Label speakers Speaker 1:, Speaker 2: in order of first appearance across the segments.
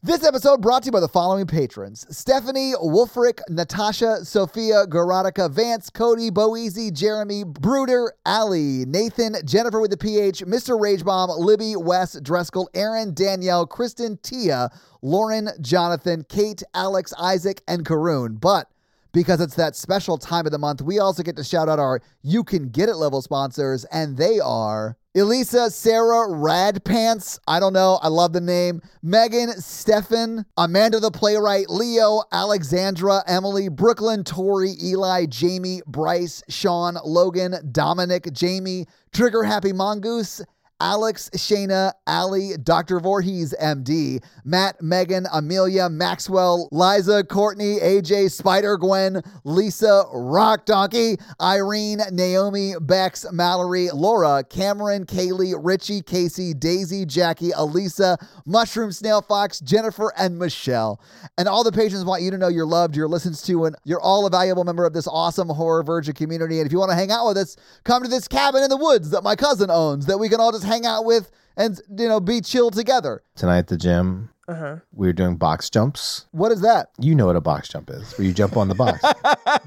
Speaker 1: This episode brought to you by the following patrons Stephanie Wolfrick, Natasha, Sophia, Garotica, Vance, Cody, Boezy, Jeremy, Bruder, Ali, Nathan, Jennifer with the PH, Mr. Ragebomb, Libby, Wes, Dreskel, Aaron, Danielle, Kristen, Tia, Lauren, Jonathan, Kate, Alex, Isaac, and Karoon. But because it's that special time of the month, we also get to shout out our You Can Get It level sponsors, and they are Elisa, Sarah, Radpants. I don't know. I love the name. Megan, Stefan, Amanda the Playwright, Leo, Alexandra, Emily, Brooklyn, Tori, Eli, Jamie, Bryce, Sean, Logan, Dominic, Jamie, Trigger Happy Mongoose, Alex, Shayna, Ali, Dr. Voorhees, MD, Matt, Megan, Amelia, Maxwell, Liza, Courtney, AJ, Spider Gwen, Lisa, Rock Donkey, Irene, Naomi, Bex, Mallory, Laura, Cameron, Kaylee, Richie, Casey, Daisy, Jackie, Elisa, Mushroom Snail Fox, Jennifer, and Michelle. And all the patrons want you to know you're loved, you're listened to, and you're all a valuable member of this awesome Horror Virgin community. And if you want to hang out with us, come to this cabin in the woods that my cousin owns that we can all just hang out with and you know be chill together.
Speaker 2: Tonight at the gym, we were doing box jumps.
Speaker 1: What is that?
Speaker 2: You know what a box jump is, where you jump on the box.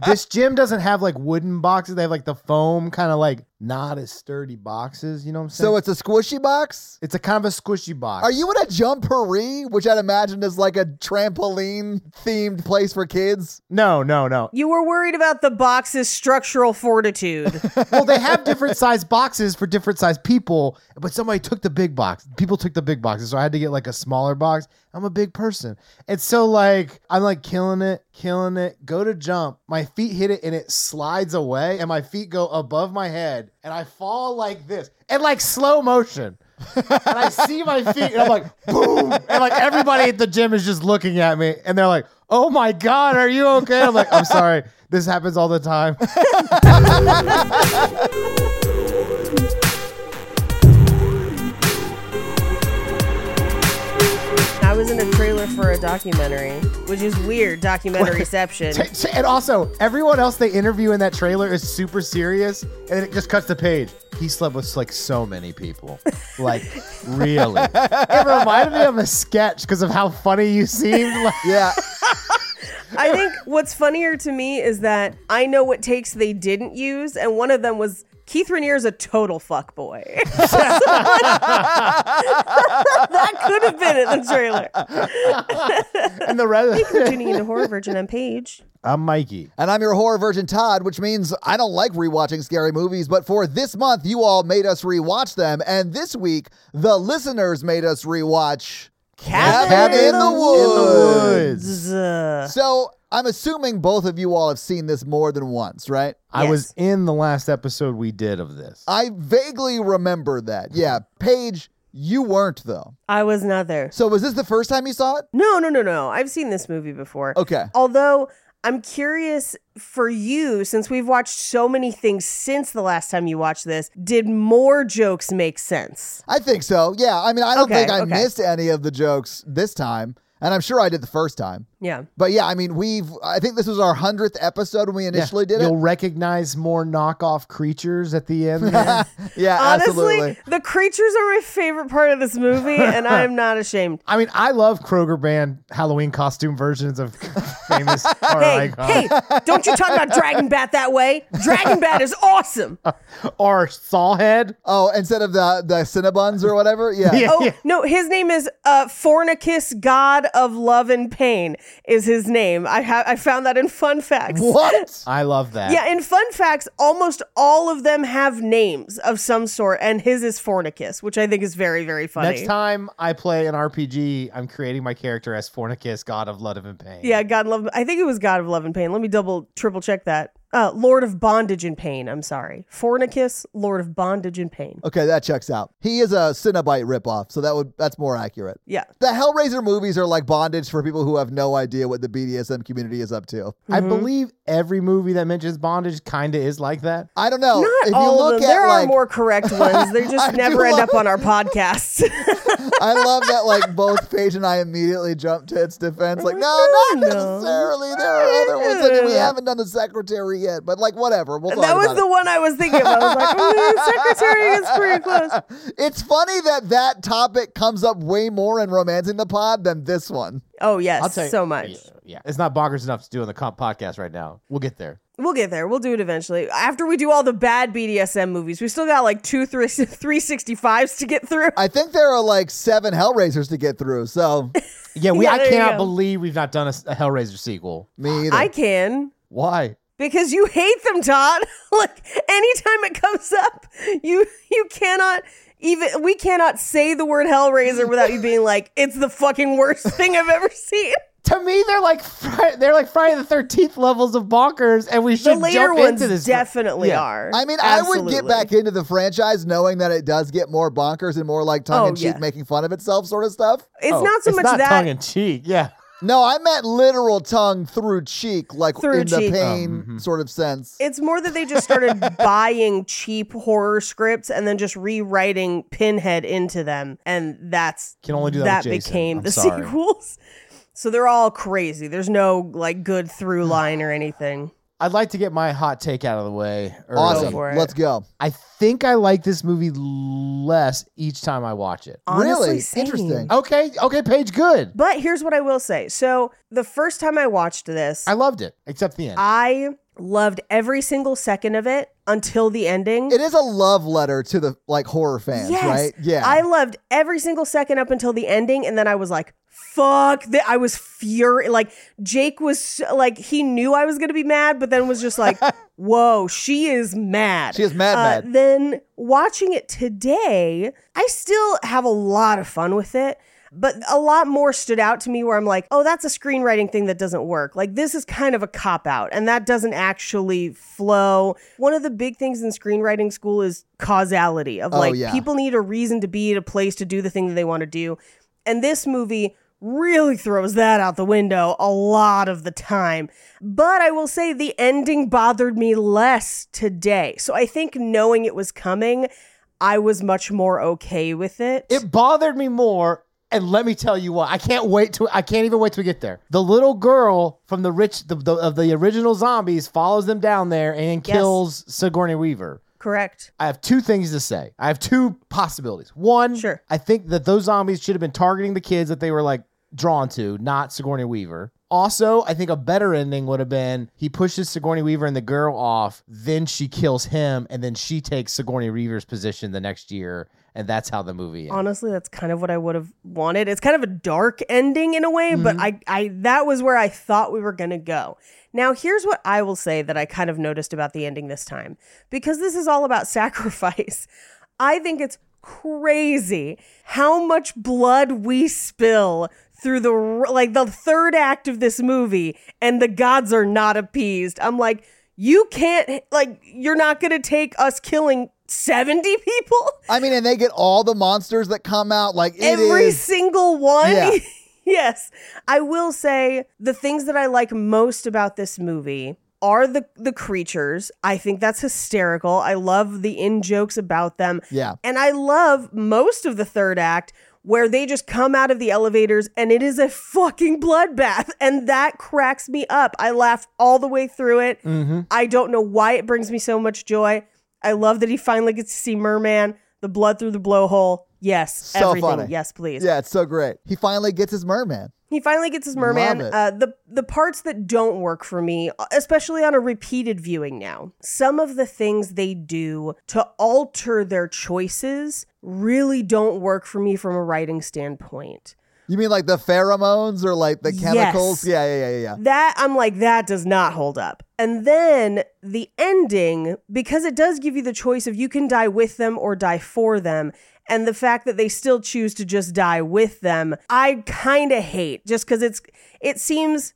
Speaker 2: this gym doesn't have like wooden boxes. They have like the foam kind of like not as sturdy boxes. You know what I'm saying?
Speaker 1: So it's a squishy box.
Speaker 2: it's a kind of a squishy box.
Speaker 1: Are you in a jumperee, which I'd imagine is like a trampoline themed place for kids?
Speaker 2: No, no, no.
Speaker 3: You were worried about the box's structural fortitude.
Speaker 2: well, they have different size boxes for different size people, but somebody took the big box. People took the big boxes, so I had to get like a smaller box. I'm a big person. And so like I'm like killing it, killing it. Go to jump. My feet hit it and it slides away and my feet go above my head and I fall like this. And like slow motion. and I see my feet and I'm like boom. And like everybody at the gym is just looking at me and they're like, "Oh my god, are you okay?" I'm like, "I'm sorry. This happens all the time."
Speaker 3: I was in a trailer for a documentary, which is weird documentaryception.
Speaker 2: T- t- And also, everyone else they interview in that trailer is super serious, and then it just cuts the page. He slept with like so many people, like really. It reminded me of a sketch because of how funny you seemed. Like,
Speaker 1: Yeah.
Speaker 3: I think what's funnier to me is that I know what takes they didn't use, and one of them was Keith Rainier's a total fuck boy. that could have been in the trailer.
Speaker 2: and the rest,
Speaker 3: Thank you for tuning into Horror Virgin. I'm Paige.
Speaker 2: I'm Mikey.
Speaker 1: And I'm your horror virgin Todd, which means I don't like rewatching scary movies, but for this month, you all made us rewatch them. And this week, the listeners made us rewatch
Speaker 3: Cabin
Speaker 1: in the Woods.
Speaker 3: Woods. Uh,
Speaker 1: So I'm assuming both of you all have seen this more than once, right?
Speaker 2: I was
Speaker 3: Yes.
Speaker 2: in the last episode we did of this.
Speaker 1: I vaguely remember that. Yeah. Paige, you weren't, though.
Speaker 3: I was not there.
Speaker 1: So was this the first time you saw it?
Speaker 3: No, no, no, no. I've seen this movie before.
Speaker 1: Okay.
Speaker 3: Although I'm curious for you, since we've watched so many things since the last time you watched this, did more jokes make sense?
Speaker 1: I think so. Yeah. I mean, I don't
Speaker 3: Okay,
Speaker 1: think I
Speaker 3: okay.
Speaker 1: missed any of the jokes this time. And I'm sure I did the first time.
Speaker 3: Yeah.
Speaker 1: But yeah, I mean, we've, I think this was our 100th episode when we initially did
Speaker 2: You'll
Speaker 1: it.
Speaker 2: recognize more knockoff creatures at the end. there.
Speaker 1: Yeah,
Speaker 3: Honestly,
Speaker 1: absolutely.
Speaker 3: the creatures are my favorite part of this movie, and I am not ashamed.
Speaker 2: I mean, I love Kroger Band Halloween costume versions of famous horror
Speaker 1: Oh
Speaker 3: Hey,
Speaker 2: icons.
Speaker 3: hey, don't you talk about Dragon Bat that way. Dragon Bat is awesome.
Speaker 2: or Sawhead.
Speaker 1: Oh, instead of the the Cinnabuns or whatever? Yeah.
Speaker 2: Yeah.
Speaker 3: Oh, no, his name is uh, Fornicus, God of Love and Pain, is his name. I, ha- I found that in Fun Facts.
Speaker 1: What?
Speaker 2: I love that.
Speaker 3: Yeah, in fun facts, almost all of them have names of some sort, and his is Fornicus, which I think is very, very funny.
Speaker 2: Next time I play an RPG, I'm creating my character as Fornicus, God of Love and Pain.
Speaker 3: Yeah, God love. I think it was God of Love and Pain. Let me double, triple check that. Uh, Lord of Bondage and Pain. I'm sorry. Fornicus, Lord of Bondage and Pain.
Speaker 1: Okay, that checks out. He is a Cinnabite ripoff, so that would that's more accurate.
Speaker 3: Yeah.
Speaker 1: The Hellraiser movies are like bondage for people who have no idea what the BDSM community is up to.
Speaker 2: I
Speaker 3: mm-hmm.
Speaker 2: believe every movie that mentions bondage kind of is like that.
Speaker 1: I don't know.
Speaker 3: Not
Speaker 1: if
Speaker 3: all
Speaker 1: you look
Speaker 3: of
Speaker 1: at
Speaker 3: them. There
Speaker 1: like,
Speaker 3: are more correct ones. They
Speaker 1: I
Speaker 3: just
Speaker 1: do
Speaker 3: never end
Speaker 1: love-
Speaker 3: up on our podcasts.
Speaker 1: I love that like both Paige and I immediately jumped to its defense. Like, no,
Speaker 3: no,
Speaker 1: not
Speaker 3: no.
Speaker 1: necessarily. There are other ones. I mean, we haven't done the secretary yet, but like whatever. We'll talk
Speaker 3: that was
Speaker 1: about
Speaker 3: the
Speaker 1: it.
Speaker 3: one I was thinking of. I was like, "Ooh, secretary is pretty close.
Speaker 1: It's funny that that topic comes up way more in Romancing the Pod than this one.
Speaker 3: Oh
Speaker 2: I'll
Speaker 3: yes,
Speaker 2: tell you
Speaker 3: so much.
Speaker 2: Yeah, yeah. it's not bonkers enough to do on the comp podcast right now. We'll get there.
Speaker 3: We'll get there. We'll do it eventually. After we do all the bad BDSM movies, we still got like two three three sixty fives to get through.
Speaker 1: I think there are like seven Hellraisers to get through, so
Speaker 2: Yeah, we.
Speaker 3: Yeah,
Speaker 2: I
Speaker 3: there you
Speaker 2: cannot
Speaker 3: go.
Speaker 2: believe we've not done a, s- a Hellraiser sequel.
Speaker 1: me either.
Speaker 3: I can
Speaker 2: Why?
Speaker 3: because you hate them, Todd. like anytime it comes up, you you cannot even we cannot say the word Hellraiser without you being like, "It's the fucking worst thing I've ever seen."
Speaker 2: To me, they're like Fri- they're like Friday the Thirteenth levels of bonkers, and we
Speaker 3: The
Speaker 2: should
Speaker 3: later
Speaker 2: jump
Speaker 3: ones
Speaker 2: into this.
Speaker 3: definitely
Speaker 2: Yeah.
Speaker 3: are.
Speaker 1: I mean, I would get
Speaker 3: Absolutely.
Speaker 1: back into the franchise knowing that it does get more bonkers and more like tongue in cheek
Speaker 3: Oh, yeah.
Speaker 1: making fun of itself sort of stuff.
Speaker 3: It's
Speaker 2: Oh,
Speaker 3: not so
Speaker 2: it's
Speaker 3: much
Speaker 2: not
Speaker 3: that
Speaker 2: tongue in cheek. Yeah,
Speaker 1: No, I meant literal tongue through cheek, like
Speaker 3: Through
Speaker 1: in the
Speaker 3: cheek.
Speaker 1: pain sort of sense.
Speaker 3: It's more that they just started buying cheap horror scripts and then just rewriting Pinhead into them, and that's
Speaker 2: Can only do that with Jason.
Speaker 3: became
Speaker 2: I'm
Speaker 3: the
Speaker 2: sorry.
Speaker 3: sequels. So they're all crazy. There's no like good through line or anything.
Speaker 2: I'd like to get my hot take out of the way. early.
Speaker 1: awesome.
Speaker 3: for it.
Speaker 1: Let's go.
Speaker 2: I think I like this movie less each time I watch it.
Speaker 3: Honestly,
Speaker 1: really
Speaker 3: same.
Speaker 1: interesting.
Speaker 2: Okay, okay, Paige, good.
Speaker 3: But here's what I will say. So the first time I watched this,
Speaker 2: I loved it, except the end.
Speaker 3: I loved every single second of it until the ending.
Speaker 1: It is a love letter to the like horror fans,
Speaker 3: Yes.
Speaker 1: right? Yeah.
Speaker 3: I loved every single second up until the ending, and then I was like, "Fuck!" That I was furious. Like Jake was so- like he knew I was gonna be mad, but then was just like, "Whoa, she is mad."
Speaker 1: She is mad,
Speaker 3: Uh,
Speaker 1: mad.
Speaker 3: Then watching it today, I still have a lot of fun with it. But a lot more stood out to me where I'm like, oh, that's a screenwriting thing that doesn't work. Like, this is kind of a cop out, and that doesn't actually flow. One of the big things in screenwriting school is causality of
Speaker 1: Oh,
Speaker 3: like
Speaker 1: yeah.
Speaker 3: people people need a reason to be at a place to do the thing that they want to do. And this movie really throws that out the window a lot of the time. But I will say the ending bothered me less today. So I think knowing it was coming, I was much more okay with it.
Speaker 2: It bothered me more, and let me tell you what. I can't wait to. I can't even wait till we get there. The little girl from the rich the, the, of the original zombies follows them down there and
Speaker 3: Yes.
Speaker 2: kills Sigourney Weaver.
Speaker 3: Correct.
Speaker 2: I have two things to say. I have two possibilities. One,
Speaker 3: Sure.
Speaker 2: I think that those zombies should have been targeting the kids that they were like drawn to, not Sigourney Weaver. Also, I think a better ending would have been he pushes Sigourney Weaver and the girl off, then she kills him, and then she takes Sigourney Weaver's position the next year, and that's how the movie ends.
Speaker 3: Honestly, that's kind of what I would have wanted. It's kind of a dark ending in a way, but I, I that was where I thought we were gonna go. Now, here's what I will say that I kind of noticed about the ending this time, because this is all about sacrifice. I think it's crazy how much blood we spill through the r- like the third act of this movie, and the gods are not appeased. I'm like, you can't like you're not gonna take us killing seventy people.
Speaker 1: I mean, and they get all the monsters that come out. Like it is.
Speaker 3: every single one.
Speaker 1: Yeah.
Speaker 3: yes. I will say the things that I like most about this movie are the the creatures. I think that's hysterical. I love the in jokes about them.
Speaker 1: Yeah.
Speaker 3: And I love most of the third act where they just come out of the elevators and it is a fucking bloodbath. And that cracks me up. I laugh all the way through it.
Speaker 1: Mm-hmm.
Speaker 3: I don't know why it brings me so much joy. I love that he finally gets to see Merman, the blood through the blowhole. Yes,
Speaker 1: So
Speaker 3: everything.
Speaker 1: funny.
Speaker 3: Yes, please.
Speaker 1: Yeah, it's so great. He finally gets his merman.
Speaker 3: He finally gets his merman.
Speaker 1: Love it.
Speaker 3: Uh, the the parts that don't work for me, especially on a repeated viewing now, some of the things they do to alter their choices really don't work for me from a writing standpoint.
Speaker 1: You mean like the pheromones or like the chemicals?
Speaker 3: Yes.
Speaker 1: Yeah, yeah, yeah, yeah, yeah.
Speaker 3: That I'm like that does not hold up. And then the ending because it does give you the choice of you can die with them or die for them. And the fact that they still choose to just die with them, I kind of hate just cuz it's it seems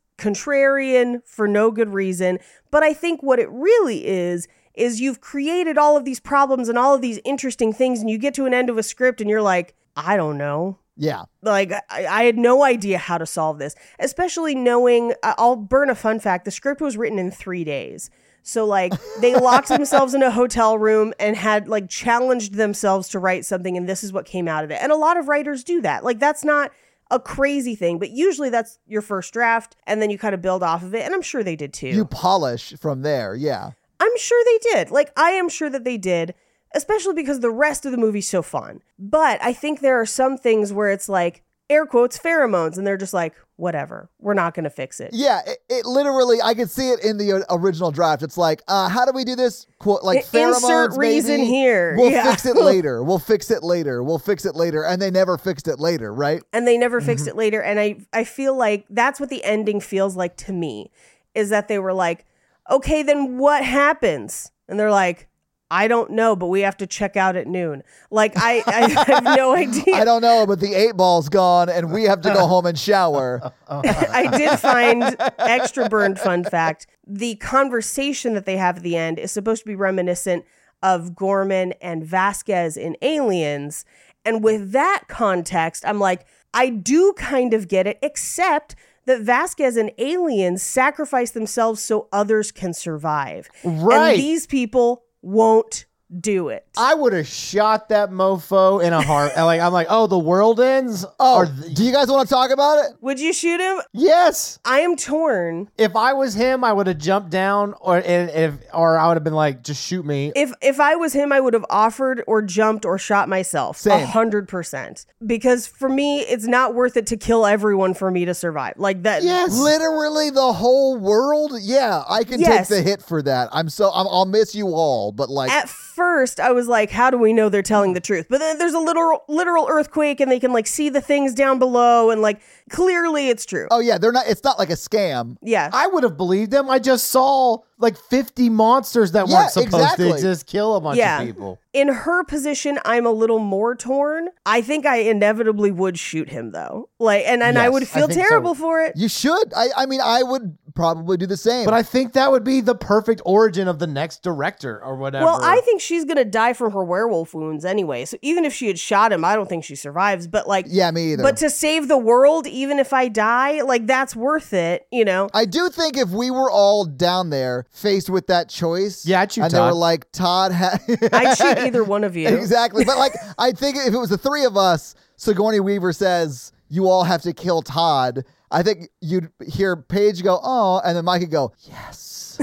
Speaker 3: contrarian for no good reason. But I think what it really is is you've created all of these problems and all of these interesting things, and you get to an end of a script and you're like, I don't know.
Speaker 1: Yeah.
Speaker 3: Like, I, I had no idea how to solve this, especially knowing I- I'll burn a fun fact the script was written in three days. So, like, they locked themselves in a hotel room and had like challenged themselves to write something, and this is what came out of it. And a lot of writers do that. Like, that's not a crazy thing, but usually that's your first draft, and then you kind of build off of it. And I'm sure they did too.
Speaker 1: You polish from there. Yeah.
Speaker 3: I'm sure they did. Like, I am sure that they did, especially because the rest of the movie's so fun. But I think there are some things where it's like, air quotes, pheromones, and they're just like, whatever, we're not going to fix it.
Speaker 1: Yeah. It, it literally, I could see it in the o- original draft. It's like, uh, how do we do this? Quote, like, pheromones,
Speaker 3: Insert reason
Speaker 1: maybe?
Speaker 3: here.
Speaker 1: We'll
Speaker 3: Yeah.
Speaker 1: fix it later. We'll fix it later. We'll fix it later. And they never fixed it later, right?
Speaker 3: and they never fixed it later and i i feel like that's what the ending feels like to me is that they were like okay then what happens and they're like i don't know but we have to check out at noon like i i have no idea
Speaker 1: I don't know, but the eight ball's gone and we have to go home and shower.
Speaker 3: I did find extra burned fun fact. The conversation that they have at the end is supposed to be reminiscent of Gorman and Vasquez in Aliens. And with that context, I'm like, I do kind of get it, except that Vasquez and aliens sacrifice themselves so others can survive.
Speaker 2: Right.
Speaker 3: And these people won't do it.
Speaker 2: I would have shot that mofo in a heart. and, like I'm like, oh, the world ends.
Speaker 1: Oh,
Speaker 2: Or th-
Speaker 1: do you guys want to talk about it?
Speaker 3: Would you shoot him?
Speaker 2: yes.
Speaker 3: I am torn.
Speaker 2: If I was him, I would have jumped down, or and if or I would have been like, just shoot me.
Speaker 3: if if I was him, I would have offered or jumped or shot myself.
Speaker 1: Same.
Speaker 3: A hundred percent. Because for me, it's not worth it to kill everyone for me to survive. Like that.
Speaker 2: yes.
Speaker 1: Literally the whole world? Yeah, I can
Speaker 3: Yes.
Speaker 1: take the hit for that. I'm so I'm, I'll miss you all, but like
Speaker 3: At first, I was like, "How do we know they're telling the truth?" But then there's a literal literal earthquake, and they can like see the things down below, and like clearly it's true.
Speaker 1: Oh yeah, they're not it's not like a scam.
Speaker 3: yeah.
Speaker 2: I would have believed them. I just saw like 50 monsters that
Speaker 1: Yeah,
Speaker 2: weren't supposed
Speaker 1: exactly.
Speaker 2: to just kill a bunch
Speaker 3: Yeah.
Speaker 2: of people.
Speaker 3: In her position, I'm a little more torn. I think I inevitably would shoot him though. Like, and and I
Speaker 2: Yes,
Speaker 3: would
Speaker 2: I
Speaker 3: feel
Speaker 2: think so.
Speaker 3: terrible for it.
Speaker 1: You should. I I mean I would probably do the same.
Speaker 2: But I think that would be the perfect origin of the next director or whatever.
Speaker 3: Well, I think she's gonna die from her werewolf wounds anyway. So even if she had shot him, I don't think she survives. But like,
Speaker 1: yeah, me either.
Speaker 3: But to save the world, even if I die, like that's worth it. You know,
Speaker 1: I do think if we were all down there faced with that choice,
Speaker 2: Yeah, I'd shoot
Speaker 1: and they were
Speaker 2: Todd.
Speaker 1: like Todd had
Speaker 3: I'd shoot either one of you.
Speaker 1: Exactly. But like, I think if it was the three of us, Sigourney Weaver says, you all have to kill Todd. I think you'd hear Paige go, oh, and then Mike would go, yes.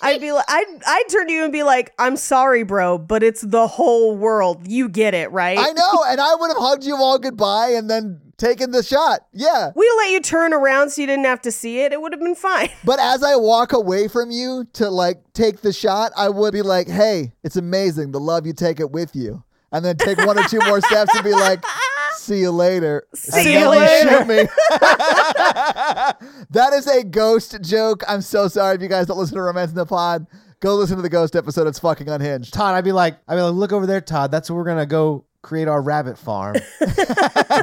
Speaker 3: I'd be like, I'd, I'd turn to you and be like, I'm sorry, bro, but it's the whole world. You get it, right?
Speaker 1: I know. And I would have hugged you all goodbye and then taken the shot. Yeah.
Speaker 3: We let you turn around so you didn't have to see it. It would have been fine.
Speaker 1: But as I walk away from you to like take the shot, I would be like, hey, it's amazing the love you take it with you. And then take one or two more steps and be like, see you later.
Speaker 3: See
Speaker 1: And
Speaker 3: you
Speaker 1: then
Speaker 3: later.
Speaker 1: shoot me. that is a ghost joke. I'm so sorry if you guys don't listen to Romance in the Pod. Go listen to the ghost episode. It's fucking unhinged.
Speaker 2: Todd, I'd be like, I'd be like, look over there, Todd. That's where we're gonna go create our rabbit farm.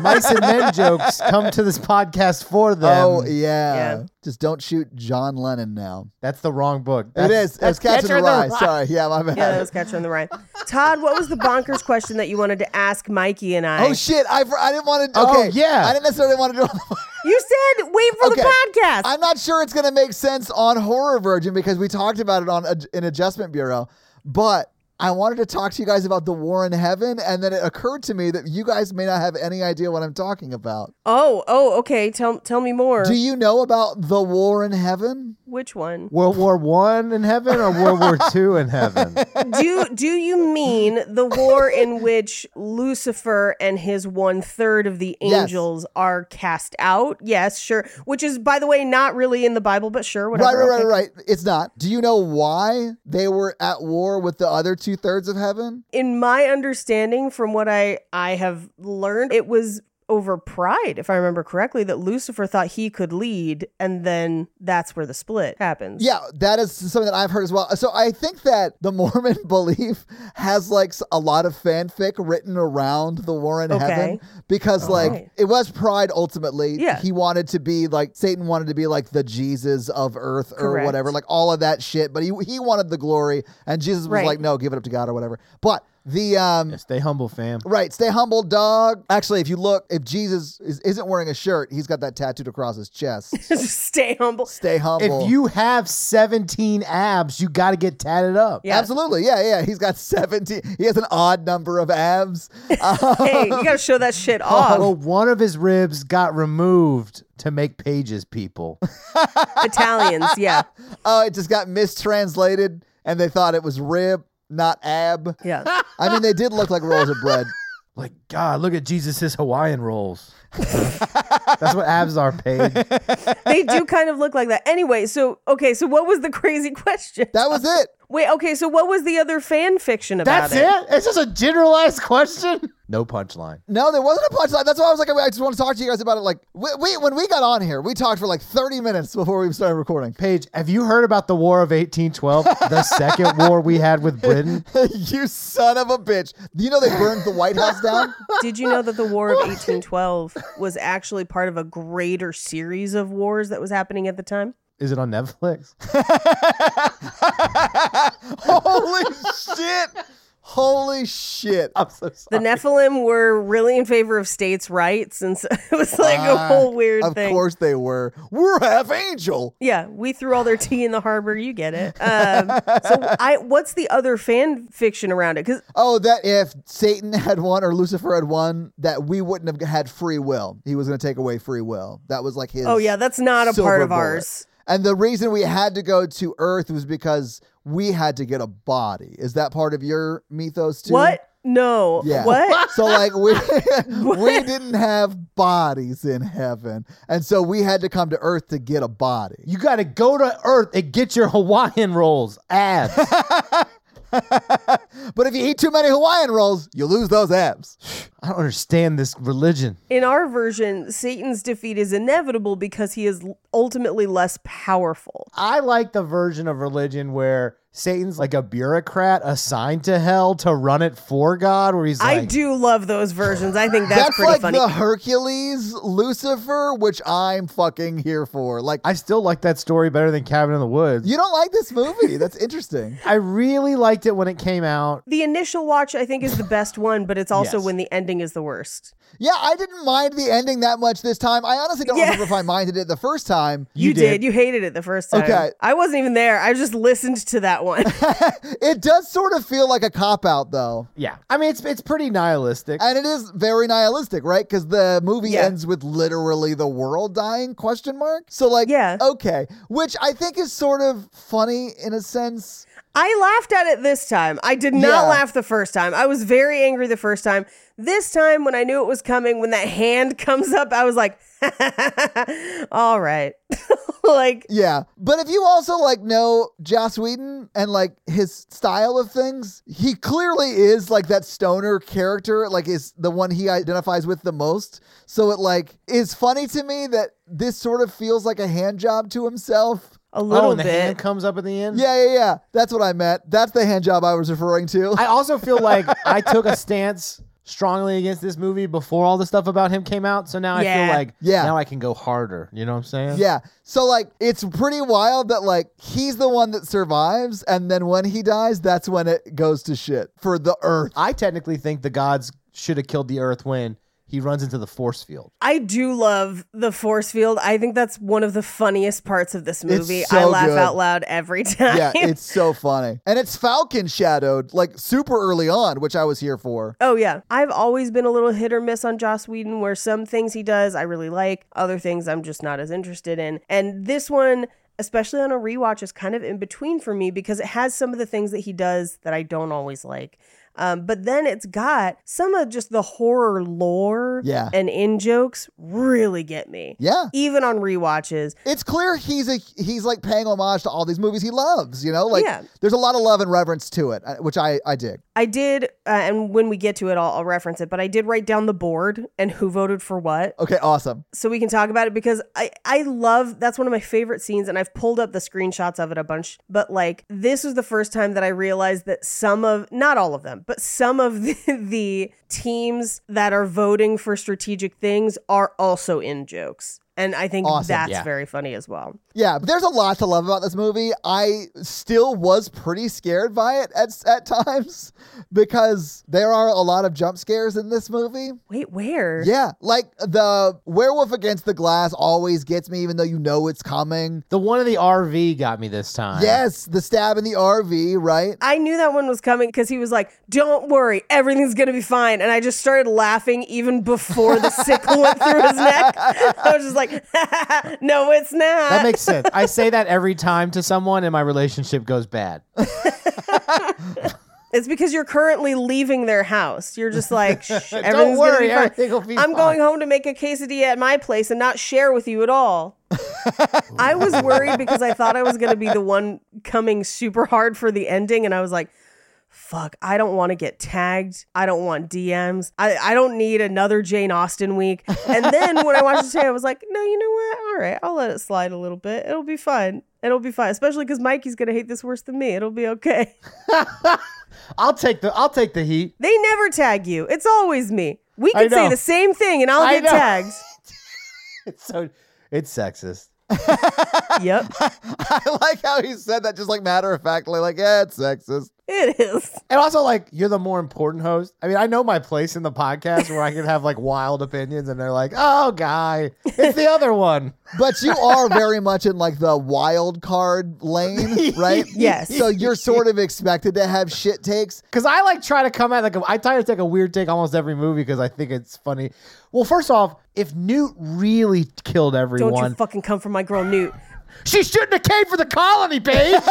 Speaker 2: Mice and men jokes come to this podcast for them.
Speaker 1: Oh, yeah.
Speaker 3: Yeah.
Speaker 1: Just don't shoot John Lennon now.
Speaker 2: That's the wrong book.
Speaker 1: It
Speaker 2: That's,
Speaker 1: is. It was Catcher in the Rye. Sorry. Yeah, my bad.
Speaker 3: Yeah, that was Catcher in the Rye. Todd, what was the bonkers question that you wanted to ask Mikey and I?
Speaker 1: Oh shit! I, for- I didn't want to.
Speaker 2: Oh,
Speaker 1: Okay,
Speaker 2: yeah.
Speaker 1: I didn't necessarily want to do. All
Speaker 3: you said wait for
Speaker 1: Okay.
Speaker 3: the podcast.
Speaker 1: I'm not sure it's going to make sense on Horror Virgin because we talked about it on Ad- an Adjustment Bureau, but I wanted to talk to you guys about the War in Heaven, and then it occurred to me that you guys may not have any idea what I'm talking about.
Speaker 3: Oh, oh, okay. Tell tell me more.
Speaker 1: Do you know about the War in Heaven?
Speaker 3: Which one?
Speaker 2: World War One in heaven or World War Two in heaven?
Speaker 3: do do you mean the war in which Lucifer and his one third of the
Speaker 1: Yes.
Speaker 3: angels are cast out? Yes, sure. Which is, by the way, not really in the Bible, but sure, whatever.
Speaker 1: right, right,
Speaker 3: okay.
Speaker 1: right, right. It's not. Do you know why they were at war with the other two thirds of heaven?
Speaker 3: In my understanding, from what I I have learned, it was over pride, if I remember correctly, that Lucifer thought he could lead, and then that's where the split happens.
Speaker 1: Yeah, that is something that I've heard as well. So I think that the Mormon belief has like s- a lot of fanfic written around the war in
Speaker 3: Okay.
Speaker 1: heaven because like
Speaker 3: right.
Speaker 1: it was pride ultimately.
Speaker 3: Yeah.
Speaker 1: He wanted to be like Satan wanted to be like the Jesus of earth or
Speaker 3: Correct.
Speaker 1: whatever, like all of that shit. But he he wanted the glory and Jesus was
Speaker 3: Right.
Speaker 1: like, No, give it up to God or whatever. But the um
Speaker 2: Stay humble, fam.
Speaker 1: Right, stay humble, dog. Actually, if you look, if Jesus is, isn't wearing a shirt, he's got that tattooed across his chest.
Speaker 3: Stay humble.
Speaker 1: Stay humble.
Speaker 2: If you have 17 abs, you got to get tatted up.
Speaker 3: Yeah.
Speaker 1: Absolutely. Yeah, yeah. He's got 17. He has an odd number of abs.
Speaker 3: Hey, you gotta show that shit
Speaker 2: Oh,
Speaker 3: off.
Speaker 2: well, one of his ribs got removed to make pages, people.
Speaker 3: Italians, yeah.
Speaker 1: Oh, it just got mistranslated and they thought it was rib, not ab.
Speaker 3: Yeah.
Speaker 1: I mean, they did look like rolls of bread.
Speaker 2: Like, God, look at Jesus' his Hawaiian rolls. That's what abs are, Paige.
Speaker 3: They do kind of look like that. Anyway, so okay, so what was the crazy question?
Speaker 1: That was it.
Speaker 3: Wait, okay, so what was the other fan fiction about
Speaker 2: That's it? It's just a generalized question? No punchline.
Speaker 1: No, there wasn't a punchline. That's why I was like, I just want to talk to you guys about it. Like, we, we when we got on here, we talked for like 30 minutes before we started recording.
Speaker 2: Paige, have you heard about the War of 1812? The second war we had with Britain?
Speaker 1: you son of a bitch. You know, they burned the White House down?
Speaker 3: Did you know that the War of 1812 was actually part of a greater series of wars that was happening at the time?
Speaker 2: Is it on Netflix?
Speaker 1: Holy shit. Holy shit.
Speaker 2: I'm so
Speaker 3: The
Speaker 2: sorry.
Speaker 1: Uh,
Speaker 3: Nephilim were really in favor of states' rights, and so it was like a whole weird
Speaker 1: Of
Speaker 3: thing.
Speaker 1: course they were. We're half angel.
Speaker 3: Yeah, we threw all their tea in the harbor. You get it. Um, so, I what's the other fan fiction around it? Because
Speaker 1: Oh, that if Satan had won or Lucifer had won, that we wouldn't have had free will. He was going to take away free will. That was like his.
Speaker 3: oh yeah, that's not a
Speaker 1: silver
Speaker 3: part of
Speaker 1: bullet.
Speaker 3: ours.
Speaker 1: And the reason we had to go to Earth was because we had to get a body. Is that part of your mythos too?
Speaker 3: What? No.
Speaker 1: Yeah.
Speaker 3: What?
Speaker 1: So like we we didn't have bodies in heaven, and so we had to come to Earth to get a body.
Speaker 2: You got to go to Earth and get your Hawaiian rolls, abs.
Speaker 1: But if you eat too many Hawaiian rolls, you lose those abs.
Speaker 2: I don't understand this religion.
Speaker 3: In our version, Satan's defeat is inevitable because he is ultimately less powerful.
Speaker 2: I like the version of religion where Satan's like a bureaucrat assigned to hell to run it for God, where he's like,
Speaker 3: I do love those versions. I think that's,
Speaker 1: That's,
Speaker 3: pretty
Speaker 1: like
Speaker 3: funny.
Speaker 1: the Hercules Lucifer, which I'm fucking here for. Like,
Speaker 2: I still like that story better than Cabin in the Woods.
Speaker 1: you don't like this movie. That's interesting.
Speaker 2: I really liked it when it came out.
Speaker 3: the initial watch, I think, is the best one, but it's also
Speaker 2: Yes.
Speaker 3: when the ending is the worst.
Speaker 1: Yeah, I didn't mind the ending that much this time. I honestly don't
Speaker 3: Yeah.
Speaker 1: remember if I minded it the first time.
Speaker 3: You,
Speaker 2: You
Speaker 3: did.
Speaker 2: did.
Speaker 3: You hated it the first time.
Speaker 1: Okay.
Speaker 3: I wasn't even there. I just listened to that one.
Speaker 1: It does sort of feel like a cop out, though.
Speaker 2: Yeah. I mean, it's it's pretty nihilistic.
Speaker 1: And it is very nihilistic, right? Because the movie
Speaker 3: Yeah.
Speaker 1: ends with literally the world dying question mark. So like,
Speaker 3: Yeah.
Speaker 1: okay, which I think is sort of funny in a sense.
Speaker 3: I laughed at it this time. I did not
Speaker 1: Yeah.
Speaker 3: laugh the first time. I was very angry the first time. This time, when I knew it was coming, when that hand comes up, I was like, all right. like,
Speaker 1: Yeah, but if you also like know Joss Whedon and like his style of things, he clearly is like that stoner character, like is the one he identifies with the most. So it like is funny to me that this sort of feels like a hand job to himself.
Speaker 3: a
Speaker 2: oh,
Speaker 3: little
Speaker 2: and the hand
Speaker 3: bit.
Speaker 2: comes up at the end.
Speaker 1: Yeah, yeah, yeah. That's what I meant. That's the hand job I was referring to.
Speaker 2: I also feel like I took a stance strongly against this movie before all the stuff about him came out. So now I
Speaker 3: Yeah.
Speaker 2: feel like
Speaker 1: Yeah.
Speaker 2: now I can go harder. You know what I'm saying?
Speaker 1: Yeah. So like it's pretty wild that like he's the one that survives and then when he dies that's when it goes to shit for the earth.
Speaker 2: I technically think the gods should have killed the earth when he runs into the force field.
Speaker 3: I do love the force field. I think that's one of the funniest parts of this movie. I
Speaker 1: so
Speaker 3: laugh
Speaker 1: good.
Speaker 3: out loud every time.
Speaker 1: Yeah, it's so funny. And it's Falcon shadowed like super early on, which I was here for.
Speaker 3: Oh yeah, I've always been a little hit or miss on Joss Whedon, where some things he does I really like, other things I'm just not as interested in. And this one, especially on a rewatch, is kind of in between for me because it has some of the things that he does that I don't always like. Um, but then it's got some of just the horror lore
Speaker 1: Yeah.
Speaker 3: and in jokes really get me.
Speaker 1: Yeah.
Speaker 3: Even on rewatches.
Speaker 1: It's clear he's a he's like paying homage to all these movies he loves, you know? Like
Speaker 3: Yeah.
Speaker 1: there's a lot of love and reverence to it, uh, which I I dig.
Speaker 3: I did, uh, and when we get to it, I'll, I'll reference it, but I did write down the board and who voted for what
Speaker 1: Okay, awesome.
Speaker 3: so we can talk about it because I, I love that's one of my favorite scenes, and I've pulled up the screenshots of it a bunch. But like, this was the first time that I realized that some of, not all of them, but some of the, the teams that are voting for strategic things are also in jokes. And I think
Speaker 1: Awesome.
Speaker 3: that's
Speaker 2: Yeah.
Speaker 3: very funny as well.
Speaker 1: Yeah, there's a lot to love about this movie. I still was pretty scared by it at at times because there are a lot of jump scares in this movie.
Speaker 3: Wait, where?
Speaker 1: Yeah, like the werewolf against the glass always gets me even though you know it's coming.
Speaker 2: The one in the RV got me this time.
Speaker 1: Yes, the stab in the RV, right?
Speaker 3: I knew that one was coming because he was like, "Don't worry, everything's gonna be fine." And I just started laughing even before the sickle went through his neck. I was just like, "No, it's not."
Speaker 2: That makes sense. I say that every time to someone, and my relationship goes bad.
Speaker 3: it's because you're currently leaving their house. You're just like, "Shh, everything's gonna
Speaker 2: worry,
Speaker 3: be fine.
Speaker 2: everything will be
Speaker 3: I'm
Speaker 2: fine."
Speaker 3: going home to make a quesadilla at my place and not share with you at all." I was worried because I thought I was gonna be the one coming super hard for the ending, and I was like. fuck, I don't want to get tagged. I don't want DMs. I, I don't need another Jane Austen week. And then when I watched it today, I was like, no, you know what? All right, I'll let it slide a little bit. It'll be fine. It'll be fine, especially because Mikey's going to hate this worse than me. It'll be okay.
Speaker 2: I'll take the I'll take the heat.
Speaker 3: They never tag you, it's always me. We
Speaker 2: I
Speaker 3: can say
Speaker 2: know.
Speaker 3: the same thing and I'll
Speaker 2: I
Speaker 3: get
Speaker 2: know.
Speaker 3: tagged.
Speaker 2: It's so it's sexist.
Speaker 3: yep,
Speaker 1: I like how he said that just like matter of factly, like, yeah, it's sexist.
Speaker 3: it is.
Speaker 2: And also, like, you're the more important host. I mean, I know my place in the podcast where I can have like wild opinions, and they're like, "Oh, guy, it's the other one."
Speaker 1: But you are very much in like the wild card lane, right?
Speaker 3: Yes.
Speaker 1: So you're sort of expected to have shit takes.
Speaker 2: Because I like try to come at like a, I try to take a weird take almost every movie because I think it's funny. Well, first off, if Newt really killed
Speaker 3: Don't
Speaker 2: everyone,
Speaker 3: you fucking come for my girl, Newt.
Speaker 2: she shouldn't have came for the colony, babe.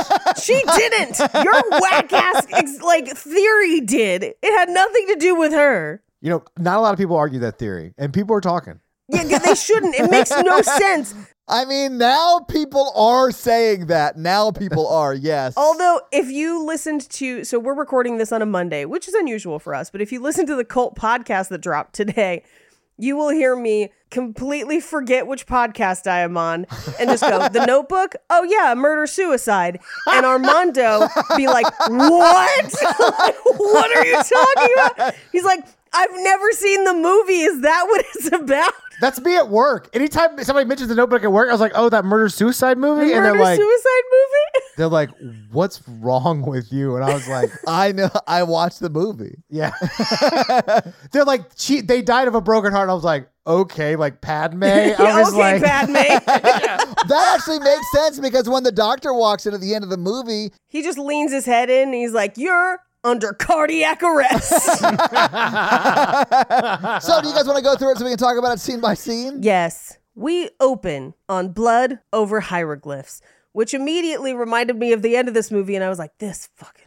Speaker 3: She didn't. Your whack ass ex- like theory did. It had nothing to do with her.
Speaker 2: you know, not a lot of people argue that theory, and people are talking.
Speaker 3: Yeah, yeah, they shouldn't. It makes no sense.
Speaker 1: I mean, now people are saying that. Now people are, yes.
Speaker 3: Although, if you listened to, so we're recording this on a Monday, which is unusual for us, but if you listen to the cult podcast that dropped today, you will hear me completely forget which podcast I am on and just go, The Notebook? Oh, yeah, murder suicide. And Armando be like, What? Like, what are you talking about? He's like, I've never seen the movie. Is that what it's about?
Speaker 2: That's me at work. Anytime somebody mentions the notebook at work, I was like, "Oh, that murder suicide movie," and
Speaker 3: murder
Speaker 2: they're like,
Speaker 3: suicide movie?
Speaker 2: "They're like, what's wrong with you?" And I was like.
Speaker 1: I know I watched the movie.
Speaker 2: Yeah. They're like, she, they died of a broken heart. I was like, okay, like Padme. I was
Speaker 3: okay,
Speaker 2: like,
Speaker 3: Padme.
Speaker 1: That actually makes sense because when the doctor walks in at the end of the movie,
Speaker 3: He just leans his head in and he's like, You're under cardiac arrest.
Speaker 1: so do you guys want to go through it so we can talk about it scene by scene?
Speaker 3: yes, we open on blood over hieroglyphs, which immediately reminded me of the end of this movie. And I was like, This fucking.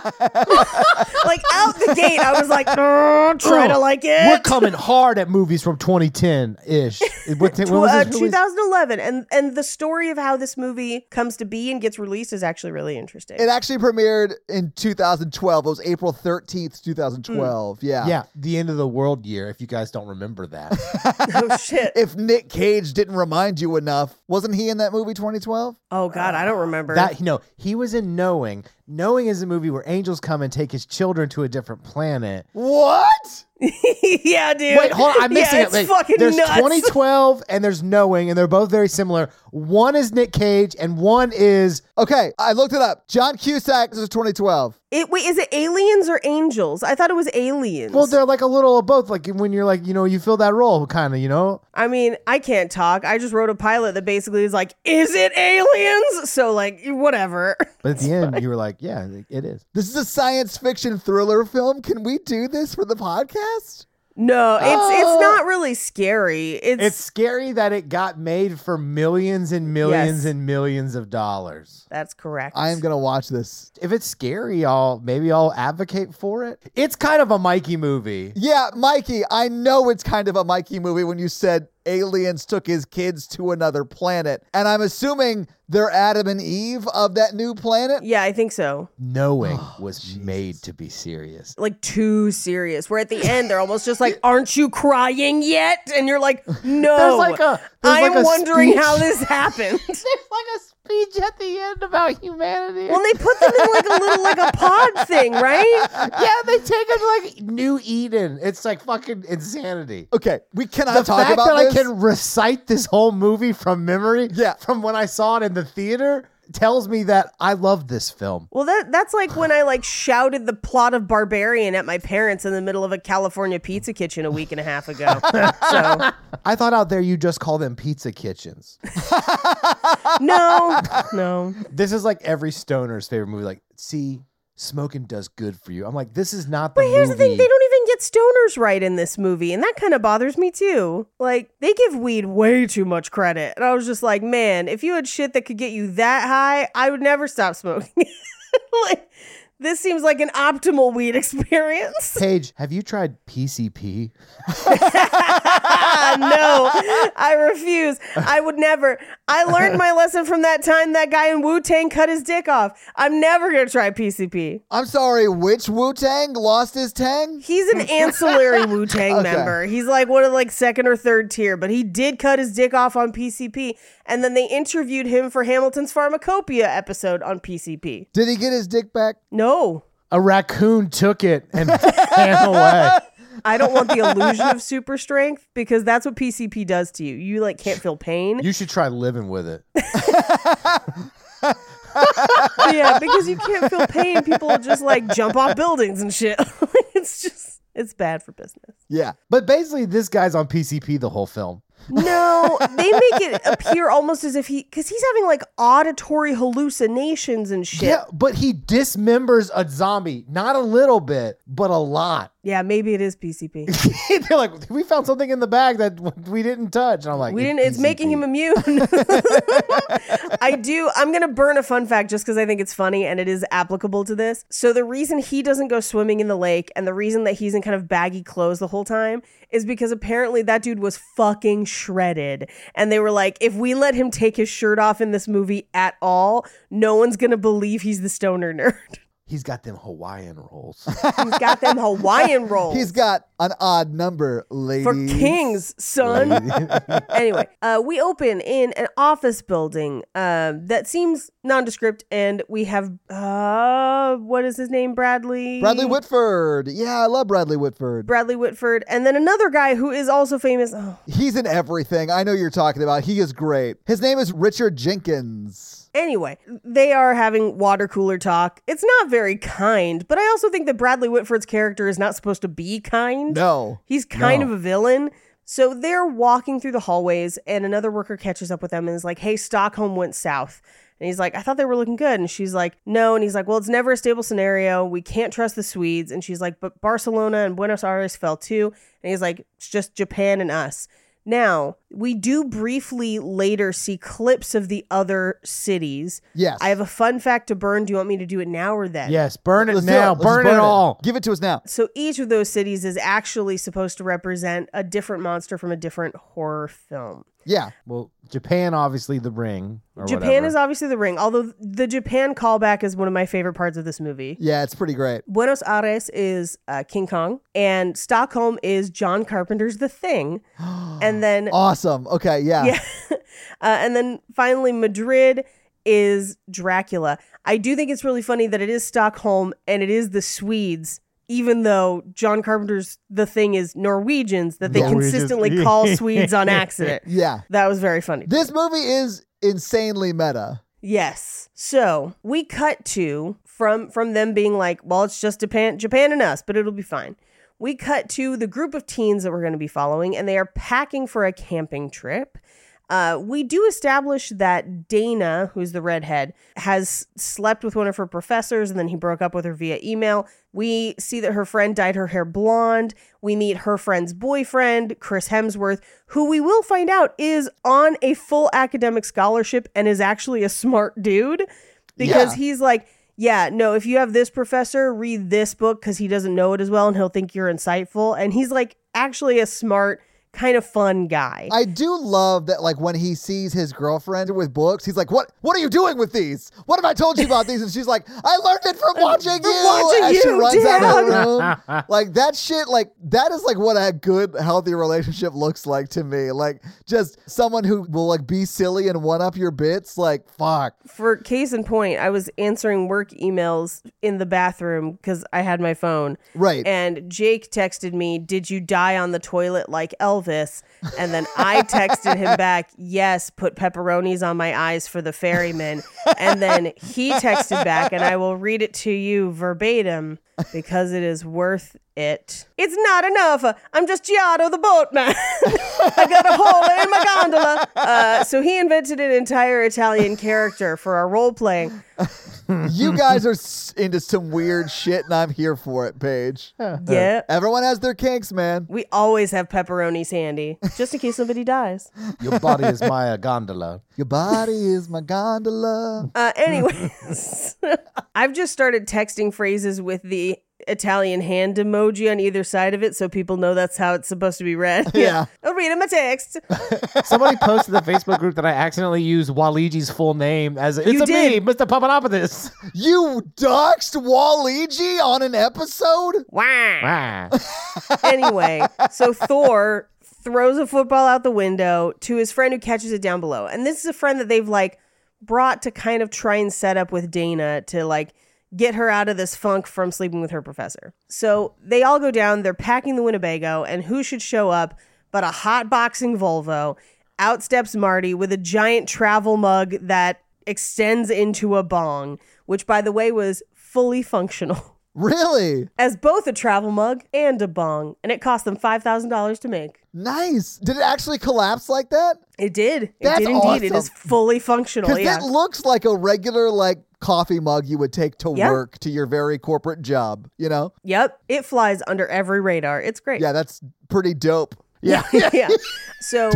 Speaker 3: like out the gate, I was like, "Nah, try to like it.
Speaker 2: we're coming hard at movies from 2010 ish. What, t- when was
Speaker 3: Uh,
Speaker 2: this released?
Speaker 3: 2011, and and the story of how this movie comes to be and gets released is actually really interesting.
Speaker 1: It actually premiered in 2012. It was April 13th, 2012. Yeah.
Speaker 2: Yeah, the end of the world year, if you guys don't remember that.
Speaker 3: oh shit!
Speaker 1: If Nick Cage didn't remind you enough, wasn't he in that movie 2012?
Speaker 3: Oh god, I don't remember.
Speaker 2: that No, he was in Knowing. Knowing is a movie where angels come and take his children to a different planet.
Speaker 1: What?
Speaker 3: yeah, dude.
Speaker 2: Wait, hold on. I'm missing
Speaker 3: yeah,
Speaker 2: it.
Speaker 3: It's
Speaker 2: Wait,
Speaker 3: fucking
Speaker 2: there's
Speaker 3: nuts.
Speaker 2: 2012 and there's Knowing, and they're both very similar. One is Nick Cage, and one is
Speaker 1: Okay, I looked it up. John Cusack this is 2012.
Speaker 3: It wait, is it aliens or angels? I thought it was aliens.
Speaker 2: Well, they're like a little of both. Like when you're like, you know, you fill that role, kind of, you know.
Speaker 3: I mean, I can't talk. I just wrote a pilot that basically is like, is it aliens? So like, whatever.
Speaker 2: But at the end, you were like, yeah, it is.
Speaker 1: This is a science fiction thriller film. Can we do this for the podcast?
Speaker 3: No, it's it's not really scary. It's,
Speaker 2: Oh. It's scary that it got made for millions and millions
Speaker 3: Yes.
Speaker 2: and millions of dollars.
Speaker 3: that's correct.
Speaker 1: I am gonna watch this.
Speaker 2: If it's scary, I'll maybe I'll advocate for it. It's kind of a Mikey movie.
Speaker 1: Yeah, Mikey, I know it's kind of a Mikey movie when you said aliens took his kids to another planet. And I'm assuming they're Adam and Eve of that new planet.
Speaker 3: yeah, I think so.
Speaker 2: Knowing was made to be serious.
Speaker 3: Like too serious. Where at the end they're almost just like, "Aren't you crying yet?" And you're like, "No."
Speaker 2: There's like a- there's
Speaker 3: I'm
Speaker 2: like a
Speaker 3: wondering how
Speaker 2: speech.
Speaker 3: this happened.
Speaker 2: There's like a speech at the end about humanity.
Speaker 3: Well, they put them in like a little like a pod thing, right?
Speaker 2: yeah, they take it like New Eden. It's like fucking insanity.
Speaker 1: Okay, we cannot
Speaker 2: The
Speaker 1: talk
Speaker 2: fact
Speaker 1: about
Speaker 2: that
Speaker 1: this.
Speaker 2: I can recite this whole movie from memory,
Speaker 1: Yeah.
Speaker 2: from when I saw it in the theater, tells me that I love this film.
Speaker 3: Well, that that's like when I like shouted the plot of Barbarian at my parents in the middle of a California pizza kitchen a week and a half ago. So
Speaker 2: I thought out there you just call them pizza kitchens.
Speaker 3: no, no.
Speaker 2: This is like every stoner's favorite movie. Like, see, smoking does good for you. I'm like, this is not the
Speaker 3: But here's the
Speaker 2: movie.
Speaker 3: thing: they don't even get stoners right in this movie, and that kind of bothers me too. Like they give weed way too much credit, and I was just like, man, if you had shit that could get you that high, I would never stop smoking. like this seems like an optimal weed experience.
Speaker 2: Paige, have you tried PCP?
Speaker 3: Ah, no, I refuse. I would never. I learned my lesson from that time that guy in Wu Tang cut his dick off. I'm never going to try PCP.
Speaker 1: I'm sorry, which Wu Tang lost his tang?
Speaker 3: He's an ancillary Wu Tang
Speaker 1: Okay.
Speaker 3: member. He's like one of like second or third tier, but he did cut his dick off on PCP. And then they interviewed him for Hamilton's Pharmacopoeia episode on PCP.
Speaker 1: Did he get his dick back?
Speaker 3: No,
Speaker 2: A raccoon took it and ran away.
Speaker 3: I don't want the illusion of super strength because that's what PCP does to you. You like can't feel pain.
Speaker 2: You should try living with it.
Speaker 3: yeah, because you can't feel pain. People just like jump off buildings and shit. it's just it's bad for business.
Speaker 1: Yeah.
Speaker 2: But basically, this guy's on PCP the whole film.
Speaker 3: No, they make it appear almost as if he because he's having like auditory hallucinations and shit.
Speaker 2: Yeah, but he dismembers a zombie. Not a little bit, but a lot.
Speaker 3: Yeah, maybe it is PCP.
Speaker 2: They're like, we found something in the bag that we didn't touch. And I'm like,
Speaker 3: We didn't. It's making him immune. I do. I'm gonna burn a fun fact just because I think it's funny and it is applicable to this. So the reason he doesn't go swimming in the lake and the reason that he's in kind of baggy clothes the whole time is because apparently that dude was fucking shredded, and they were like, if we let him take his shirt off in this movie at all, no one's gonna believe he's the stoner nerd.
Speaker 2: He's got them Hawaiian rolls.
Speaker 3: he's got them Hawaiian rolls.
Speaker 1: He's got an odd number, ladies.
Speaker 3: for kings, son. anyway, uh, we open in an office building um, that seems nondescript, and we have uh, what is his name, Bradley?
Speaker 1: Bradley Whitford. Yeah, I love Bradley Whitford.
Speaker 3: Bradley Whitford, and then another guy who is also famous. Oh.
Speaker 1: He's in everything. I know you're talking about. He is great. His name is Richard Jenkins.
Speaker 3: Anyway, they are having water cooler talk. It's not very kind, but I also think that Bradley Whitford's character is not supposed to be kind.
Speaker 1: No.
Speaker 3: He's kind
Speaker 2: No.
Speaker 3: of a villain. So they're walking through the hallways, and another worker catches up with them and is like, Hey, Stockholm went south. And he's like, I thought they were looking good. And she's like, No. And he's like, Well, it's never a stable scenario. We can't trust the Swedes. And she's like, But Barcelona and Buenos Aires fell too. And he's like, It's just Japan and us. Now, we do briefly later see clips of the other cities.
Speaker 1: Yes.
Speaker 3: I have a fun fact to burn. Do you want me to do it now or then?
Speaker 2: yes, burn it
Speaker 1: Let's do
Speaker 2: now.
Speaker 1: Let's
Speaker 2: Burn, it, all.
Speaker 1: Give it to us now.
Speaker 3: So each of those cities is actually supposed to represent a different monster from a different horror film.
Speaker 1: Yeah.
Speaker 2: Well, Japan, obviously, the ring. Or
Speaker 3: Japan is obviously the ring, although the Japan callback is one of my favorite parts of this movie.
Speaker 1: Yeah, it's pretty great.
Speaker 3: Buenos Aires is uh, King Kong, and Stockholm is John Carpenter's The Thing, and then
Speaker 1: Awesome. Okay, yeah.
Speaker 3: yeah, uh, and then finally Madrid is Dracula. I do think it's really funny that it is Stockholm and it is the Swedes, even though John Carpenter's the thing is Norwegians that they
Speaker 2: Norwegians.
Speaker 3: consistently call Swedes on accident.
Speaker 1: Yeah.
Speaker 3: That was very funny.
Speaker 1: This movie is insanely meta.
Speaker 3: Yes. So we cut to from from them being like, well, it's just Japan, Japan and us, but it'll be fine. We cut to the group of teens that we're going to be following, and they are packing for a camping trip. Uh, we do establish that Dana, who's the redhead, has slept with one of her professors and then he broke up with her via email. We see that her friend dyed her hair blonde. We meet her friend's boyfriend, Chris Hemsworth, who we will find out is on a full academic scholarship and is actually a smart dude because
Speaker 1: Yeah.
Speaker 3: he's like, yeah, no, if you have this professor, read this book because he doesn't know it as well and he'll think you're insightful. And he's like actually a smart, kind of fun guy.
Speaker 1: I do love that, like when he sees his girlfriend with books, he's like, "What? What are you doing with these? What have I told you about these?" And she's like, "I learned it from watching you."
Speaker 3: watching
Speaker 1: as she
Speaker 3: you,
Speaker 1: runs out of the
Speaker 3: Dad.
Speaker 1: room. like that shit. Like that is like what a good, healthy relationship looks like to me. Like just someone who will like be silly and one up your bits. Like fuck.
Speaker 3: for case in point, I was answering work emails in the bathroom because I had my phone.
Speaker 1: Right.
Speaker 3: And Jake texted me, Did you die on the toilet like Elvis? And then I texted him back, Yes, put pepperonis on my eyes for the ferryman. And then he texted back, and I will read it to you verbatim because it is worth it. It's not enough. I'm just Giotto the boatman. I got a hole in my gondola. Uh, so he invented an entire Italian character for our role playing.
Speaker 1: you guys are s- into some weird shit, and I'm here for it, Paige.
Speaker 3: Yeah.
Speaker 1: Everyone has their kinks, man.
Speaker 3: We always have pepperonis handy, just in case somebody dies.
Speaker 2: Your body is my uh, gondola.
Speaker 1: Your body is my gondola.
Speaker 3: Uh, anyways, I've just started texting phrases with the Italian hand emoji on either side of it so people know that's how it's supposed to be read.
Speaker 1: Yeah.
Speaker 3: I'll read him a text.
Speaker 2: Somebody posted in the Facebook group that I accidentally used Waliji's full name as it's
Speaker 3: You
Speaker 2: a
Speaker 3: did.
Speaker 2: me, Mr. Papadopoulos.
Speaker 1: You doxed Waligi on an episode?
Speaker 3: Wah.
Speaker 2: Ah.
Speaker 3: anyway, so Thor throws a football out the window to his friend who catches it down below. And this is a friend that they've like brought to kind of try and set up with Dana to like get her out of this funk from sleeping with her professor. So they all go down, they're packing the Winnebago, and who should show up but a hot boxing Volvo? Out steps Marty with a giant travel mug that extends into a bong, which by the way was fully functional
Speaker 1: Really?
Speaker 3: as both a travel mug and a bong, and it cost them five thousand dollars to make.
Speaker 1: Nice. Did it actually collapse like that?
Speaker 3: It did. It
Speaker 1: That's
Speaker 3: did indeed. It
Speaker 1: awesome.
Speaker 3: is fully
Speaker 1: Because
Speaker 3: functional. Oh, Yeah.
Speaker 1: it looks like a regular like coffee mug you would take to
Speaker 3: Yeah.
Speaker 1: work to your very corporate job, you know?
Speaker 3: yep. It flies under every radar. It's great.
Speaker 1: Yeah, that's pretty dope. Yeah.
Speaker 3: yeah. So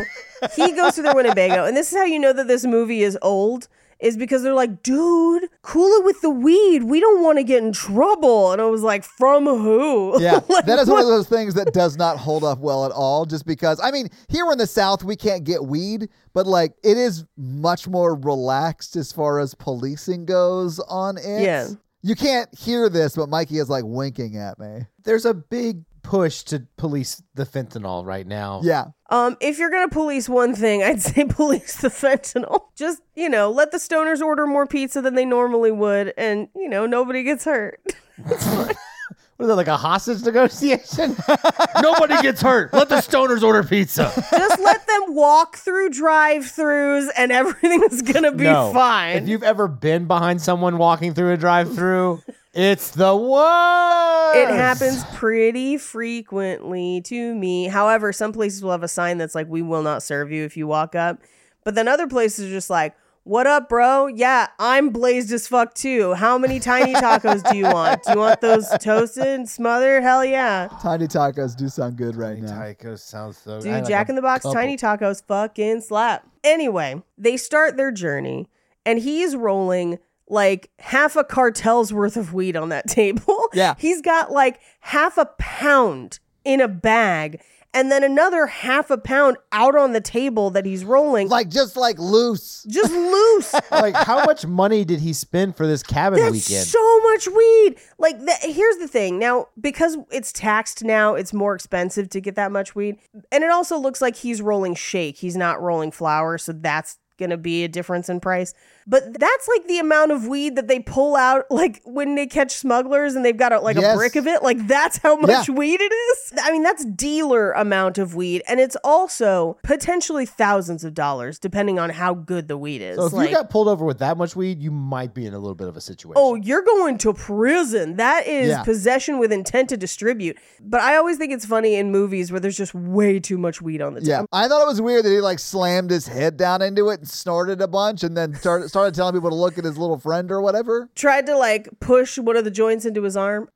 Speaker 3: he goes to their Winnebago, and this is how you know that this movie is old. Is because they're like, dude, cool it with the weed. We don't want to get in trouble. And I was like, from who?
Speaker 1: Yeah.
Speaker 3: Like,
Speaker 1: that is one of those things that does not hold up well at all just because I mean, here in the South we can't get weed, but like it is much more relaxed as far as policing goes on it.
Speaker 3: Yeah.
Speaker 1: You can't hear this, but Mikey is like winking at me.
Speaker 2: There's a big push to police the fentanyl right now.
Speaker 1: Yeah.
Speaker 3: Um, if you're gonna police one thing, I'd say police the fentanyl. Just you know, let the stoners order more pizza than they normally would, and you know, nobody gets hurt.
Speaker 2: What is that, like a hostage negotiation? Nobody gets hurt. Let the stoners order pizza.
Speaker 3: Just let them walk through drive-throughs, and everything's gonna be
Speaker 2: If
Speaker 3: fine.
Speaker 2: you've ever been behind someone walking through a drive through, it's the worst.
Speaker 3: It happens pretty frequently to me. However, some places will have a sign that's like, "We will not serve you if you walk up," but then other places are just like. What up, bro? Yeah, I'm blazed as fuck too. How many tiny tacos do you want? Do you want those toasted and smothered? Hell yeah.
Speaker 1: Tiny tacos do sound good right now.
Speaker 2: Tycho sounds so
Speaker 3: Dude,
Speaker 2: I like
Speaker 3: Jack
Speaker 2: a
Speaker 3: in the Box,
Speaker 2: couple.
Speaker 3: Tiny Tacos, fucking slap. Anyway, they start their journey, and he is rolling like half a cartel's worth of weed on that table.
Speaker 1: Yeah.
Speaker 3: He's got like half a pound in a bag, and then another half a pound out on the table that he's rolling.
Speaker 1: Like just like loose.
Speaker 3: just loose.
Speaker 2: like how much money did he spend for this cabin
Speaker 3: That's
Speaker 2: weekend?
Speaker 3: so much weed. Like, the, here's the thing. Now, because it's taxed now, it's more expensive to get that much weed, and it also looks like he's rolling shake. He's not rolling flour, so that's gonna be a difference in price. But that's like the amount of weed that they pull out, like when they catch smugglers and they've got a, like
Speaker 1: Yes.
Speaker 3: a brick of it. Like that's how much
Speaker 1: Yeah.
Speaker 3: weed it is. I mean, that's dealer amount of weed, and it's also potentially thousands of dollars depending on how good the weed is.
Speaker 2: So if
Speaker 3: like,
Speaker 2: you got pulled over with that much weed, you might be in a little bit of a situation.
Speaker 3: Oh, you're going to prison. That is
Speaker 2: Yeah.
Speaker 3: possession with intent to distribute. But I always think it's funny in movies where there's just way too much weed on the table.
Speaker 1: Yeah, I thought it was weird that he like slammed his head down into it and snorted a bunch, and then started started telling people to look at his little friend or whatever.
Speaker 3: Tried to like push one of the joints into his arm.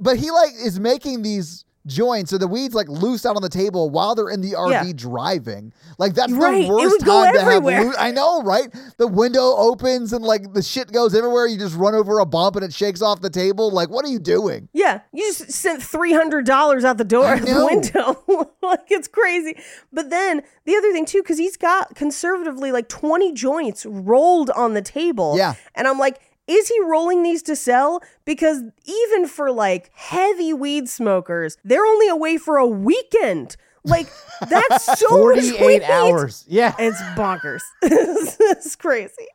Speaker 1: But he like is making these joints, so the weeds like loose out on the table while they're in the RV
Speaker 3: Yeah.
Speaker 1: driving. Like that's
Speaker 3: Right,
Speaker 1: the
Speaker 3: it
Speaker 1: worst
Speaker 3: would go
Speaker 1: time to have.
Speaker 3: everywhere.
Speaker 1: loo- I know, right? The window opens and like the shit goes everywhere. You just run over a bump and it shakes off the table. Like what are you doing?
Speaker 3: Yeah, you just sent three hundred dollars out the door, out the
Speaker 1: know.
Speaker 3: window. like it's crazy. But then the other thing too, because he's got conservatively like twenty joints rolled on the table.
Speaker 1: Yeah.
Speaker 3: and I'm like, is he rolling these to sell? Because even for like heavy weed smokers, they're only away for a weekend. Like that's so much weed.
Speaker 2: Forty-eight hours. Yeah.
Speaker 3: It's bonkers. it's crazy.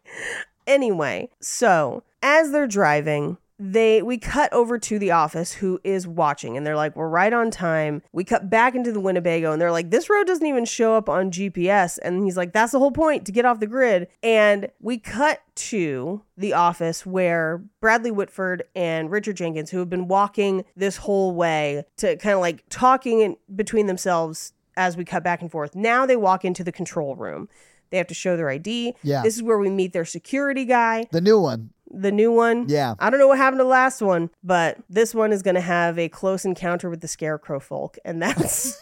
Speaker 3: Anyway, so as they're driving, they we cut over to the office who is watching and they're like, "We're right on time." We cut back into the Winnebago and they're like, "This road doesn't even show up on GPS." And he's like, "That's the whole point, to get off the grid." And we cut to the office where Bradley Whitford and Richard Jenkins who have been walking this whole way to kind of like talking in between themselves as we cut back and forth. Now they walk into the control room. They have to show their ID.
Speaker 1: Yeah.
Speaker 3: This is where we meet their security guy,
Speaker 1: The new one.
Speaker 3: the new one.
Speaker 1: Yeah.
Speaker 3: I don't know what happened to the last one, but this one is going to have a close encounter with the scarecrow folk. And that's,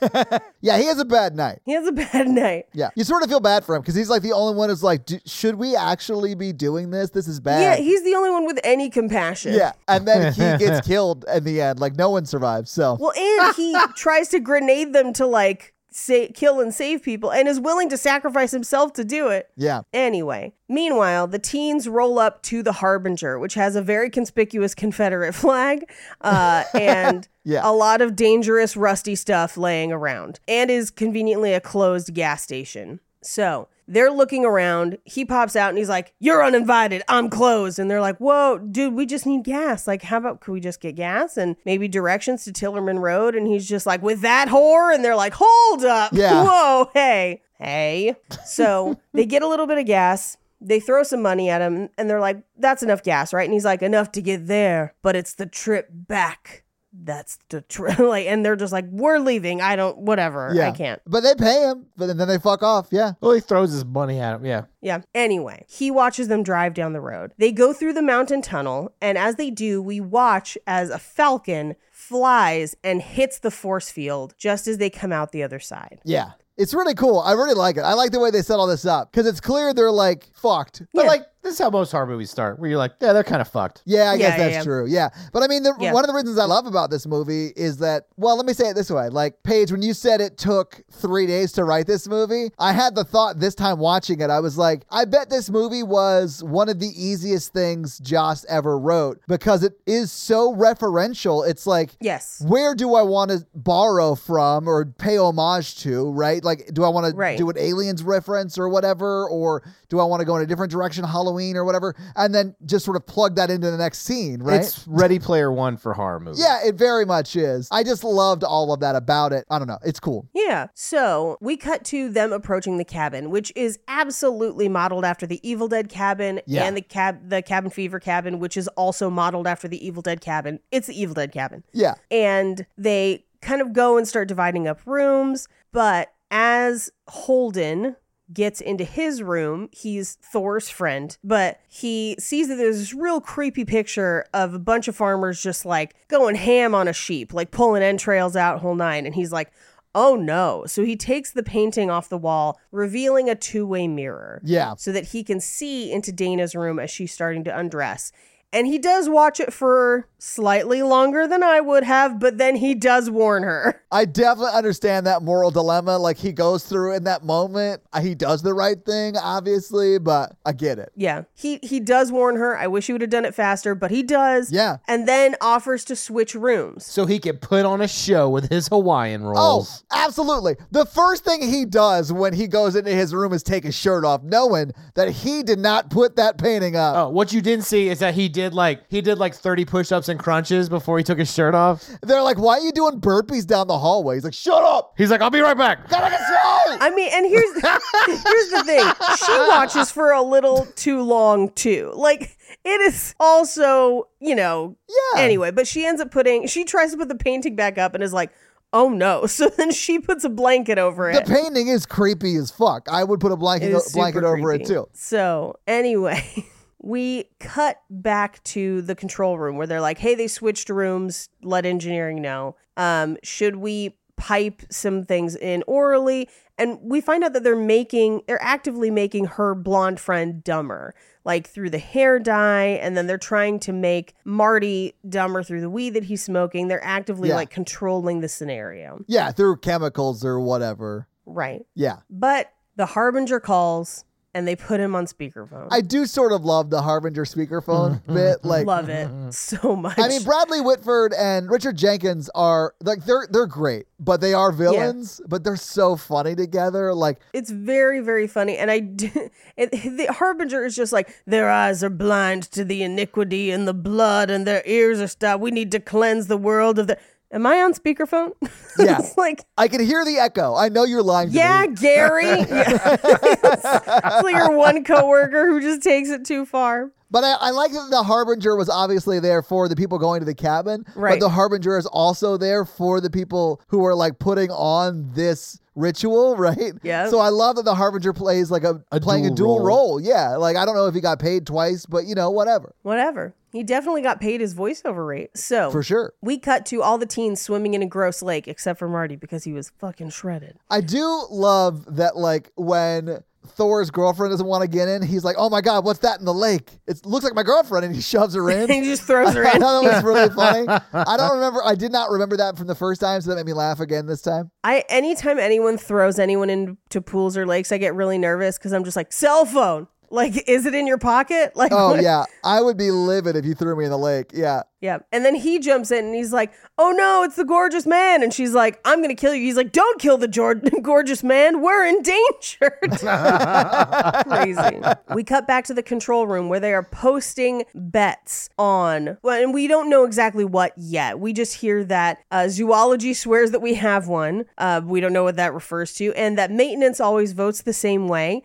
Speaker 1: Yeah, he has a bad night.
Speaker 3: he has a bad night.
Speaker 1: Yeah, you sort of feel bad for him because he's like the only one who's like, "D- should we actually be doing this? This is
Speaker 3: Yeah,
Speaker 1: bad.
Speaker 3: he's the only one with any compassion.
Speaker 1: Yeah, and then he gets killed in the end. Like no one survives. So
Speaker 3: Well, and he tries to grenade them to like say, kill and save people and is willing to sacrifice himself to do it.
Speaker 1: yeah,
Speaker 3: Anyway, meanwhile, the teens roll up to the Harbinger, which has a very conspicuous Confederate flag uh, and
Speaker 1: Yeah.
Speaker 3: a lot of dangerous, rusty stuff laying around, and is conveniently a closed gas station. So they're looking around. He pops out and he's like, You're uninvited. I'm closed. And they're like, Whoa, dude, we just need gas. Like, how about could we just get gas and maybe directions to Tillerman Road? And he's just like, With that whore? And they're like, Hold up.
Speaker 1: Yeah.
Speaker 3: Whoa, Oh, hey. Hey. So they get a little bit of gas. They throw some money at him and they're like, That's enough gas, right? And he's like, Enough to get there, but it's the trip back. That's the trip. like, and they're just like, We're leaving. I don't, whatever.
Speaker 1: yeah,
Speaker 3: I can't.
Speaker 1: But they pay him, but then, then they fuck off. Yeah,
Speaker 2: Well, he throws his money at him. Yeah.
Speaker 3: Yeah. Anyway, he watches them drive down the road. They go through the mountain tunnel, and as they do, we watch as a falcon flies and hits the force field just as they come out the other side.
Speaker 1: yeah. It's really cool. I really like it. I like the way they set all this up because it's clear they're like fucked.
Speaker 2: But
Speaker 3: Yeah.
Speaker 2: like, this is how most horror movies start, where you're like, yeah, they're kind of fucked.
Speaker 1: Yeah, I guess
Speaker 3: Yeah, yeah,
Speaker 1: that's
Speaker 3: yeah.
Speaker 1: true. Yeah. But I mean, the,
Speaker 3: Yeah.
Speaker 1: one of the reasons I love about this movie is that, well, let me say it this way. Like, Paige, when you said it took three days to write this movie, I had the thought this time watching it. I was like, I bet this movie was one of the easiest things Joss ever wrote because it is so referential. It's like,
Speaker 3: Yes.
Speaker 1: where do I want to borrow from or pay homage to, right? Like, do I want
Speaker 3: Right.
Speaker 1: to do an aliens reference or whatever, or do I want to go in a different direction, Halloween or whatever, and then just sort of plug that into the next scene, right?
Speaker 2: It's Ready Player One for horror movies.
Speaker 1: yeah, it very much is. I just loved all of that about it. I don't know. It's cool.
Speaker 3: Yeah. So we cut to them approaching the cabin, which is absolutely modeled after the Evil Dead cabin
Speaker 1: Yeah.
Speaker 3: and the cab the cabin fever cabin, which is also modeled after the Evil Dead cabin. It's the Evil Dead cabin.
Speaker 1: Yeah.
Speaker 3: and they kind of go and start dividing up rooms. But as Holden gets into his room, he's Thor's friend, but he sees that there's this real creepy picture of a bunch of farmers just like going ham on a sheep, like pulling entrails out, whole nine. And he's like, oh no. So he takes the painting off the wall, revealing a two way mirror
Speaker 1: Yeah.
Speaker 3: so that he can see into Dana's room as she's starting to undress. And he does watch it for slightly longer than I would have, but then he does warn her.
Speaker 1: I definitely understand that moral dilemma like he goes through in that moment. He does the right thing, obviously, but I get it.
Speaker 3: Yeah. He he does warn her. I wish he would have done it faster, but he does.
Speaker 1: Yeah.
Speaker 3: And then offers to switch rooms.
Speaker 2: so he can put on a show with his Hawaiian
Speaker 1: Oh,
Speaker 2: rolls.
Speaker 1: absolutely. The first thing he does when he goes into his room is take his shirt off, knowing that he did not put that painting up.
Speaker 2: Oh, what you didn't see is that he did like he did like 30 push-ups and crunches before he took his shirt off.
Speaker 3: Oh.
Speaker 1: They're like, why are you doing burpees down the hallway? He's like, shut up.
Speaker 2: He's like, "I'll be right back."
Speaker 1: Gotta get started."
Speaker 3: I mean, and here's here's the thing. She watches for a little too long too. Like it is also, you know,
Speaker 1: Yeah.
Speaker 3: anyway, but she ends up putting she tries to put the painting back up and is like, "Oh no." So then she puts a blanket over
Speaker 1: The
Speaker 3: it.
Speaker 1: painting is creepy as fuck. I would put a blanket,
Speaker 3: It is
Speaker 1: blanket
Speaker 3: super
Speaker 1: over it
Speaker 3: creepy.
Speaker 1: too.
Speaker 3: So, anyway, we cut back to the control room where they're like, "Hey, they switched rooms. Let engineering know. Um, should we pipe some things in orally?" And we find out that they're making they're actively making her blonde friend dumber, like through the hair dye, and then they're trying to make Marty dumber through the weed that he's smoking. They're actively
Speaker 1: Yeah.
Speaker 3: like controlling the scenario.
Speaker 1: Yeah, through chemicals or whatever.
Speaker 3: Right.
Speaker 1: Yeah.
Speaker 3: But the harbinger calls and they put him on speakerphone.
Speaker 1: I do sort of love the Harbinger speakerphone bit. Like,
Speaker 3: love it so much.
Speaker 1: I mean, Bradley Whitford and Richard Jenkins are like they're they're great, but they are villains. But they're so funny together. Like,
Speaker 3: it's very, very funny. And I, do, it, the Harbinger is just like their eyes are blind to the iniquity and the blood, and their ears are stopped. We need to cleanse the world of the. Am I on speakerphone?
Speaker 1: Yeah. Mm-hmm.
Speaker 3: it's like.
Speaker 1: I can hear the echo. I know you're lying.
Speaker 3: Yeah,
Speaker 1: to me.
Speaker 3: Gary. Yeah. it's, it's like your one coworker who just takes it too far.
Speaker 1: but I, I like that the harbinger was obviously there for the people going to the cabin.
Speaker 3: Right.
Speaker 1: But the harbinger is also there for the people who are like putting on this ritual, right?
Speaker 3: Yeah.
Speaker 1: So I love that the harbinger plays like a,
Speaker 2: A
Speaker 1: playing a
Speaker 2: dual
Speaker 1: dual
Speaker 2: role.
Speaker 1: role. Yeah. Like I don't know if he got paid twice, but you know whatever
Speaker 3: Whatever. He definitely got paid his voiceover rate. So
Speaker 1: for sure.
Speaker 3: we cut to all the teens swimming in a gross lake, except for Marty because he was fucking shredded.
Speaker 1: I do love that, like, when Thor's girlfriend doesn't want to get in, he's like, oh my God, what's that in the lake? It looks like my girlfriend. And he shoves her
Speaker 3: and he
Speaker 1: in.
Speaker 3: just throws her
Speaker 1: I
Speaker 3: in.
Speaker 1: thought that was really funny. I don't remember. I did not remember that from the first time, so that made me laugh again this time.
Speaker 3: I anytime anyone throws anyone into pools or lakes, I get really nervous because I'm just like cell phone. Like, is it in your pocket? Like,
Speaker 1: Oh,
Speaker 3: what-
Speaker 1: yeah. I would be livid if you threw me in the lake. Yeah.
Speaker 3: yeah. And then he jumps in and he's like, "Oh no, it's the gorgeous man!" And she's like, "I'm gonna kill you." He's like, "Don't kill the Jord- gorgeous man. We're in danger." Crazy. We cut back to the control room where they are posting bets on, well, and we don't know exactly what yet. We just hear that uh, zoology swears that we have one. Uh, we don't know what that refers to, and that maintenance always votes the same way.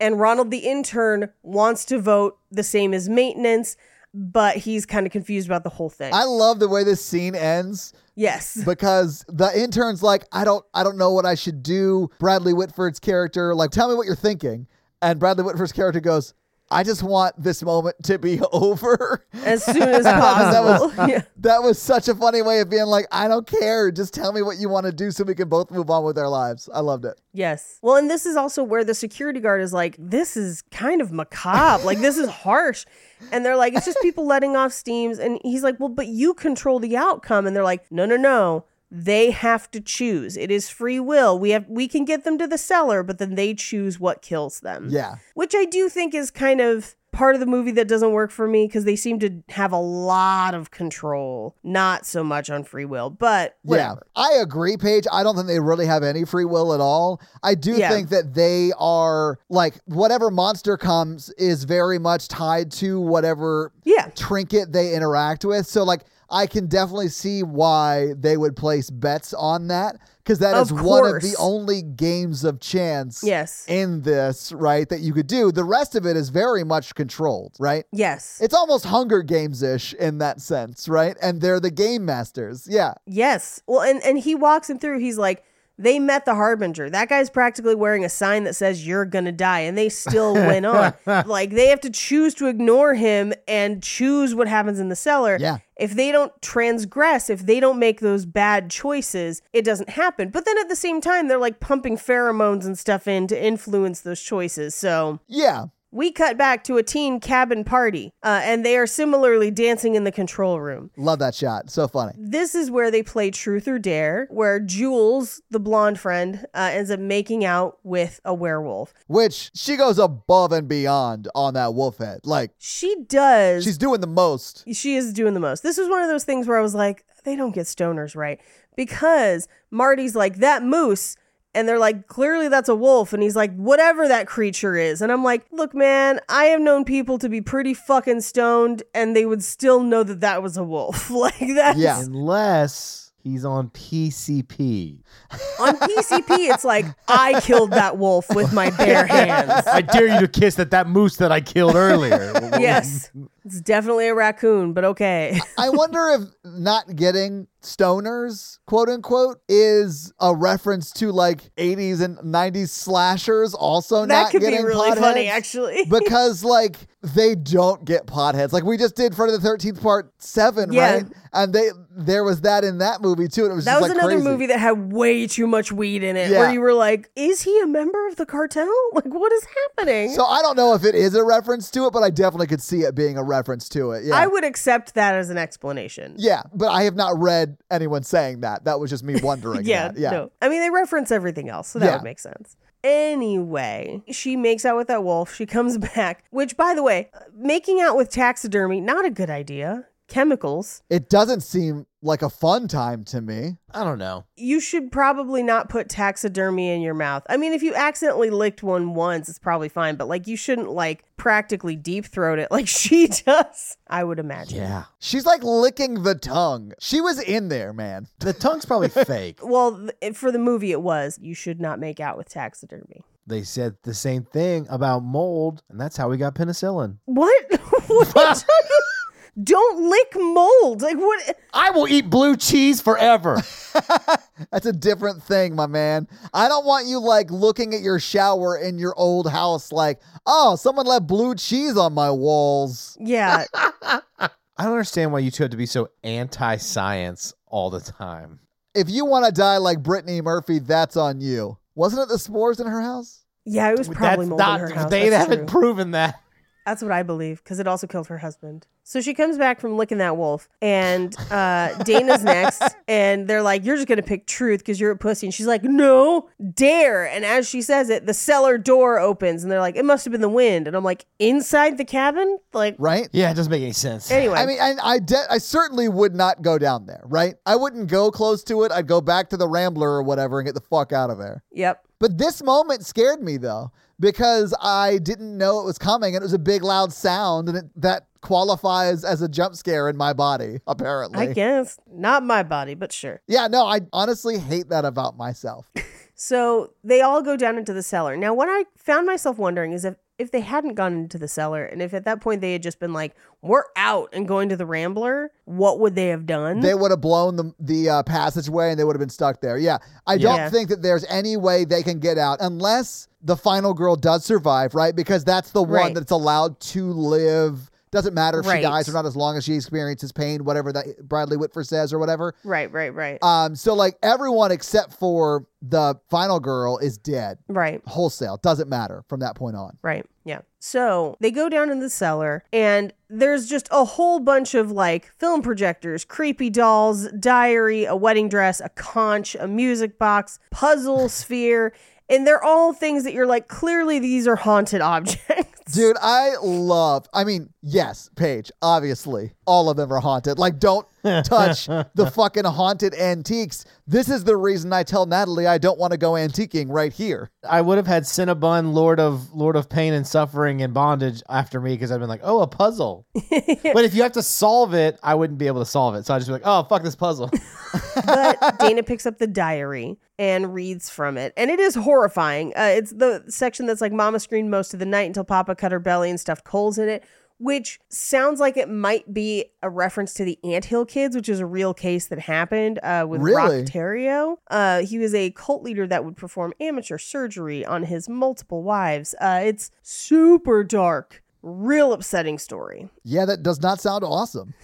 Speaker 3: And Ronald the intern wants to vote the same as maintenance, but he's kind of confused about the whole thing.
Speaker 1: I love the way this scene ends
Speaker 3: yes.
Speaker 1: because the intern's like, I don't I don't know what I should do. Bradley Whitford's character, like, tell me what you're thinking. And Bradley Whitford's character goes, I just want this moment to be over.
Speaker 3: As soon as
Speaker 1: that
Speaker 3: possible.
Speaker 1: was-
Speaker 3: Yeah.
Speaker 1: That was such a funny way of being like, I don't care. Just tell me what you want to do so we can both move on with our lives. I loved it.
Speaker 3: Yes. Well, and this is also where the security guard is like, this is kind of macabre. Like, this is harsh. And they're like, it's just people letting off steams. And he's like, well, but you control the outcome. And they're like, no, no, no. They have to choose. It is free will. We have we can get them to the cellar, but then they choose what kills them.
Speaker 1: Yeah.
Speaker 3: Which I do think is kind of part of the movie that doesn't work for me because they seem to have a lot of control, not so much on free will. But whatever.
Speaker 1: Yeah. I agree, Paige. I don't think they really have any free will at all. I do
Speaker 3: Yeah.
Speaker 1: think that they are like whatever monster comes is very much tied to whatever
Speaker 3: Yeah.
Speaker 1: trinket they interact with. So like I can definitely see why they would place bets on that because that
Speaker 3: Of
Speaker 1: is one of the
Speaker 3: course.
Speaker 1: only games of chance
Speaker 3: Yes.
Speaker 1: in this, right, that you could do. The rest of it is very much controlled, right?
Speaker 3: Yes.
Speaker 1: It's almost Hunger Games ish in that sense, right? And they're the game masters. Yeah.
Speaker 3: Yes. Well, and and he walks him through. He's like, they met the harbinger. That guy's practically wearing a sign that says you're gonna die, and they still went on. Like they have to choose to ignore him and choose what happens in the cellar.
Speaker 1: Yeah.
Speaker 3: If they don't transgress, if they don't make those bad choices, it doesn't happen. But then at the same time, they're like pumping pheromones and stuff in to influence those choices. So
Speaker 1: Yeah.
Speaker 3: We cut back to a teen cabin party, uh, and they are similarly dancing in the control room.
Speaker 1: Love that shot. So funny.
Speaker 3: This is where they play Truth or Dare, where Jules, the blonde friend, uh, ends up making out with a werewolf.
Speaker 1: Which she goes above and beyond on that wolf head. Like
Speaker 3: She does.
Speaker 1: she's doing the most.
Speaker 3: she is doing the most. This was one of those things where I was like, they don't get stoners right because Marty's like that moose, and they're like, clearly that's a wolf, and he's like, whatever that creature is, and I'm like, look, man, I have known people to be pretty fucking stoned, and they would still know that that was a wolf, like that.
Speaker 1: Yeah.
Speaker 2: Unless he's on PCP.
Speaker 3: On PCP, it's like I killed that wolf with my bare hands.
Speaker 2: I dare you to kiss that that moose that I killed earlier.
Speaker 3: Yes, it's definitely a raccoon, but okay.
Speaker 1: I wonder if not getting stoners, quote unquote, is a reference to like 80s and 90s slashers also
Speaker 3: that
Speaker 1: not
Speaker 3: could be
Speaker 1: getting
Speaker 3: really funny,
Speaker 1: potheads.
Speaker 3: actually.
Speaker 1: because like they don't get potheads. Like we just did Friday the Thirteenth Part Seven,
Speaker 3: Yeah.
Speaker 1: right? And they there was that in that movie too. And it was
Speaker 3: That
Speaker 1: just,
Speaker 3: was
Speaker 1: like,
Speaker 3: another
Speaker 1: crazy.
Speaker 3: movie that had way too much weed in it,
Speaker 1: Yeah.
Speaker 3: where you were like, "Is he a member of the cartel? Like, what is happening?"
Speaker 1: So I don't know if it is a reference to it, but I definitely could see it being a reference to it. Yeah.
Speaker 3: I would accept that as an explanation.
Speaker 1: yeah, but I have not read anyone saying that. That was just me wondering.
Speaker 3: yeah,
Speaker 1: that. yeah.
Speaker 3: no. I mean, they reference everything else, so that
Speaker 1: Yeah.
Speaker 3: would make sense. Anyway, she makes out with that wolf. She comes back, which, by the way, making out with taxidermy not a good idea. Chemicals.
Speaker 1: It doesn't seem like a fun time to me.
Speaker 2: I don't know.
Speaker 3: You should probably not put taxidermy in your mouth. I mean, if you accidentally licked one once, it's probably fine, but like you shouldn't like practically deep throat it like she does, I would imagine.
Speaker 2: Yeah.
Speaker 1: She's like licking the tongue. She was in there, man.
Speaker 2: The tongue's probably fake.
Speaker 3: Well, th- for the movie, it was you should not make out with taxidermy.
Speaker 2: They said the same thing about mold, and that's how we got penicillin.
Speaker 3: What? what are you talking- Don't lick mold. Like what?
Speaker 2: I will eat blue cheese forever.
Speaker 1: That's a different thing, my man. I don't want you like looking at your shower in your old house like, oh, someone left blue cheese on my walls.
Speaker 3: Yeah,
Speaker 2: I don't understand why you two have to be so anti science all the time.
Speaker 1: If you want to die like Brittany Murphy, that's on you. Wasn't it the s'mores in her house?
Speaker 3: yeah. It was probably mold in her house.
Speaker 2: they
Speaker 3: That's
Speaker 2: haven't
Speaker 3: true.
Speaker 2: proven that.
Speaker 3: That's what I believe because it also killed her husband. So she comes back from licking that wolf, and uh, Dana's next, and they're like, "You're just gonna pick truth because you're a pussy." And she's like, "No, dare!" And as she says it, the cellar door opens, and they're like, "It must have been the wind." And I'm like, "Inside the cabin?" Like,
Speaker 1: Right?
Speaker 2: Yeah, it doesn't make any sense.
Speaker 3: anyway.
Speaker 1: I mean, and I, de- I certainly would not go down there, right? I wouldn't go close to it. I'd go back to the Rambler or whatever and get the fuck out of there.
Speaker 3: yep.
Speaker 1: But this moment scared me though because I didn't know it was coming and it was a big loud sound and it, that qualifies as a jump scare in my body apparently.
Speaker 3: I guess not my body, but sure.
Speaker 1: Yeah, no, I honestly hate that about myself.
Speaker 3: So they all go down into the cellar. Now, what I found myself wondering is if if they hadn't gone into the cellar, and if at that point they had just been like, "We're out and going to the Rambler," what would they have done?
Speaker 1: They would have blown the the uh, passageway and they would have been stuck there. Yeah, I don't
Speaker 3: Yeah.
Speaker 1: think that there's any way they can get out unless the final girl does survive, right? Because that's the one
Speaker 3: Right.
Speaker 1: that's allowed to live. Doesn't matter if she
Speaker 3: Right.
Speaker 1: dies or not, as long as she experiences pain, whatever that Bradley Whitford says or whatever.
Speaker 3: right, right, right,
Speaker 1: Um, so like everyone except for the final girl is dead
Speaker 3: right.
Speaker 1: wholesale. Doesn't matter from that point on.
Speaker 3: Right. Yeah. So they go down in the cellar, and there's just a whole bunch of like film projectors, creepy dolls, diary, a wedding dress, a conch, a music box, puzzle sphere. And they're all things that you're like, clearly these are haunted objects.
Speaker 1: Dude, I love. I mean, yes, Paige. Obviously, all of them are haunted. Like, don't touch the fucking haunted antiques. This is the reason I tell Natalie I don't want to go antiquing right here.
Speaker 2: I would have had Cinnabon, Lord of Lord of Pain and Suffering and Bondage after me because I've been like, oh, a puzzle. but if you have to solve it, I wouldn't be able to solve it. So I'd just be like, oh, fuck this puzzle.
Speaker 3: but Dana picks up the diary and reads from it, and it is horrifying. Uh, it's the section that's like Mama screamed most of the night until Papa cut her belly and stuffed coals in it, which sounds like it might be a reference to the Ant Hill Kids, which is a real case that happened uh, with
Speaker 1: Really?
Speaker 3: Rocketerio. Uh, he was a cult leader that would perform amateur surgery on his multiple wives. Uh, it's super dark, real upsetting story
Speaker 1: Yeah, that does not sound awesome.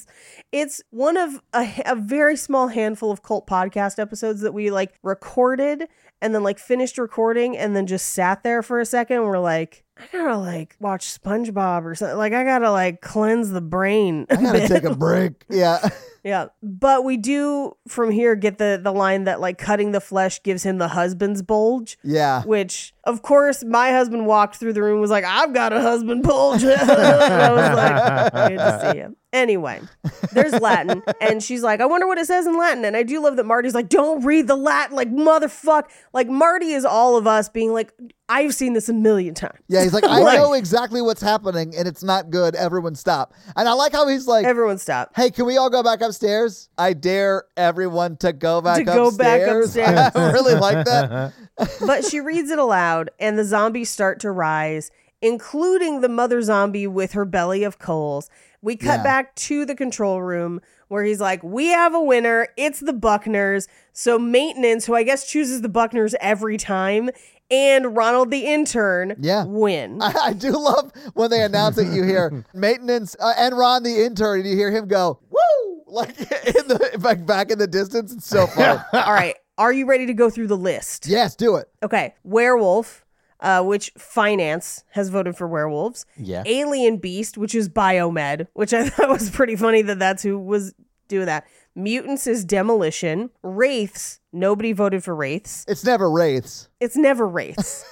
Speaker 3: it's one of a, a very small handful of cult podcast episodes that we like recorded and then like finished recording and then just sat there for a second and we're like I gotta like watch SpongeBob or something. Like I gotta like cleanse the brain. a
Speaker 1: I gotta
Speaker 3: bit.
Speaker 1: take a break. Yeah.
Speaker 3: Yeah, but we do from here get the the line that like cutting the flesh gives him the husband's bulge,
Speaker 1: Yeah.
Speaker 3: which of course my husband walked through the room and was like, "I've got a husband bulge." And I was like, "Good to see you." Anyway, there's Latin, and she's like, "I wonder what it says in Latin." And I do love that Marty's like, "Don't read the Latin, like motherfuck." Like Marty is all of us being like, "I've seen this a million times."
Speaker 1: Yeah, he's like, I
Speaker 3: Like-
Speaker 1: know exactly what's happening and it's not good. Everyone stop. And I like how he's like,
Speaker 3: Everyone stop.
Speaker 1: hey, can we all go back upstairs? I dare everyone to go back
Speaker 3: To go
Speaker 1: upstairs.
Speaker 3: back upstairs.
Speaker 1: I really like that.
Speaker 3: but she reads it aloud, and the zombies start to rise, including the mother zombie with her belly of coals. We cut
Speaker 1: Yeah.
Speaker 3: back to the control room where he's like, We have a winner. It's the Buckners. So, maintenance, who I guess chooses the Buckners every time, and Ronald the intern
Speaker 1: Yeah.
Speaker 3: win.
Speaker 1: I, I do love when they announce it. You hear maintenance uh, and Ron the intern, and you hear him go, woo, like in the like back in the distance. It's so funny.
Speaker 3: All right. Are you ready to go through the list?
Speaker 1: yes, do it.
Speaker 3: Okay. Werewolf, uh, which finance has voted for werewolves.
Speaker 2: Yeah.
Speaker 3: Alien Beast, which is Biomed, which I thought was pretty funny that that's who was doing that. Mutants is Demolition. Wraiths, nobody voted for Wraiths.
Speaker 1: It's never wraiths.
Speaker 3: It's never Wraiths.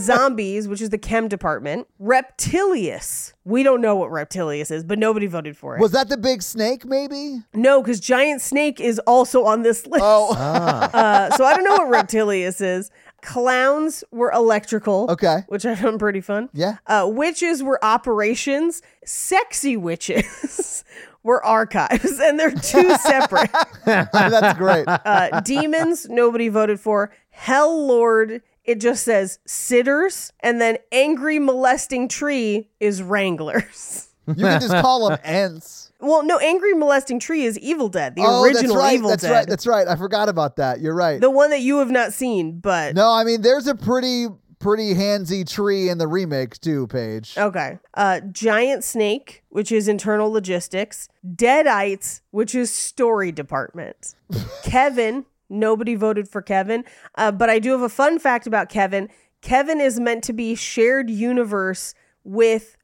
Speaker 3: Zombies, which is the chem department. Reptilius, we don't know what Reptilius is, but nobody voted for it.
Speaker 1: Was that the big snake? Maybe.
Speaker 3: no, because Giant Snake is also on this list.
Speaker 1: Oh,
Speaker 3: Uh, so I don't know what Reptilius is. Clowns were electrical.
Speaker 1: Okay.
Speaker 3: Which I found pretty fun.
Speaker 1: Yeah.
Speaker 3: Uh, witches were operations. Sexy witches were archives. And they're two separate.
Speaker 1: that's great.
Speaker 3: Uh, demons, nobody voted for. Hell Lord, it just says sitters. And then angry molesting tree is wranglers.
Speaker 1: You can just call them ants.
Speaker 3: Well, no, angry molesting tree is Evil Dead, the
Speaker 1: oh,
Speaker 3: original
Speaker 1: that's right.
Speaker 3: Evil
Speaker 1: that's
Speaker 3: Dead.
Speaker 1: right. That's right. I forgot about that. You're right.
Speaker 3: the one that you have not seen, but
Speaker 1: No, I mean there's a pretty pretty handsy tree in the remake too, Paige.
Speaker 3: Okay. Uh, Giant Snake, which is internal logistics. Deadites, which is story department. Kevin, nobody voted for Kevin, uh, but I do have a fun fact about Kevin. Kevin is meant to be shared universe with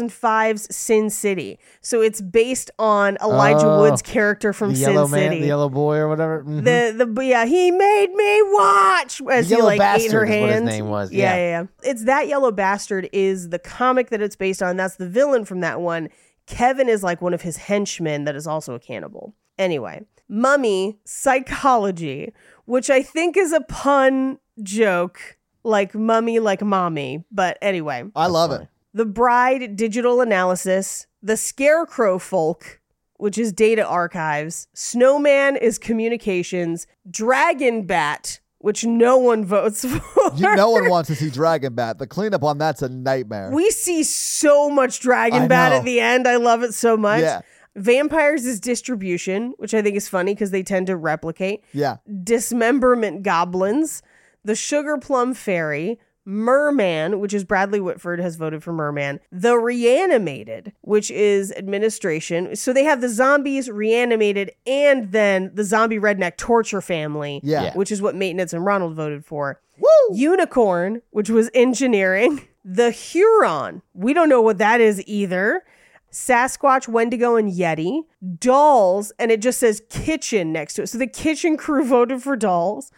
Speaker 3: 2005's Sin City, so it's based on Elijah
Speaker 2: Oh,
Speaker 3: Wood's character from
Speaker 2: the
Speaker 3: Sin
Speaker 2: yellow man,
Speaker 3: City.
Speaker 2: the yellow boy, or whatever. Mhm.
Speaker 3: The the but yeah, he made me watch as he
Speaker 2: Yellow
Speaker 3: like ate her
Speaker 2: Bastard is what
Speaker 3: hands.
Speaker 2: his name was,
Speaker 3: Yeah.
Speaker 2: yeah.
Speaker 3: yeah, yeah, It's that yellow bastard is the comic that it's based on. That's the villain from that one. Kevin is like one of his henchmen that is also a cannibal. Anyway, mummy psychology, which I think is a pun joke, like mummy, like mommy. But anyway,
Speaker 1: I love it.
Speaker 3: the bride digital analysis, the scarecrow folk, which is data archives, snowman is communications, dragon bat, which no one votes for.
Speaker 1: You, no one wants to see Dragon Bat. The cleanup on that's a nightmare.
Speaker 3: we see so much dragon
Speaker 1: I
Speaker 3: bat
Speaker 1: know.
Speaker 3: at the end. I love it so much.
Speaker 1: Yeah.
Speaker 3: Vampires is distribution, which I think is funny because they tend to replicate.
Speaker 1: yeah.
Speaker 3: Dismemberment Goblins, The Sugar Plum Fairy, Merman, which is Bradley Whitford has voted for Merman, The Reanimated, which is administration. So they have the zombies, reanimated, and then the zombie redneck torture family,
Speaker 1: Yeah.
Speaker 3: which is what maintenance and Ronald voted for.
Speaker 1: Woo!
Speaker 3: Unicorn, which was engineering. The Huron, we don't know what that is either. Sasquatch, Wendigo, and Yeti. Dolls, and it just says kitchen next to it. So the kitchen crew voted for dolls.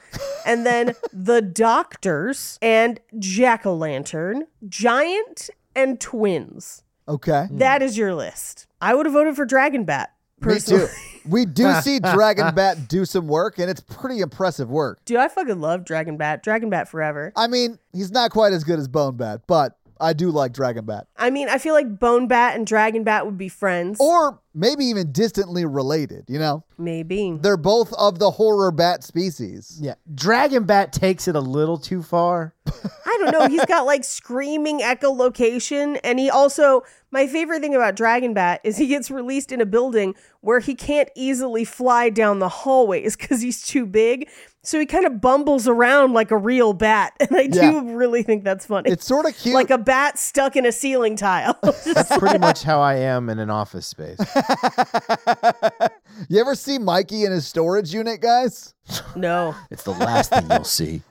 Speaker 3: And then the doctors and jack o' lantern, giant, and twins.
Speaker 1: Okay.
Speaker 3: That is your list. I would have voted for Dragon Bat.
Speaker 1: Hmm. Me
Speaker 3: Personally.
Speaker 1: too. We do see Dragon Bat do some work, and it's pretty impressive work.
Speaker 3: Dude, I fucking love Dragon Bat. Dragon Bat forever.
Speaker 1: I mean, he's not quite as good as Bone Bat, but I do like Dragon Bat.
Speaker 3: I mean, I feel like Bone Bat and Dragon Bat would be friends.
Speaker 1: Or maybe even distantly related, you know?
Speaker 3: Maybe.
Speaker 1: They're both of the horror bat species.
Speaker 2: Yeah, Dragon Bat takes it a little too far.
Speaker 3: I don't know. He's got like screaming echolocation. And he also, my favorite thing about Dragon Bat is he gets released in a building where he can't easily fly down the hallways because he's too big. So he kind of bumbles around like a real bat. And I
Speaker 1: Yeah.
Speaker 3: do really think that's funny.
Speaker 1: It's sort of cute.
Speaker 3: like a bat stuck in a ceiling tile.
Speaker 2: That's pretty much how I am in an office space.
Speaker 1: You ever see Mikey in his storage unit, guys?
Speaker 3: No.
Speaker 4: It's the last thing you'll see.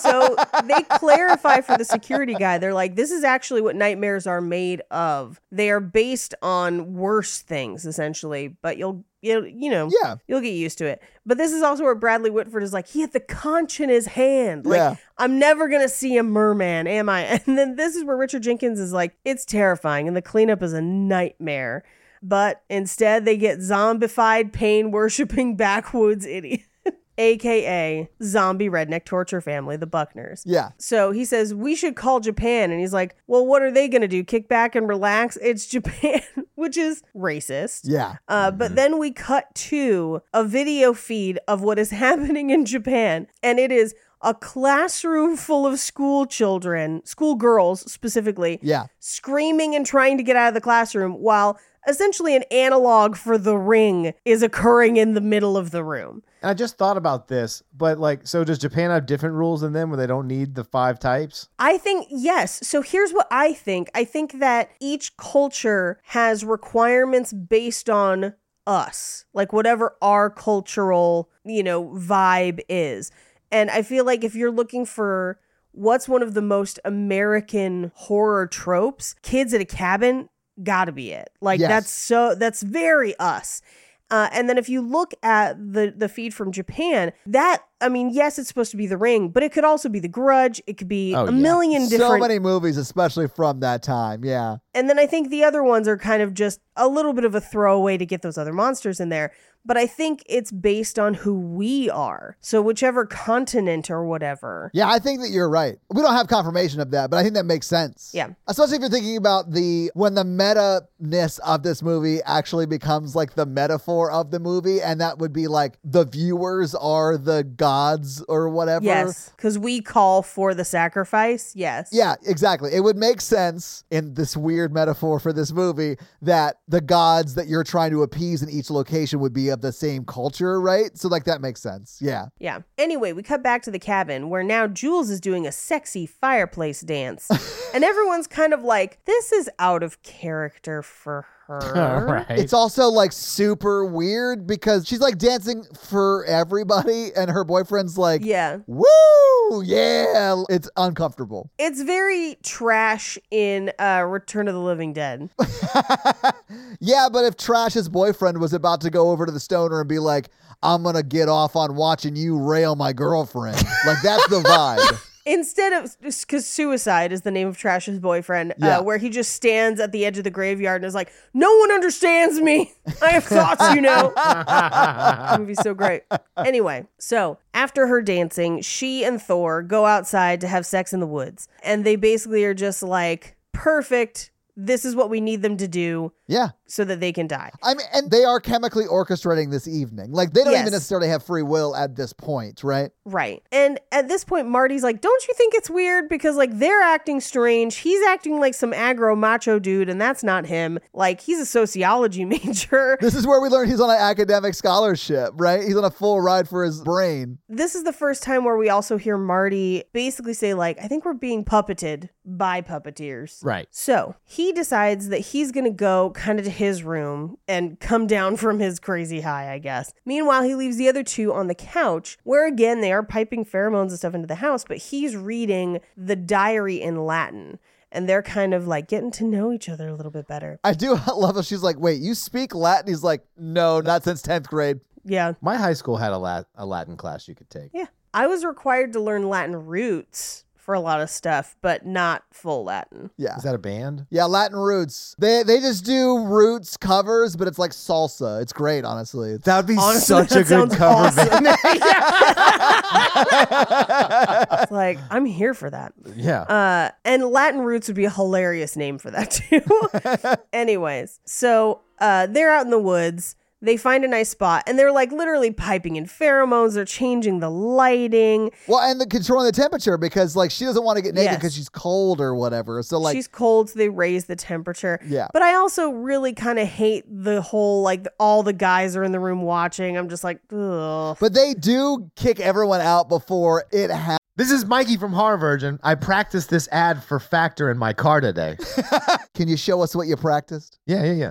Speaker 3: So they clarify for the security guy. They're like, this is actually what nightmares are made of. They are based on worse things, essentially. But you'll, you'll you know,
Speaker 1: Yeah.
Speaker 3: you'll get used to it. But this is also where Bradley Whitford is like, he had the conch in his hand. Like,
Speaker 1: Yeah.
Speaker 3: I'm never gonna see a merman, am I? And then this is where Richard Jenkins is like, it's terrifying, and the cleanup is a nightmare. But instead, they get zombified, pain worshipping backwoods idiot, aka zombie redneck torture family, the Buckners.
Speaker 1: Yeah.
Speaker 3: So he says, We should call Japan. And he's like, Well, what are they going to do? Kick back and relax? It's Japan, which is racist.
Speaker 1: Yeah.
Speaker 3: Uh, But then we cut to a video feed of what is happening in Japan, and it is a classroom full of school children, school girls specifically,
Speaker 1: Yeah.
Speaker 3: screaming and trying to get out of the classroom while essentially an analog for the ring is occurring in the middle of the room.
Speaker 2: And I just thought about this, but like, so does Japan have different rules than them where they don't need the five types?
Speaker 3: I think, yes. So here's what I think I think that each culture has requirements based on us, like whatever our cultural, you know, vibe is. And I feel like if you're looking for what's one of the most American horror tropes, kids at a cabin gotta be it. Like
Speaker 1: Yes.
Speaker 3: that's so, that's very us. Uh, and then if you look at the the feed from Japan, that I mean, yes, it's supposed to be The Ring, but it could also be The Grudge. It could be
Speaker 2: Oh,
Speaker 3: a
Speaker 2: yeah.
Speaker 3: million different.
Speaker 1: So many movies, especially from that time. Yeah.
Speaker 3: And then I think the other ones are kind of just a little bit of a throwaway to get those other monsters in there. But I think it's based on who we are. So whichever continent or whatever.
Speaker 1: Yeah, I think that you're right. We don't have confirmation of that, but I think that makes sense.
Speaker 3: Yeah.
Speaker 1: Especially if you're thinking about the when the meta ness of this movie actually becomes like the metaphor of the movie, and that would be like the viewers are the gods or whatever.
Speaker 3: Yes, because we call for the sacrifice. Yes.
Speaker 1: Yeah, exactly. It would make sense in this weird metaphor for this movie that the gods that you're trying to appease in each location would be of the same culture, right? So like that makes sense. Yeah.
Speaker 3: Yeah. Anyway, we cut back to the cabin where now Jules is doing a sexy fireplace dance. and everyone's kind of like, this is out of character for her.
Speaker 1: It's also like super weird because she's like dancing for everybody, and her boyfriend's like,
Speaker 3: Yeah.
Speaker 1: woo, yeah. It's uncomfortable.
Speaker 3: It's very trash in uh, Return of the Living Dead.
Speaker 1: yeah, but if Trash's boyfriend was about to go over to the stoner and be like, I'm going to get off on watching you rail my girlfriend, like that's the vibe.
Speaker 3: Instead of, because suicide is the name of Trash's boyfriend,
Speaker 1: Yeah.
Speaker 3: uh, where he just stands at the edge of the graveyard and is like, "No one understands me. I have thoughts, you know." that movie's so great. Anyway, so after her dancing, she and Thor go outside to have sex in the woods, and they basically are just like, "Perfect. This is what we need them to do
Speaker 1: Yeah.
Speaker 3: so that they can die."
Speaker 1: I mean, and they are chemically orchestrating this evening. Like, they don't
Speaker 3: Yes.
Speaker 1: even necessarily have free will at this point, right?
Speaker 3: Right. And at this point, Marty's like, don't you think it's weird? Because, like, they're acting strange. He's acting like some aggro macho dude, and that's not him. Like, he's a sociology major.
Speaker 1: This is where we learn he's on an academic scholarship, right? He's on a full ride for his brain.
Speaker 3: this is the first time where we also hear Marty basically say, like, I think we're being puppeted by puppeteers.
Speaker 2: Right.
Speaker 3: So he decides that he's going to go kind of to his room and come down from his crazy high, I guess. Meanwhile, he leaves the other two on the couch, where again they are piping pheromones and stuff into the house, but he's reading the diary in Latin. And they're kind of like getting to know each other a little bit better.
Speaker 1: I do love how she's like, wait, you speak Latin? He's like, no, not since 10th grade.
Speaker 3: Yeah.
Speaker 2: My high school had a, lat- a Latin class you could take.
Speaker 3: Yeah. I was required to learn Latin roots for a lot of stuff, but not full Latin.
Speaker 1: Yeah.
Speaker 2: Is that a band?
Speaker 1: Yeah, Latin roots. They they just do roots covers, but it's like salsa. It's great, honestly.
Speaker 2: That would be
Speaker 3: Honestly,
Speaker 2: such a
Speaker 3: that
Speaker 2: good
Speaker 3: sounds
Speaker 2: cover
Speaker 3: awesome.
Speaker 2: band.
Speaker 3: It's like, I'm here for that.
Speaker 2: yeah.
Speaker 3: Uh, and Latin roots would be a hilarious name for that too. Anyways, so uh, they're out in the woods. They find a nice spot, and they're like literally piping in pheromones. They're changing the lighting.
Speaker 1: Well, and the controlling the temperature because like she doesn't want to get naked
Speaker 3: Yes.
Speaker 1: because she's cold or whatever. So like,
Speaker 3: She's cold, so they raise the temperature.
Speaker 1: Yeah.
Speaker 3: But I also really kind of hate the whole like all the guys are in the room watching. I'm just like, ugh.
Speaker 1: but they do kick everyone out before it happens.
Speaker 2: this is Mikey from Harvard, and I practiced this ad for Factor in my car today.
Speaker 1: Can you show us what you practiced?
Speaker 2: Yeah, yeah, yeah.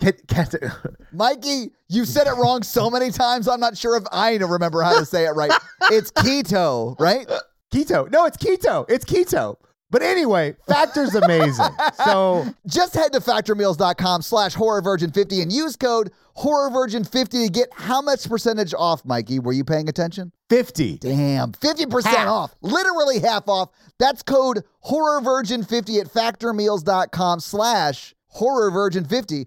Speaker 2: Ket- keto.
Speaker 1: Mikey, you said it wrong so many times. I'm not sure if I remember how to say it right. It's keto, right?
Speaker 2: keto. No, it's keto. It's keto. But anyway, Factor's amazing. so
Speaker 1: Just head to factormeals.com slash horrorvirgin50 and use code horrorvirgin50 to get how much percentage off, Mikey? Were you paying attention?
Speaker 2: 50.
Speaker 1: Damn, 50% off. Literally half off. That's code horrorvirgin50 at factormeals.com slash horrorvirgin50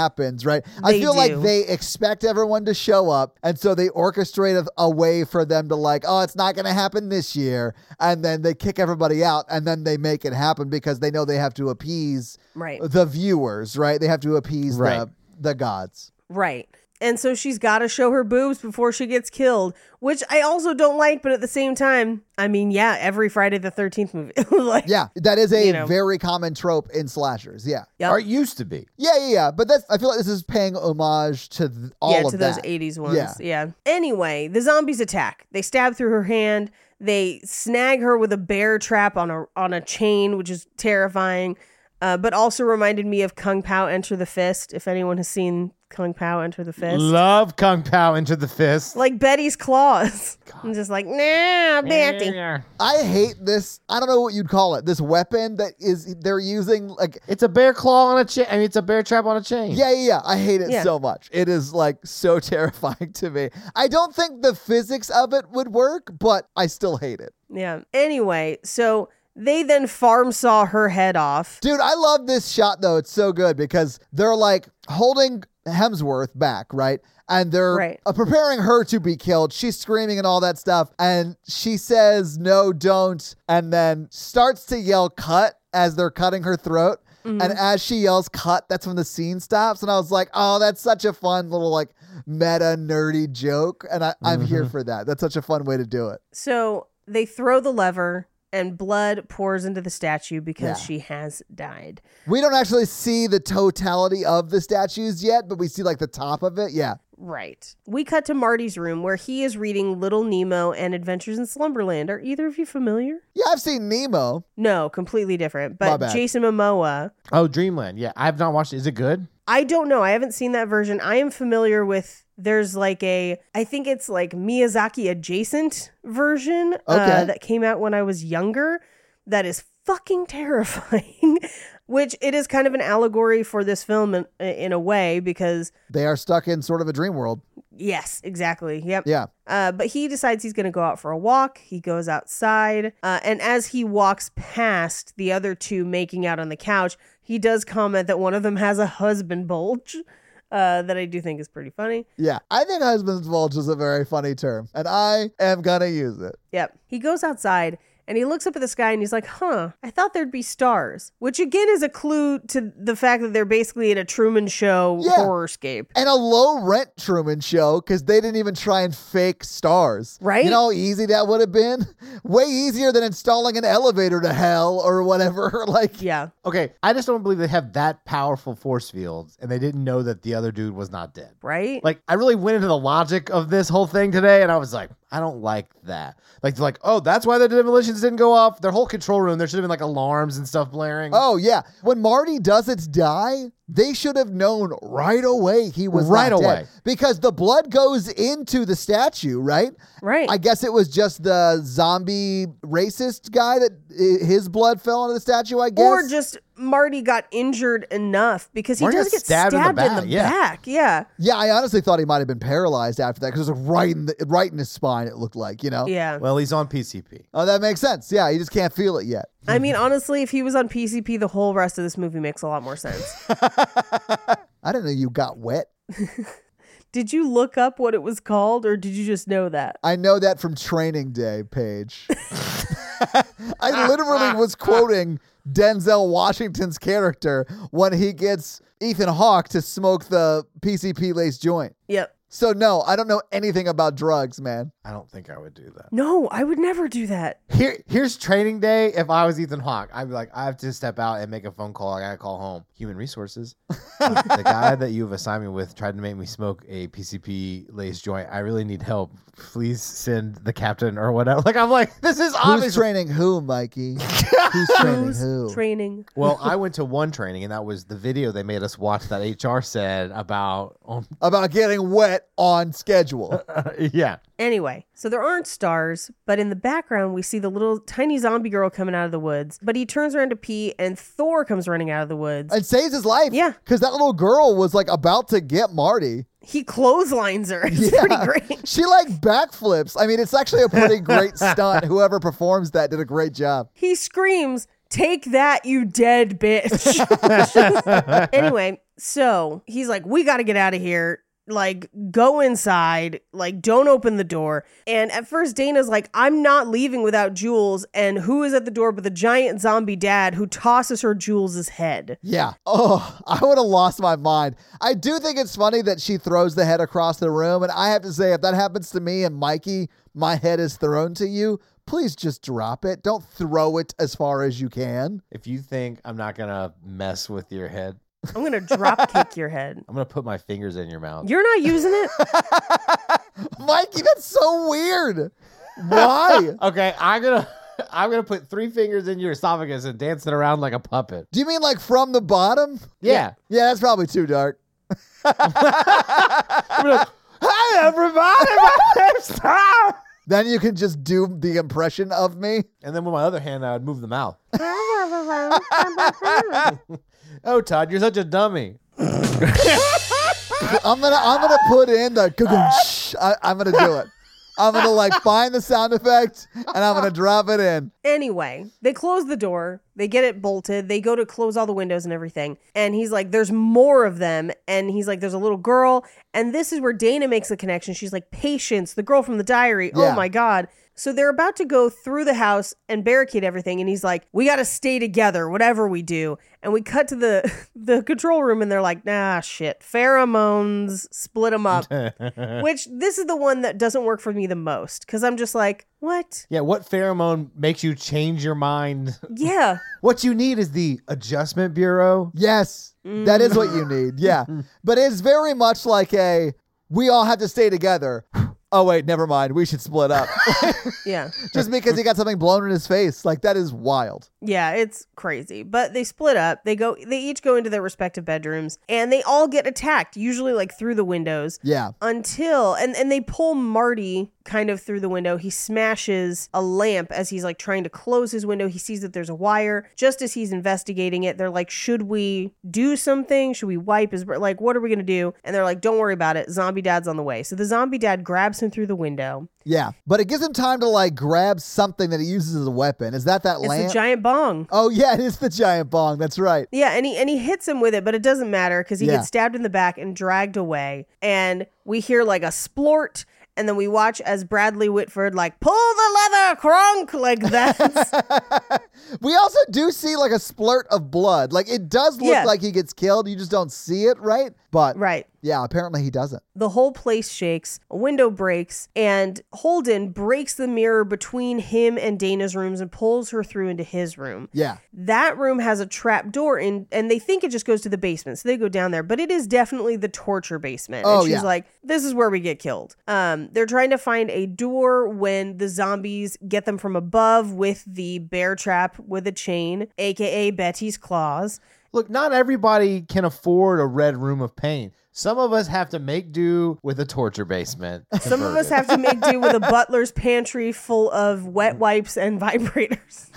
Speaker 1: happens, right? I
Speaker 3: They
Speaker 1: feel like
Speaker 3: do.
Speaker 1: they expect everyone to show up, and so they orchestrate a, a way for them to like, oh, it's not going to happen this year, and then they kick everybody out, and then they make it happen because they know they have to appease
Speaker 3: Right.
Speaker 1: the viewers, right? They have to appease
Speaker 2: Right.
Speaker 1: the the gods.
Speaker 3: Right. And so she's got to show her boobs before she gets killed, which I also don't like, but at the same time, I mean, yeah, every Friday the 13th movie. like,
Speaker 1: Yeah, that is a
Speaker 3: You know.
Speaker 1: very common trope in slashers. Yeah.
Speaker 3: Yep.
Speaker 2: Or it used to be.
Speaker 1: Yeah, yeah, yeah. But that's I feel like this is paying homage to th- all
Speaker 3: yeah,
Speaker 1: of
Speaker 3: to
Speaker 1: that.
Speaker 3: those 80s ones.
Speaker 1: Yeah.
Speaker 3: Yeah. Anyway, the zombies attack. They stab through her hand. They snag her with a bear trap on a on a chain, which is terrifying. Uh, but also reminded me of Kung Pao Enter the Fist. If anyone has seen Kung Pao Enter the Fist,
Speaker 2: Love Kung Pao into the fist.
Speaker 3: like Betty's claws. I'm just like, nah, Betty.
Speaker 1: I hate this. I don't know what you'd call it. This weapon that is they're using like
Speaker 2: It's a bear claw on a chain. I mean, it's a bear trap on a chain.
Speaker 1: Yeah, yeah, yeah. I hate it
Speaker 3: Yeah.
Speaker 1: so much. It is like so terrifying to me. I don't think the physics of it would work, but I still hate it.
Speaker 3: Yeah. Anyway, so they then farm saw her head off.
Speaker 1: Dude, I love this shot though. It's so good because they're like holding Hemsworth back, right? And they're
Speaker 3: Right.
Speaker 1: uh, preparing her to be killed. She's screaming and all that stuff. And she says, no, don't. And then starts to yell, cut, as they're cutting her throat. And as she yells, cut, that's when the scene stops. And I was like, oh, that's such a fun little, like, meta nerdy joke. And I, I'm here for that. That's such a fun way to do it.
Speaker 3: So they throw the lever and blood pours into the statue because she has died.
Speaker 1: We don't actually see the totality of the statues yet, but we see, like, the top of it. Yeah.
Speaker 3: Right. We cut to Marty's room where he is reading Little Nemo and Adventures in Slumberland. Are either of you familiar?
Speaker 1: Yeah, I've seen Nemo.
Speaker 3: No, completely different.
Speaker 1: My
Speaker 3: But
Speaker 1: bad.
Speaker 3: Jason Momoa,
Speaker 2: Oh, Dreamland. Yeah, I have not watched it. Is it good?
Speaker 3: I don't know. I haven't seen that version. I am familiar with there's like a I think it's like Miyazaki adjacent version
Speaker 1: Okay.
Speaker 3: uh, that came out when I was younger that is fucking terrifying, which it is kind of an allegory for this film in, in a way because
Speaker 1: They are stuck in sort of a dream world.
Speaker 3: yes, exactly. Yep.
Speaker 1: Yeah.
Speaker 3: Uh, but he decides he's going to go out for a walk. He goes outside. Uh, and as he walks past the other two making out on the couch, he does comment that one of them has a husband bulge, uh, that I do think is pretty funny.
Speaker 1: Yeah. I think husband's bulge is a very funny term, and I am going to use it.
Speaker 3: Yep. He goes outside and he looks up at the sky and he's like, huh, I thought there'd be stars, which again is a clue to the fact that they're basically in a Truman Show
Speaker 1: Yeah.
Speaker 3: horrorscape.
Speaker 1: And a low rent Truman show because they didn't even try and fake stars.
Speaker 3: Right?
Speaker 1: You know how easy that would have been? Way easier than installing an elevator to hell or whatever. like,
Speaker 3: Yeah.
Speaker 2: Okay, I just don't believe they have that powerful force fields and they didn't know that the other dude was not dead.
Speaker 3: Right?
Speaker 2: Like, I really went into the logic of this whole thing today and I was like, I don't like that. Like, they're like, oh, that's why the demolitions didn't go off. Their whole control room, there should have been like alarms and stuff blaring.
Speaker 1: Oh yeah, when Marty does its die, they should have known right away he was not
Speaker 2: Right
Speaker 1: dead.
Speaker 2: away.
Speaker 1: because the blood goes into the statue, right?
Speaker 3: Right.
Speaker 1: I guess it was just the zombie racist guy that i- his blood fell onto the statue. I guess.
Speaker 3: Or just Marty got injured enough because he
Speaker 2: Marty
Speaker 3: does
Speaker 2: got
Speaker 3: get
Speaker 2: stabbed
Speaker 3: stabbed,
Speaker 2: in the
Speaker 3: in the
Speaker 2: back, yeah.
Speaker 3: back. Yeah.
Speaker 1: yeah, I honestly thought he might have been paralyzed after that because it was like right in the, right in his spine. It looked like you know.
Speaker 3: Yeah.
Speaker 2: Well, he's on PCP.
Speaker 1: Oh, that makes sense. Yeah, you just can't feel it yet.
Speaker 3: I mean, honestly, if he was on PCP, the whole rest of this movie makes a lot more sense.
Speaker 1: I didn't know you got wet.
Speaker 3: did you look up what it was called or did you just know that?
Speaker 1: I know that from Training Day, Paige. I literally was quoting Denzel Washington's character when he gets Ethan Hawke to smoke the PCP lace joint.
Speaker 3: Yep.
Speaker 1: So no, I don't know anything about drugs, man.
Speaker 2: I don't think I would do that.
Speaker 3: No, I would never do that.
Speaker 2: Here, here's training day. If I was Ethan Hawke, I'd be like, I have to step out and make a phone call. I gotta call home. Human resources. Uh, the guy that you've assigned me with tried to make me smoke a PCP lace joint. I really need help. Please send the captain or whatever. Like I'm like, this is
Speaker 1: Who's
Speaker 2: obvious.
Speaker 1: training who, Mikey? Who's training who?
Speaker 3: Training.
Speaker 2: well, I went to one training and that was the video they made us watch that HR said about. Um,
Speaker 1: about getting wet on schedule.
Speaker 2: yeah,
Speaker 3: Anyway, so there aren't stars, but in the background, we see the little tiny zombie girl coming out of the woods. But he turns around to pee, and Thor comes running out of the woods.
Speaker 1: And saves his life.
Speaker 3: Yeah.
Speaker 1: Because that little girl was like about to get Marty.
Speaker 3: He clotheslines her. It's pretty great.
Speaker 1: She like backflips. I mean, it's actually a pretty great stunt. Whoever performs that did a great job.
Speaker 3: He screams, Take that, you dead bitch. anyway, so he's like, We got to get out of here. Like, go inside. Like, don't open the door. And at first, Dana's like, I'm not leaving without Jules. And who is at the door but the giant zombie dad who tosses her Jules's head?
Speaker 1: Yeah. Oh, I would have lost my mind. I do think it's funny that she throws the head across the room. And I have to say, if that happens to me and Mikey, my head is thrown to you, please just drop it. Don't throw it as far as you can.
Speaker 2: if you think I'm not gonna mess with your head,
Speaker 3: I'm gonna drop kick your head.
Speaker 2: I'm gonna put my fingers in your mouth.
Speaker 3: You're not using it.
Speaker 1: Mikey, that's so weird. Why?
Speaker 2: Okay, I'm gonna I'm gonna put three fingers in your esophagus and dance it around like a puppet.
Speaker 1: do you mean like from the bottom?
Speaker 2: Yeah.
Speaker 1: Yeah, that's probably too dark.
Speaker 2: I'm gonna- Hi everybody, my name's Tom.
Speaker 1: Then you can just do the impression of me.
Speaker 2: And then with my other hand, I would move the mouth. oh, Todd, you're such a dummy.
Speaker 1: I'm gonna I'm gonna put in the kukunsh. I, I'm gonna do it. I'm gonna like find the sound effect and I'm gonna drop it in.
Speaker 3: Anyway, they close the door. They get it bolted. They go to close all the windows and everything. And he's like, "There's more of them." And he's like, "There's a little girl." And this is where Dana makes the connection. She's like, "Patience, the girl from the diary."
Speaker 1: Yeah.
Speaker 3: Oh my god. So they're about to go through the house and barricade everything, and he's like, "We got to stay together, whatever we do." And we cut to the the control room, and they're like, "Nah, shit, pheromones, split them up." Which this is the one that doesn't work for me the most because I'm just like, "What?
Speaker 2: Yeah, what pheromone makes you change your mind?
Speaker 3: Yeah."
Speaker 2: What you need is the adjustment bureau.
Speaker 1: Yes, that is what you need. Yeah, but it's very much like a we all have to stay together. Oh wait, never mind. We should split up
Speaker 3: Yeah.
Speaker 1: just because he got something blown in his face. Like that is wild.
Speaker 3: Yeah, it's crazy. But they split up. They go they each go into their respective bedrooms and they all get attacked, usually like through the windows.
Speaker 1: Yeah.
Speaker 3: Until and and they pull Marty kind of through the window. He smashes a lamp as he's like trying to close his window. He sees that there's a wire. Just as he's investigating it, they're like, "Should we do something? Should we wipe his br- like what are we going to do?" And they're like, "Don't worry about it. Zombie dad's on the way." So the zombie dad grabs him through the window.
Speaker 1: Yeah, but it gives him time to like grab something that he uses as a weapon. Is that that
Speaker 3: It's
Speaker 1: lamp?
Speaker 3: a giant bong.
Speaker 1: oh yeah, it is the giant bong. That's right.
Speaker 3: Yeah, and he and he hits him with it, but it doesn't matter because he
Speaker 1: Yeah.
Speaker 3: gets stabbed in the back and dragged away. And we hear like a splort, and then we watch as Bradley Whitford like pull the leather crunk like that.
Speaker 1: We also do see like a splurt of blood. Like it does look
Speaker 3: Yeah.
Speaker 1: like he gets killed. You just don't see it, right? But
Speaker 3: Right.
Speaker 1: yeah, apparently he doesn't.
Speaker 3: The whole place shakes, a window breaks, and Holden breaks the mirror between him and Dana's rooms and pulls her through into his room.
Speaker 1: Yeah.
Speaker 3: That room has a trap door in, and they think it just goes to the basement, so they go down there. But it is definitely the torture basement.
Speaker 1: Oh,
Speaker 3: and she's
Speaker 1: yeah.
Speaker 3: like, "This is where we get killed." Um, they're trying to find a door when the zombies get them from above with the bear trap with a chain, aka Betty's claws.
Speaker 2: Look, not everybody can afford a red room of pain. Some of us have to make do with a torture basement.
Speaker 3: Some of us have to make do with a butler's pantry full of wet wipes and vibrators.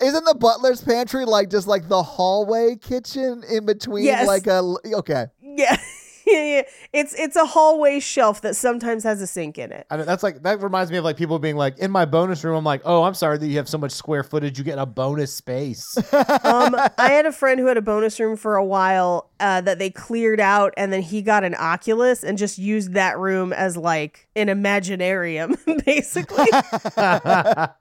Speaker 1: Isn't the butler's pantry like just like the hallway kitchen in between
Speaker 3: Yes.
Speaker 1: like a okay.
Speaker 3: Yeah. Yeah, yeah. It's it's a hallway shelf that sometimes has a sink in it.
Speaker 2: I mean, that's like that reminds me of like people being like in my bonus room. I'm like, oh, I'm sorry that you have so much square footage. You get a bonus space.
Speaker 3: Um, I had a friend who had a bonus room for a while uh, that they cleared out, and then he got an Oculus and just used that room as like an imaginarium, basically.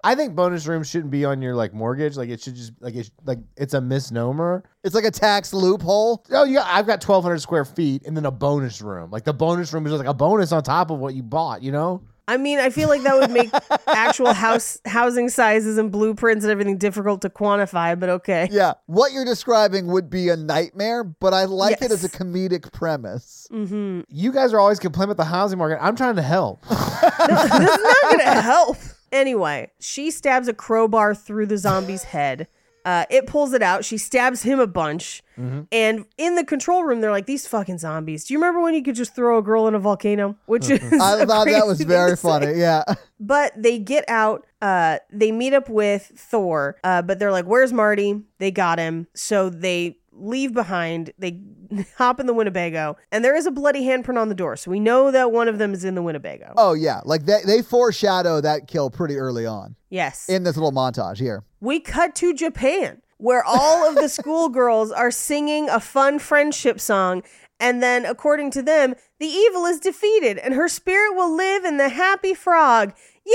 Speaker 2: I think bonus room shouldn't be on your like mortgage. Like it should just like it's like it's a misnomer.
Speaker 1: It's like a tax loophole.
Speaker 2: Oh, yeah, I've got 1,200 square feet and then a bonus room. Like the bonus room is just like a bonus on top of what you bought. You know.
Speaker 3: I mean, I feel like that would make actual house housing sizes and blueprints and everything difficult to quantify, but okay.
Speaker 1: Yeah. What you're describing would be a nightmare, but I like it as a
Speaker 3: Yes.
Speaker 1: comedic premise.
Speaker 2: You guys are always complaining about the housing market. I'm trying to help.
Speaker 3: this is not gonna help. Anyway, she stabs a crowbar through the zombie's head. Uh, it pulls it out. She stabs him a bunch.
Speaker 1: Mm-hmm.
Speaker 3: And in the control room, they're like, these fucking zombies. Do you remember when you could just throw a girl in a volcano? Which is.
Speaker 1: I
Speaker 3: a
Speaker 1: thought
Speaker 3: crazy
Speaker 1: that was
Speaker 3: thing
Speaker 1: very
Speaker 3: to say.
Speaker 1: funny. Yeah.
Speaker 3: But they get out. Uh, they meet up with Thor. Uh, but they're like, "Where's Marty?" They got him. So they leave behind. They hop in the Winnebago, and there is a bloody handprint on the door. So we know that one of them is in the Winnebago.
Speaker 1: Oh yeah. Like they they foreshadow that kill pretty early on
Speaker 3: yes.
Speaker 1: in this little montage here.
Speaker 3: we cut to Japan, where all of the schoolgirls are singing a fun friendship song. And then, according to them, the evil is defeated and her spirit will live in the happy frog. Yay!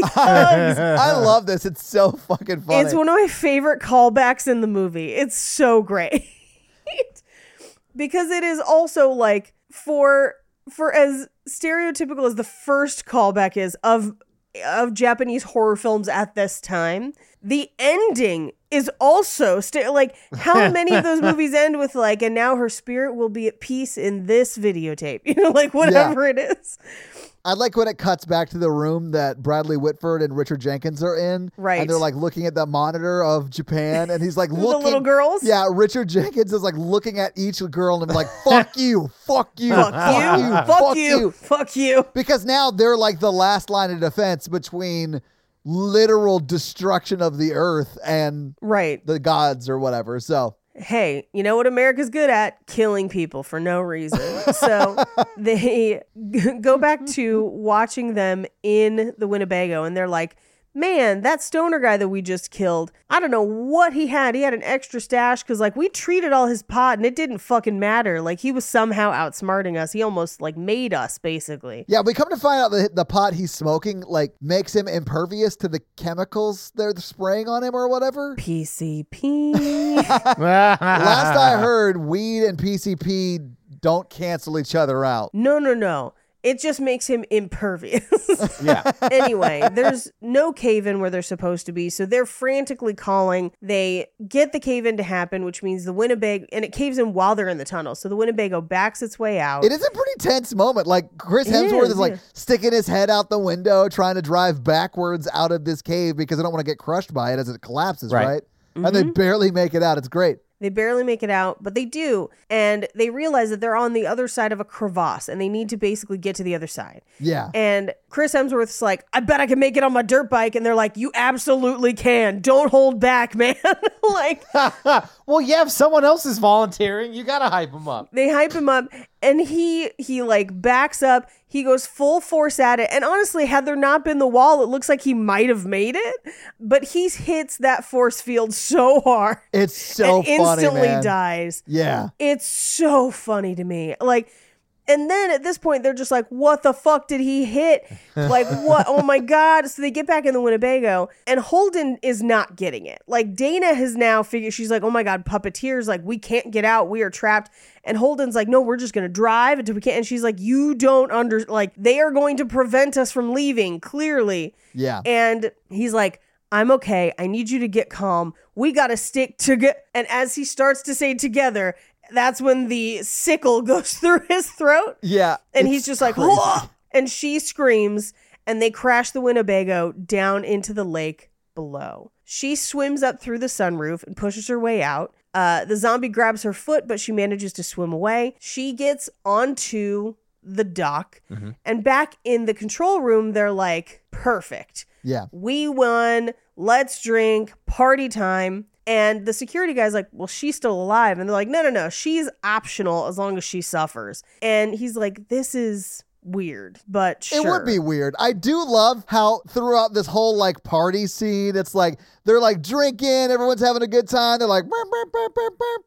Speaker 3: Hugs.
Speaker 1: I love this. It's so fucking funny.
Speaker 3: It's one of my favorite callbacks in the movie. It's so great. because it is also like for for as stereotypical as the first callback is of of Japanese horror films at this time, the ending is also st- like how many of those movies end with like and now her spirit will be at peace in this videotape, you know, like whatever it is.
Speaker 1: I like when it cuts back to the room that Bradley Whitford and Richard Jenkins are in.
Speaker 3: Right.
Speaker 1: And they're like looking at the monitor of Japan and he's like
Speaker 3: the
Speaker 1: looking
Speaker 3: little girls.
Speaker 1: Yeah, Richard Jenkins is like looking at each girl and I'm like, fuck you, fuck you,
Speaker 3: Fuck you. Fuck you. Fuck you.
Speaker 1: Because now they're like the last line of defense between literal destruction of the earth and
Speaker 3: Right.
Speaker 1: the gods or whatever. So
Speaker 3: hey, you know what America's good at? Killing people for no reason. So they go back to watching them in the Winnebago and they're like, man, that stoner guy that we just killed, I don't know what he had. He had an extra stash because, like, we treated all his pot and it didn't fucking matter. Like, he was somehow outsmarting us. He almost, like, made us, basically.
Speaker 1: Yeah, we come to find out that the pot he's smoking like makes him impervious to the chemicals they're spraying on him or whatever.
Speaker 3: PCP.
Speaker 1: Last I heard, weed and PCP don't cancel each other out.
Speaker 3: no, no, no. It just makes him impervious.
Speaker 2: yeah.
Speaker 3: anyway, there's no cave in where they're supposed to be, so they're frantically calling. They get the cave in to happen, which means the Winnebago, and it caves in while they're in the tunnel. So the Winnebago backs its way out.
Speaker 1: It is a pretty tense moment. Like Chris
Speaker 3: It
Speaker 1: Hemsworth is,
Speaker 3: is,
Speaker 1: like
Speaker 3: yeah.
Speaker 1: sticking his head out the window, trying to drive backwards out of this cave because I don't want to get crushed by it as it collapses, right?
Speaker 2: Right.
Speaker 1: And
Speaker 3: Mm-hmm.
Speaker 1: they barely make it out. It's great.
Speaker 3: They barely make it out, but they do. And they realize that they're on the other side of a crevasse and they need to basically get to the other side.
Speaker 1: Yeah.
Speaker 3: And Chris Hemsworth's like, I bet I can make it on my dirt bike. And they're like, You absolutely can. Don't hold back, man. like,
Speaker 2: well, yeah, if someone else is volunteering, you got to hype them up.
Speaker 3: they hype him up and he he like backs up he goes full force at it and honestly had there not been the wall it looks like he might have made it but he hits that force field so hard
Speaker 1: It's so
Speaker 3: and
Speaker 1: funny.
Speaker 3: instantly
Speaker 1: man.
Speaker 3: dies
Speaker 1: Yeah.
Speaker 3: it's so funny to me like And then at this point, they're just like, what the fuck did he hit? Like, what? Oh my God. So they get back in the Winnebago, and Holden is not getting it. Like, Dana has now figured, she's like, oh my God, puppeteers, like, we can't get out. We are trapped. And Holden's like, no, we're just going to drive until we can't. And she's like, you don't under, like, they are going to prevent us from leaving, clearly.
Speaker 1: Yeah.
Speaker 3: And he's like, I'm okay. I need you to get calm. We got to stick together. And as he starts to say together, that's when the sickle goes through his throat.
Speaker 1: yeah.
Speaker 3: And
Speaker 1: it's
Speaker 3: he's just like,
Speaker 1: crazy.
Speaker 3: "Whoa!" and she screams, and they crash the Winnebago down into the lake below. She swims up through the sunroof and pushes her way out. Uh, the zombie grabs her foot, but she manages to swim away. She gets onto the dock,
Speaker 1: Mm-hmm.
Speaker 3: and back in the control room, they're like, perfect.
Speaker 1: Yeah.
Speaker 3: We won. Let's drink. Party time. And the security guy's like, Well, she's still alive. And they're like, No, no, no. She's optional as long as she suffers. And he's like, This is weird, but sure.
Speaker 1: It would be weird. I do love how throughout this whole like party scene, it's like they're like drinking, everyone's having a good time. They're like, "Burp, burp, burp, burp, burp, burp,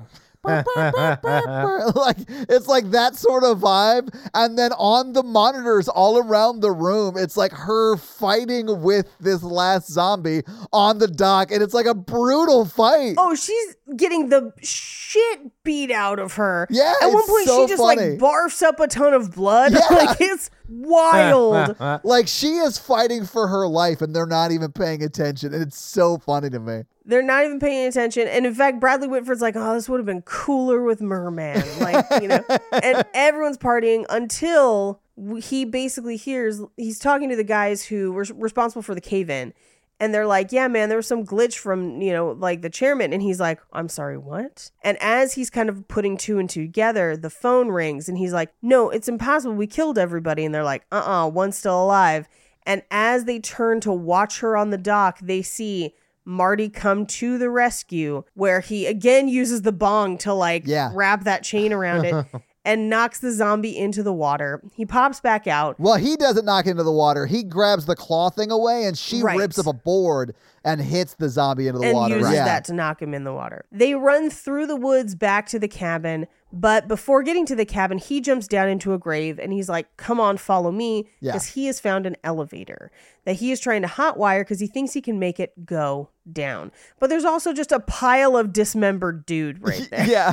Speaker 1: burp." like it's like that sort of vibe and then on the monitors all around the room it's like her fighting with this last zombie on the dock and it's like a brutal fight
Speaker 3: Oh, she's getting the shit beat out of her.
Speaker 1: Yeah,
Speaker 3: At one
Speaker 1: it's
Speaker 3: point,
Speaker 1: so
Speaker 3: she just
Speaker 1: funny.
Speaker 3: like barfs up a ton of blood. like, it's wild.
Speaker 1: like she is fighting for her life and they're not even paying attention and it's so funny to me
Speaker 3: They're not even paying attention. And in fact, Bradley Whitford's like, oh, this would have been cooler with Merman. Like, you know, and everyone's partying until w- he basically hears, he's talking to the guys who were s- responsible for the cave in. And they're like, yeah, man, there was some glitch from, you know, like the chairman. And he's like, I'm sorry, what? And as he's kind of putting two and two together, the phone rings and he's like, no, it's impossible. We killed everybody. And they're like, uh uh-uh, uh, one's still alive. And as they turn to watch her on the dock, they see Marty come to the rescue, where he again uses the bong to like
Speaker 1: Yeah.
Speaker 3: wrap that chain around it and knocks the zombie into the water. He pops back out.
Speaker 1: Well, he doesn't knock into the water. He grabs the claw thing away, and she
Speaker 3: Right.
Speaker 1: rips up a board and hits the zombie into the
Speaker 3: and
Speaker 1: water.
Speaker 3: uses
Speaker 1: right?
Speaker 3: that to knock him in the water. They run through the woods back to the cabin, but before getting to the cabin, he jumps down into a grave and he's like, "Come on, follow me,"
Speaker 1: Yeah.
Speaker 3: because he has found an elevator that he is trying to hotwire because he thinks he can make it go down. But there's also just a pile of dismembered dude right there.
Speaker 1: yeah.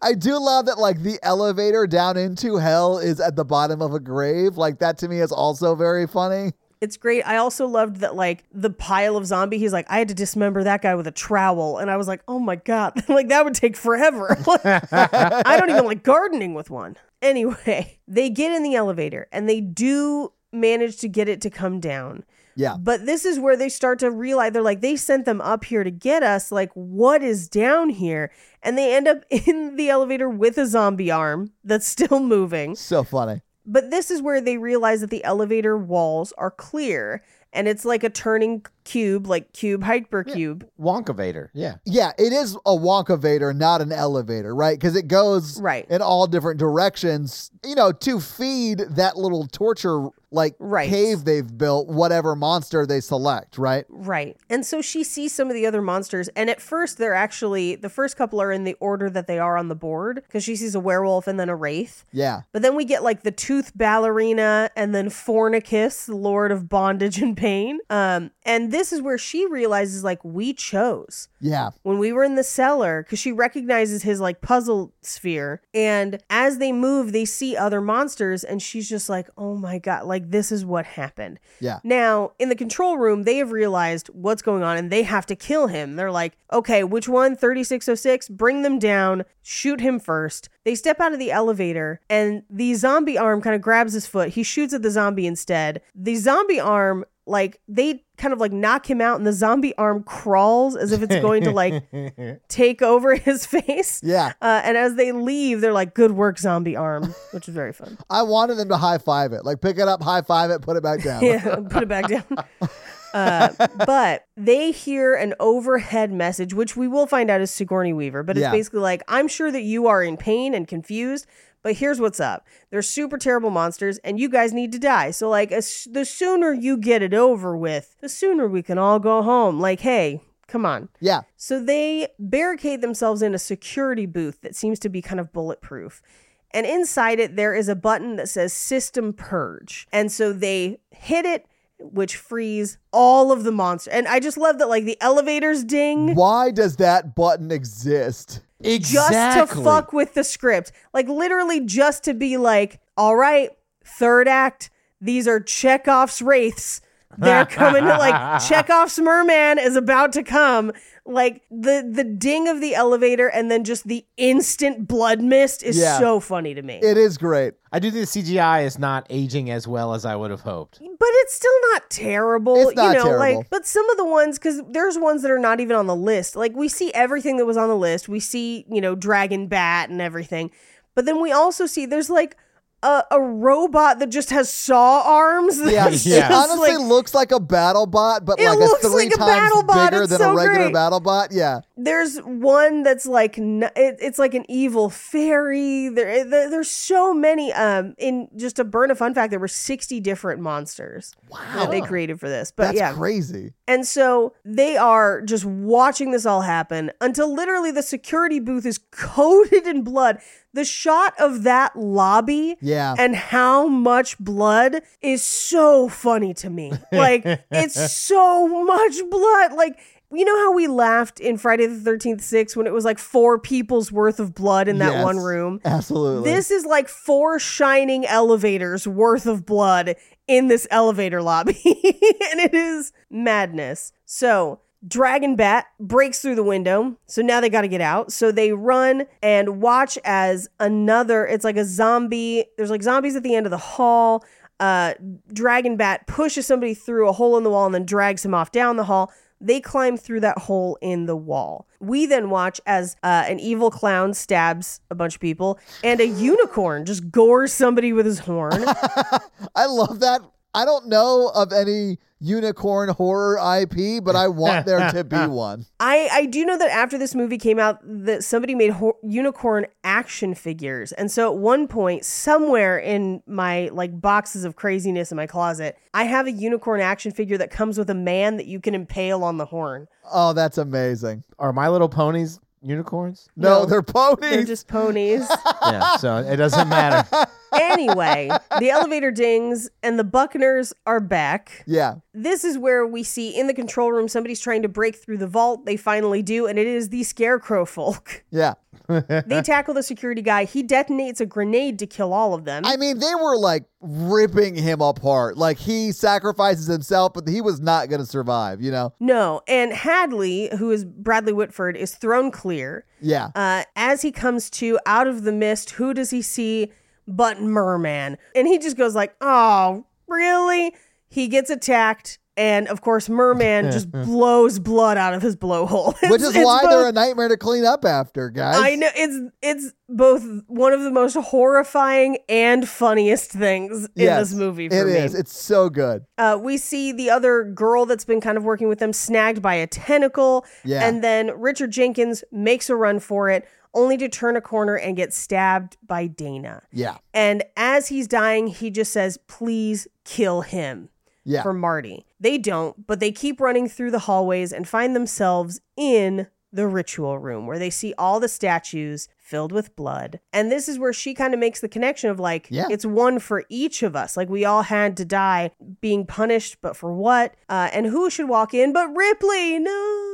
Speaker 1: I do love that, like, the elevator down into hell is at the bottom of a grave. Like, that to me is also very funny.
Speaker 3: It's great. I also loved that, like, the pile of zombie, he's like, I had to dismember that guy with a trowel. And I was like, oh my God, like, that would take forever. I don't even like gardening with one. Anyway, they get in the elevator and they do manage to get it to come down.
Speaker 1: Yeah.
Speaker 3: But this is where they start to realize they're like, they sent them up here to get us. Like, what is down here? And they end up in the elevator with a zombie arm that's still moving.
Speaker 1: So funny.
Speaker 3: But this is where they realize that the elevator walls are clear and it's like a turning cube, like cube hypercube.
Speaker 2: Wonkavator. Yeah.
Speaker 1: Yeah, it is a Wonkavator, not an elevator, right? Because it goes
Speaker 3: Right.
Speaker 1: in all different directions, you know, to feed that little torture, like,
Speaker 3: Right.
Speaker 1: cave they've built, whatever monster they select, right?
Speaker 3: Right. And so she sees some of the other monsters. And at first, they're actually, the first couple are in the order that they are on the board because she sees a werewolf and then a wraith.
Speaker 1: Yeah.
Speaker 3: But then we get like the tooth ballerina and then Fornicus, Lord of Bondage and Pain. Um, and this is where she realizes like we chose.
Speaker 1: Yeah.
Speaker 3: when we were in the cellar because she recognizes his like puzzle sphere and as they move they see other monsters and she's just like oh my god like this is what happened
Speaker 1: Yeah.
Speaker 3: now in the control room they have realized what's going on and they have to kill him they're like okay which one 3606 bring them down shoot him first they step out of the elevator and the zombie arm kind of grabs his foot he shoots at the zombie instead the zombie arm like they kind of like knock him out and the zombie arm crawls as if it's going to like take over his face
Speaker 1: Yeah.
Speaker 3: uh, and as they leave they're like good work zombie arm which is very fun
Speaker 1: I wanted them to high five it. Like pick it up, high five it, put it back down.
Speaker 3: yeah put it back down uh, but they hear an overhead message which we will find out is sigourney weaver but it's
Speaker 1: Yeah.
Speaker 3: basically like i'm sure that you are in pain and confused but here's what's up they're super terrible monsters and you guys need to die so like as, the sooner you get it over with the sooner we can all go home like hey come on
Speaker 1: Yeah.
Speaker 3: So they barricade themselves in a security booth that seems to be kind of bulletproof. And inside it, there is a button that says system purge. And so they hit it, which frees all of the monsters. And I just love that, like, the elevators ding
Speaker 1: Why does that button exist?
Speaker 3: just
Speaker 2: Exactly.
Speaker 3: to fuck with the script. Like literally just to be like, all right, third act, these are Chekhov's wraiths. They're coming to like Chekhov's merman is about to come. Like the the ding of the elevator and then just the instant blood mist is
Speaker 1: Yeah.
Speaker 3: so funny to me.
Speaker 1: It is great.
Speaker 2: I do think the CGI is not aging as well as I would have hoped.
Speaker 3: but it's still not terrible.
Speaker 1: It's not
Speaker 3: you know,
Speaker 1: terrible.
Speaker 3: like but some of the ones because there's ones that are not even on the list. Like we see everything that was on the list. We see, you know, Dragon Bat and everything. But then we also see there's like a, a robot that just has saw arms.
Speaker 1: Yeah,
Speaker 3: It's
Speaker 1: it
Speaker 2: Yeah.
Speaker 3: just,
Speaker 1: honestly
Speaker 3: like-
Speaker 1: looks like a battle bot, but
Speaker 3: It
Speaker 1: like
Speaker 3: looks
Speaker 1: a three
Speaker 3: like a
Speaker 1: times
Speaker 3: battle bot.
Speaker 1: bigger
Speaker 3: It's
Speaker 1: than a
Speaker 3: so
Speaker 1: regular
Speaker 3: great.
Speaker 1: battle bot. Yeah,
Speaker 3: there's one that's like n- it, it's like an evil fairy there, there there's so many um in just to burn a fun fact there were 60 different monsters that they created for this but
Speaker 1: that's
Speaker 3: yeah
Speaker 1: crazy.
Speaker 3: And so they are just watching this all happen until literally the security booth is coated in blood. The shot of that lobby
Speaker 1: Yeah.
Speaker 3: and how much blood is so funny to me. Like, it's so much blood. Like, you know how we laughed in Friday the 13th 6 when it was like four people's worth of blood in that
Speaker 1: Yes,
Speaker 3: one room?
Speaker 1: Absolutely.
Speaker 3: This is like four shining elevators worth of blood in this elevator lobby. and it is madness. So, Dragon Bat breaks through the window. So now they got to get out. So they run and watch as another, it's like a zombie. There's like zombies at the end of the hall. Uh, Dragon Bat pushes somebody through a hole in the wall and then drags him off down the hall. They climb through that hole in the wall. We then watch as uh, an evil clown stabs a bunch of people, and a unicorn just gores somebody with his horn.
Speaker 1: I love that. I don't know of any unicorn horror IP, but I want there to be one.
Speaker 3: I, I do know that after this movie came out, that somebody made ho- unicorn action figures, and so at one point, somewhere in my like boxes of craziness in my closet, I have a unicorn action figure that comes with a man that you can impale on the horn.
Speaker 1: Oh, that's amazing.
Speaker 2: Are My Little Ponies unicorns?
Speaker 1: No,
Speaker 3: No,
Speaker 1: they're ponies.
Speaker 3: They're just ponies.
Speaker 2: yeah, so it doesn't matter.
Speaker 3: anyway, the elevator dings and the Buckners are back.
Speaker 1: yeah.
Speaker 3: This is where we see in the control room somebody's trying to break through the vault. They finally do, and it is the Scarecrow folk.
Speaker 1: Yeah.
Speaker 3: they tackle the security guy. He detonates a grenade to kill all of them.
Speaker 1: I mean, they were like ripping him apart. Like he sacrifices himself, but he was not going to survive, you know?
Speaker 3: no, and Hadley, who is Bradley Whitford, is thrown clear.
Speaker 1: Yeah.
Speaker 3: Uh, as he comes to out of the mist, who does he see but Merman? And he just goes like, "Oh, really?" He gets attacked, and of course, Merman just blows blood out of his blowhole.
Speaker 1: Which
Speaker 3: It's-
Speaker 1: is
Speaker 3: it's
Speaker 1: why they're a
Speaker 3: both-
Speaker 1: nightmare to clean up after, guys.
Speaker 3: I know it's it's both one of the most horrifying and funniest things in
Speaker 1: Yes,
Speaker 3: this movie.
Speaker 1: It
Speaker 3: For
Speaker 1: is.
Speaker 3: me.
Speaker 1: It's so good.
Speaker 3: Uh, we see the other girl that's been kind of working with them snagged by a tentacle.
Speaker 1: Yeah.
Speaker 3: And then Richard Jenkins makes a run for it, only to turn a corner and get stabbed by Dana.
Speaker 1: Yeah.
Speaker 3: And as he's dying, he just says, please kill him
Speaker 1: Yeah.
Speaker 3: for Marty. They don't, but they keep running through the hallways and find themselves in the ritual room where they see all the statues filled with blood. And this is where she kind of makes the connection of like,
Speaker 1: Yeah.
Speaker 3: it's one for each of us. Like, we all had to die being punished, but for what? Uh, and who should walk in but Ripley? No.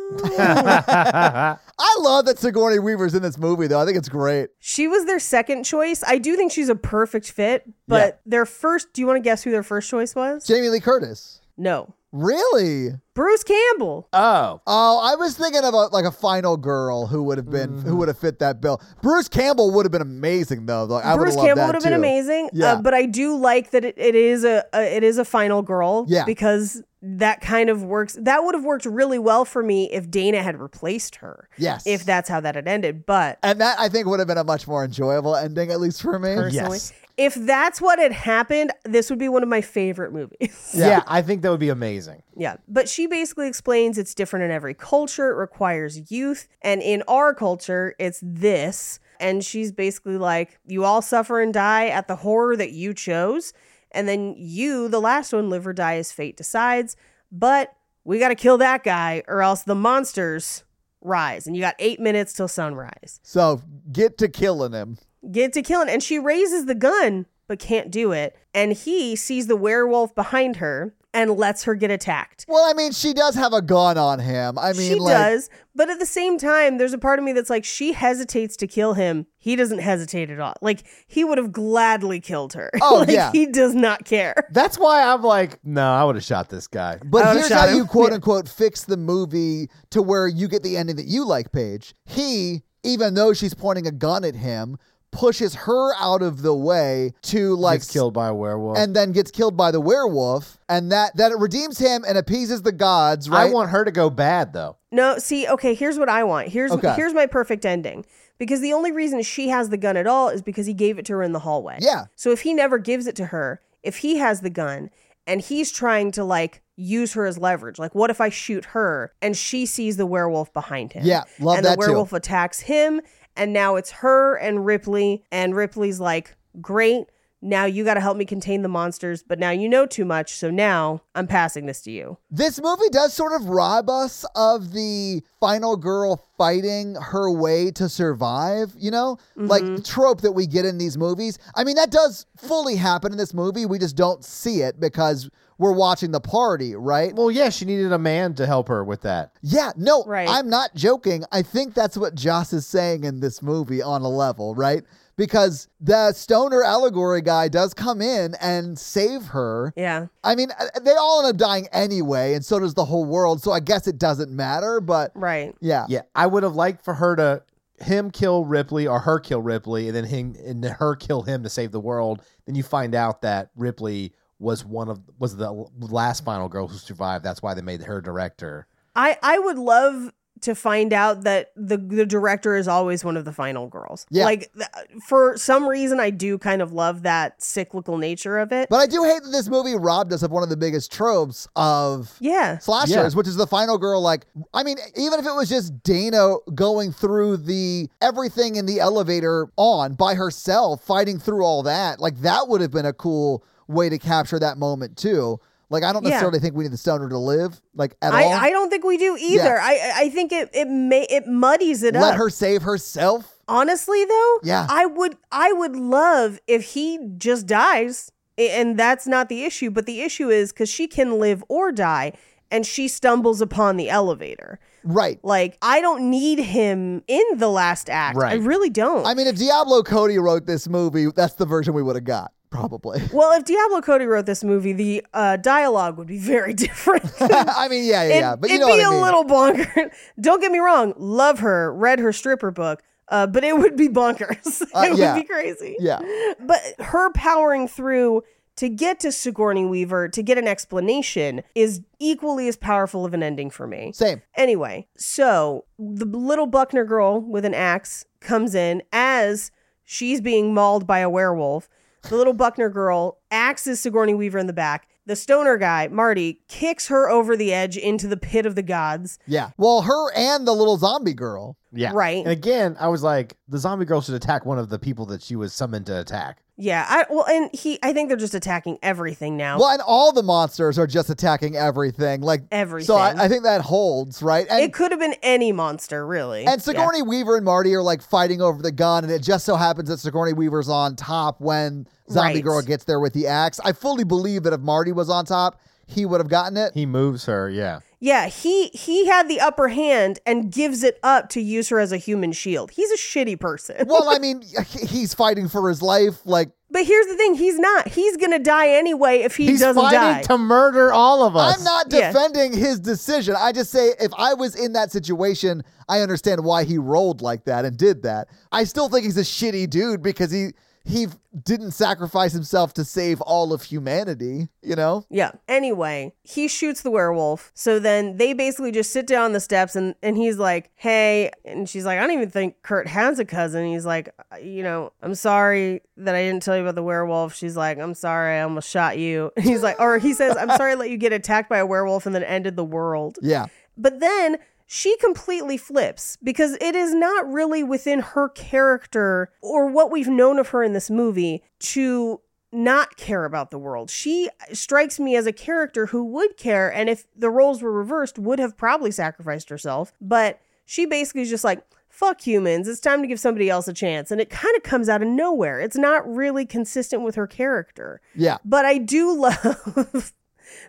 Speaker 1: I love that Sigourney Weaver's in this movie, though. I think it's great.
Speaker 3: she was their second choice. I do think she's a perfect fit, but their first, do you want to guess who their first choice was?
Speaker 1: Jamie Lee Curtis.
Speaker 3: No.
Speaker 1: Really?
Speaker 3: Bruce Campbell.
Speaker 2: oh,
Speaker 1: Oh, I was thinking of a, like a final girl who would have been
Speaker 3: Mm.
Speaker 1: who would have fit that bill. Bruce Campbell would have been amazing though. Like, I would have
Speaker 3: Bruce
Speaker 1: loved
Speaker 3: Campbell would
Speaker 1: that
Speaker 3: have been
Speaker 1: too.
Speaker 3: amazing.
Speaker 1: Yeah.
Speaker 3: Uh, but I do like that it, it is a, a it is a final girl.
Speaker 1: Yeah.
Speaker 3: Because that kind of works. That would have worked really well for me if Dana had replaced her.
Speaker 1: Yes.
Speaker 3: If that's how that had ended. But
Speaker 1: And that I think would have been a much more enjoyable ending, at least for me.
Speaker 3: personally,
Speaker 2: Yes.
Speaker 3: if that's what had happened, this would be one of my favorite movies.
Speaker 2: yeah. I think that would be amazing.
Speaker 3: Yeah. But she basically explains it's different in every culture. It requires youth. And in our culture, it's this. And she's basically like, you all suffer and die at the horror that you chose. And then you, the last one, live or die as fate decides. But we got to kill that guy or else the monsters rise. And you got eight minutes till sunrise.
Speaker 1: So get to killing him.
Speaker 3: get to killing. And she raises the gun, but can't do it. And he sees the werewolf behind her and lets her get attacked.
Speaker 1: Well, I mean, she does have a gun on him. I mean,
Speaker 3: she
Speaker 1: like,
Speaker 3: does, but at the same time, there's a part of me that's like, she hesitates to kill him. He doesn't hesitate at all. Like he would have gladly killed her.
Speaker 1: Oh,
Speaker 3: like,
Speaker 1: yeah.
Speaker 3: he does not care.
Speaker 2: That's why I'm like, no, I would have shot this guy.
Speaker 3: I
Speaker 1: But
Speaker 3: would've
Speaker 1: here's
Speaker 3: shot
Speaker 1: how
Speaker 3: him.
Speaker 1: you quote unquote fix the movie to where you get the ending that you like, Paige. He, even though she's pointing a gun at him, pushes her out of the way to like
Speaker 2: Gets killed by a werewolf.
Speaker 1: and then gets killed by the werewolf, and that that it redeems him and appeases the gods, right?
Speaker 2: I want her to go bad though.
Speaker 3: No, see, okay, here's what I want. Here's
Speaker 1: Okay.
Speaker 3: here's my perfect ending. Because the only reason she has the gun at all is because he gave it to her in the hallway.
Speaker 1: Yeah.
Speaker 3: So if he never gives it to her, if he has the gun and he's trying to like use her as leverage, like what if I shoot her and she sees the werewolf behind him?
Speaker 1: Yeah, love
Speaker 3: and
Speaker 1: that
Speaker 3: the
Speaker 1: too.
Speaker 3: werewolf attacks him, and now it's her and Ripley, and Ripley's like, "Great, now you got to help me contain the monsters, but now you know too much, so now I'm passing this to you."
Speaker 1: This movie does sort of rob us of the final girl fighting her way to survive, you know? Like trope that we get in these movies. I mean, that does fully happen in this movie. We just don't see it because we're watching the party, right?
Speaker 2: Well, yeah, she needed a man to help her with that.
Speaker 1: Yeah, no,
Speaker 3: Right.
Speaker 1: I'm not joking. I think that's what Joss is saying in this movie on a level, right? Because the stoner allegory guy does come in and save her.
Speaker 3: Yeah.
Speaker 1: I mean, uh, they all end up dying anyway, and so does the whole world. So I guess it doesn't matter, but
Speaker 3: Right.
Speaker 1: yeah.
Speaker 2: Yeah, I would have liked for her to him kill Ripley or her kill Ripley, and then him and her kill him to save the world. Then you find out that Ripley was one of was the last final girl who survived. That's why they made her director.
Speaker 3: I I would love to find out that the the director is always one of the final girls.
Speaker 1: Yeah.
Speaker 3: Like th- for some reason I do kind of love that cyclical nature of it.
Speaker 1: But I do hate that this movie robbed us of one of the biggest tropes of
Speaker 3: yeah.
Speaker 1: slashers,
Speaker 2: Yeah.
Speaker 1: which is the final girl. Like, I mean, even if it was just Dana going through the everything in the elevator on by herself, fighting through all that, like that would have been a cool way to capture that moment too. Like, I don't
Speaker 3: Yeah.
Speaker 1: necessarily think we need the stoner to live, like at all.
Speaker 3: I, I don't think we do either. I I think it it may it muddies it
Speaker 1: Let
Speaker 3: up.
Speaker 1: her save herself.
Speaker 3: Honestly though,
Speaker 1: Yeah.
Speaker 3: I would I would love if he just dies a- and that's not the issue, but the issue is cuz she can live or die and she stumbles upon the elevator.
Speaker 1: Right.
Speaker 3: Like I don't need him in the last act. I
Speaker 2: Right.
Speaker 3: really don't.
Speaker 1: I mean, if Diablo Cody wrote this movie, that's the version we would have got, probably.
Speaker 3: Well, if Diablo Cody wrote this movie, the uh, dialogue would be very different.
Speaker 1: I mean, yeah, yeah, yeah.
Speaker 3: It'd-
Speaker 1: But you
Speaker 3: it'd
Speaker 1: know
Speaker 3: be
Speaker 1: what I mean.
Speaker 3: a little bonkers. Don't get me wrong. Love her. Read her stripper book. Uh, but it would be bonkers.
Speaker 1: Uh,
Speaker 3: it
Speaker 1: yeah.
Speaker 3: would be crazy.
Speaker 1: Yeah.
Speaker 3: But her powering through to get to Sigourney Weaver to get an explanation is equally as powerful of an ending for me.
Speaker 1: Same.
Speaker 3: Anyway, so the little Buckner girl with an axe comes in as she's being mauled by a werewolf. The little Buckner girl axes Sigourney Weaver in the back. The stoner guy, Marty, kicks her over the edge into the pit of the gods.
Speaker 1: Yeah. Well, her and the little zombie girl.
Speaker 2: Yeah,
Speaker 3: Right.
Speaker 2: And again, I was like, the zombie girl should attack one of the people that she was summoned to attack.
Speaker 3: Yeah, I well and he I think they're just attacking everything now.
Speaker 1: Well, and all the monsters are just attacking everything. Like
Speaker 3: Everything.
Speaker 1: So I, I think that holds, right? And
Speaker 3: it could have been any monster, really.
Speaker 1: and Sigourney Weaver and Marty are like fighting over the gun, and it just so happens that Sigourney Weaver's on top when Zombie
Speaker 3: Right.
Speaker 1: Girl gets there with the axe. I fully believe that if Marty was on top, he would have gotten it.
Speaker 2: He moves her. Yeah.
Speaker 3: Yeah, he he had the upper hand and gives it up to use her as a human shield. He's a shitty person.
Speaker 1: well, I mean, he- he's fighting for his life. Like
Speaker 3: But here's the thing: he's not. He's gonna die anyway if he
Speaker 2: He's
Speaker 3: doesn't
Speaker 2: fighting
Speaker 3: die.
Speaker 2: to murder all of us.
Speaker 1: I'm not
Speaker 3: Yeah.
Speaker 1: defending his decision. I just say if I was in that situation, I understand why he rolled like that and did that. I still think he's a shitty dude because he he didn't sacrifice himself to save all of humanity, you know?
Speaker 3: yeah. Anyway, he shoots the werewolf. So then they basically just sit down on the steps, and and he's like, "Hey," and she's like, "I don't even think Kurt has a cousin." He's like, "You know, I'm sorry that I didn't tell you about the werewolf." She's like, "I'm sorry, I almost shot you." He's like, or he says, "I'm sorry I let you get attacked by a werewolf and then ended the world."
Speaker 1: Yeah.
Speaker 3: But then she completely flips because it is not really within her character or what we've known of her in this movie to not care about the world. She strikes me as a character who would care and if the roles were reversed would have probably sacrificed herself, but she basically is just like fuck humans, it's time to give somebody else a chance. And it kind of comes out of nowhere. It's not really consistent with her character.
Speaker 1: Yeah.
Speaker 3: But I do love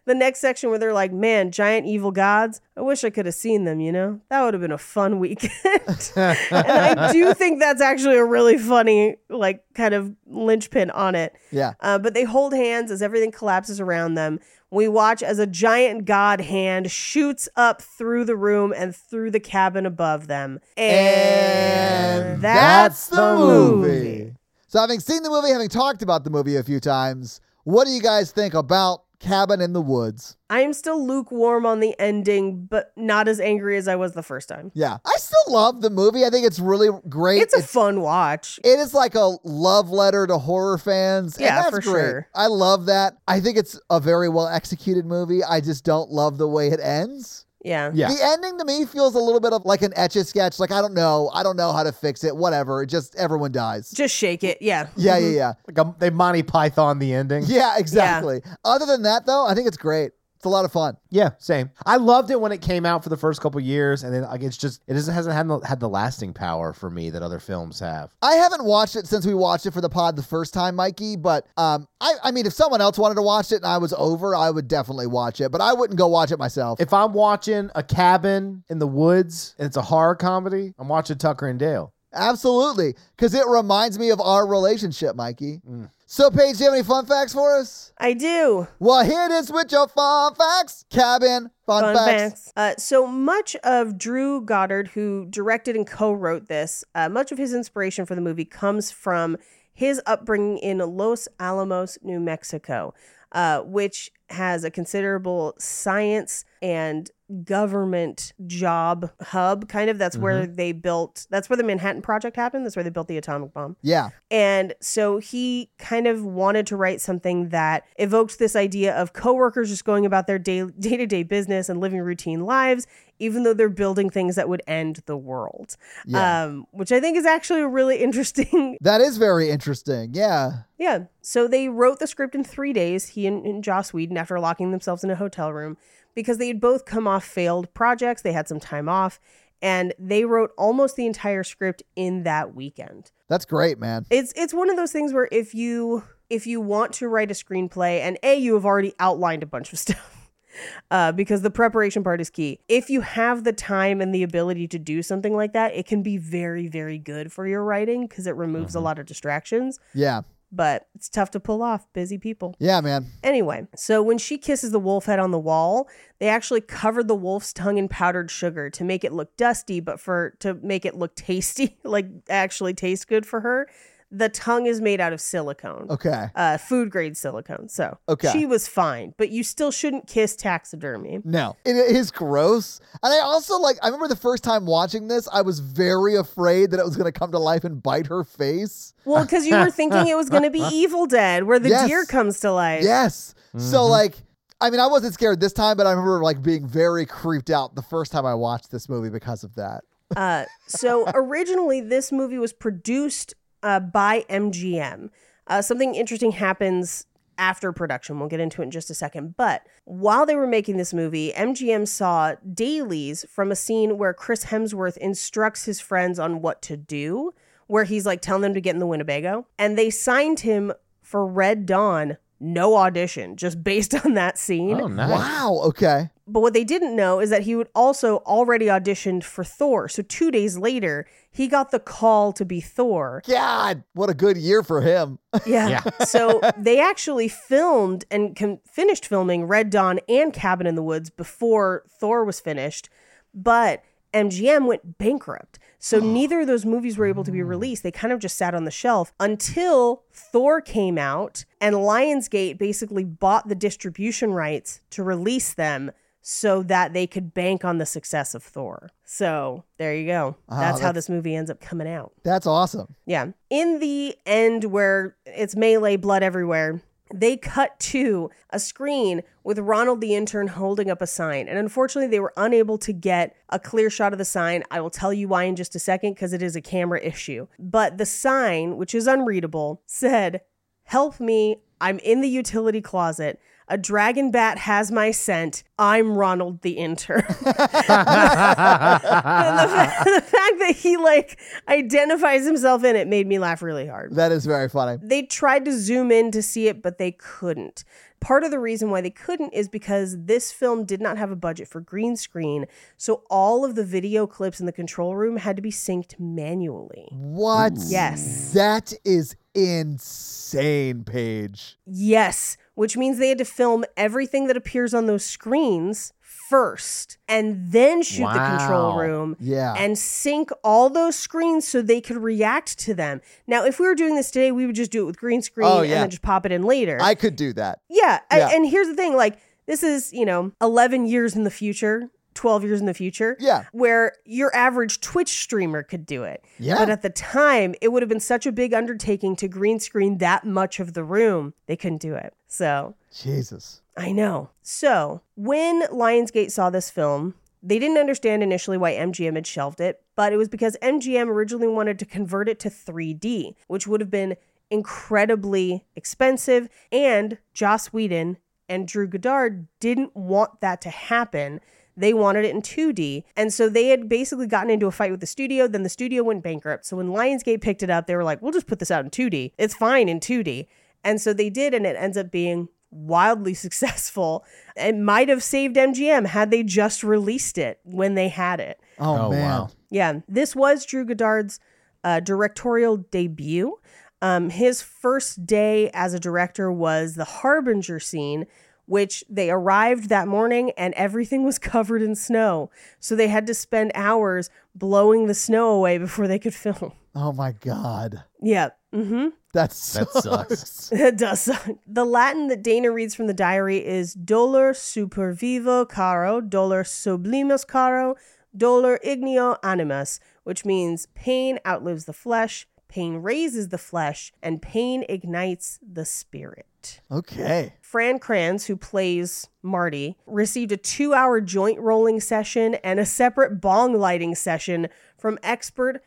Speaker 3: the next section where they're like, man, giant evil gods. I wish I could have seen them, you know? That would have been a fun weekend. and I do think that's actually a really funny, like, kind of linchpin on it.
Speaker 1: Yeah.
Speaker 3: Uh, but they hold hands as everything collapses around them. We watch as a giant god hand shoots up through the room and through the cabin above them. And,
Speaker 1: And
Speaker 3: that's, the movie.
Speaker 1: So, having seen the movie, having talked about the movie a few times, what do you guys think about Cabin in the Woods?
Speaker 3: I am still lukewarm on the ending, but not as angry as I was the first time.
Speaker 1: Yeah. I still love the movie. I think it's really great.
Speaker 3: It's a fun watch.
Speaker 1: It is like a love letter to horror fans. and
Speaker 3: Yeah,
Speaker 1: that's
Speaker 3: for
Speaker 1: great.
Speaker 3: sure.
Speaker 1: I love that. I think it's a very well executed movie. I just don't love the way it ends.
Speaker 3: Yeah.
Speaker 2: Yeah.
Speaker 1: The ending to me feels a little bit of like an etch a sketch. Like, I don't know. I don't know how to fix it. Whatever. It just everyone dies.
Speaker 3: Just Mm-hmm. shake it. Yeah.
Speaker 1: yeah, yeah, yeah.
Speaker 2: Like a, they Monty Python the ending.
Speaker 1: Yeah, exactly. Other than that, though, I think it's great. It's a lot of fun.
Speaker 2: Yeah, same. I loved it when it came out for the first couple years, and then like it's just it just hasn't had the, had the lasting power for me that other films have.
Speaker 1: I haven't watched it since we watched it for the pod the first time, Mikey. But um, I, I mean, if someone else wanted to watch it and I was over, I would definitely watch it. But I wouldn't go watch it myself.
Speaker 2: If I'm watching a cabin in the woods and it's a horror comedy, I'm watching Tucker and Dale.
Speaker 1: Absolutely, because it reminds me of our relationship, Mikey. So, Paige, do you have any fun facts for us?
Speaker 3: I do.
Speaker 1: Well, here it is with your fun facts, cabin fun,
Speaker 3: Fun
Speaker 1: facts.
Speaker 3: facts. Uh, so much of Drew Goddard, who directed and co-wrote this, uh, much of his inspiration for the movie comes from his upbringing in Los Alamos, New Mexico, uh, which has a considerable science and government job hub. Kind of that's where they built. That's where the Manhattan Project happened. That's where they built the atomic bomb.
Speaker 1: Yeah,
Speaker 3: And so he kind of wanted to write something that evoked this idea of coworkers just going about their day to day business and living routine lives, even though they're building things that would end the world.
Speaker 1: Yeah.
Speaker 3: Um, which I think is actually a really interesting.
Speaker 1: that is very interesting. Yeah,
Speaker 3: yeah. So they wrote the script in three days, he and, and Joss Whedon, after locking themselves in a hotel room, because they had both come off failed projects. They had some time off, and they wrote almost the entire script in that weekend
Speaker 1: that's great, man.
Speaker 3: it's it's one of those things where if you if you want to write a screenplay and a you have already outlined a bunch of stuff uh, because the preparation part is key if you have the time and the ability to do something like that it can be very very good for your writing because it removes a lot of distractions
Speaker 1: Yeah,
Speaker 3: but it's tough to pull off busy people
Speaker 1: yeah, man.
Speaker 3: Anyway, so when she kisses the wolf head on the wall, they actually covered the wolf's tongue in powdered sugar to make it look dusty, but for to make it look tasty, like actually taste good for her. The tongue is made out of silicone.
Speaker 1: Okay.
Speaker 3: Uh, food grade silicone. So
Speaker 1: Okay.
Speaker 3: she was fine, but you still shouldn't kiss taxidermy.
Speaker 1: No, it is gross. And I also like, I remember the first time watching this, I was very afraid that it was going to come to life and bite her face.
Speaker 3: Well, because you were thinking it was going to be Evil Dead, where the
Speaker 1: Yes.
Speaker 3: deer comes to life.
Speaker 1: Yes. So, like, I mean, I wasn't scared this time, but I remember like being very creeped out the first time I watched this movie because of that.
Speaker 3: Uh, so originally, this movie was produced uh, by MGM. Uh, something interesting happens after production. We'll get into it in just a second. But while they were making this movie, MGM saw dailies from a scene where Chris Hemsworth instructs his friends on what to do, where he's like telling them to get in the Winnebago. And they signed him for Red Dawn, no audition, just based on that scene.
Speaker 2: Oh, nice.
Speaker 1: Wow. Okay.
Speaker 3: But what they didn't know is that he would also already auditioned for Thor. So two days later, he got the call to be Thor.
Speaker 1: God, what a good year for him.
Speaker 3: Yeah. so they actually filmed and com- finished filming Red Dawn and Cabin in the Woods before Thor was finished, but MGM went bankrupt. So neither of those movies were able to be released. They kind of just sat on the shelf until Thor came out and Lionsgate basically bought the distribution rights to release them so that they could bank on the success of Thor. So, there you go. Ah, that's how this movie ends up coming out.
Speaker 1: That's awesome.
Speaker 3: Yeah. In the end, where it's melee blood everywhere, they cut to a screen with Ronald the intern holding up a sign. And unfortunately, they were unable to get a clear shot of the sign. I will tell you why in just a second because it is a camera issue. But the sign, which is unreadable, said, Help me. I'm in the utility closet. A dragon bat has my scent. I'm Ronald the intern. And the, fa- the fact that he like identifies himself in it made me laugh really hard.
Speaker 1: That is very funny.
Speaker 3: They tried to zoom in to see it, but they couldn't. Part of the reason why they couldn't is because this film did not have a budget for green screen, so all of the video clips in the control room had to be synced manually.
Speaker 1: What?
Speaker 3: Yes.
Speaker 1: That is insane, Paige.
Speaker 3: Yes, which means they had to film everything that appears on those screens first and then shoot the control
Speaker 2: Wow.
Speaker 3: room
Speaker 1: Yeah.
Speaker 3: and sync all those screens so they could react to them. Now, if we were doing this today, we would just do it with green screen
Speaker 1: Oh,
Speaker 3: and
Speaker 1: yeah.
Speaker 3: then just pop it in later.
Speaker 1: I could do that.
Speaker 3: yeah, a-
Speaker 1: Yeah.
Speaker 3: and here's the thing like, this is, you know, 11 years in the future. 12 years in the future,
Speaker 1: Yeah.
Speaker 3: where your average Twitch streamer could do it.
Speaker 1: Yeah.
Speaker 3: But at the time, it would have been such a big undertaking to green screen that much of the room. They couldn't do it. So
Speaker 1: Jesus.
Speaker 3: I know. So when Lionsgate saw this film, they didn't understand initially why MGM had shelved it, but it was because MGM originally wanted to convert it to 3D, which would have been incredibly expensive. And Joss Whedon and Drew Goddard didn't want that to happen. They wanted it in 2D. And so they had basically gotten into a fight with the studio. Then the studio went bankrupt. So when Lionsgate picked it up, they were like, we'll just put this out in 2D. It's fine in 2D. And so they did, and it ends up being wildly successful. It might have saved MGM had they just released it when they had it.
Speaker 1: Oh,
Speaker 2: Oh,
Speaker 1: man.
Speaker 2: wow.
Speaker 3: Yeah, this was Drew Goddard's uh, directorial debut. Um, his first day as a director was the Harbinger scene, which they arrived that morning and everything was covered in snow. So they had to spend hours blowing the snow away before they could film.
Speaker 1: Oh my god.
Speaker 3: Yeah. Mm-hmm.
Speaker 1: That's
Speaker 2: That sucks.
Speaker 3: It does suck. The Latin that Dana reads from the diary is dolor supervivo caro, dolor sublimus caro, dolor ignio animus, which means pain outlives the flesh, pain raises the flesh, and pain ignites the spirit.
Speaker 1: okay.
Speaker 3: Fran Kranz, who plays Marty, received a two hour joint rolling session and a separate bong lighting session from expert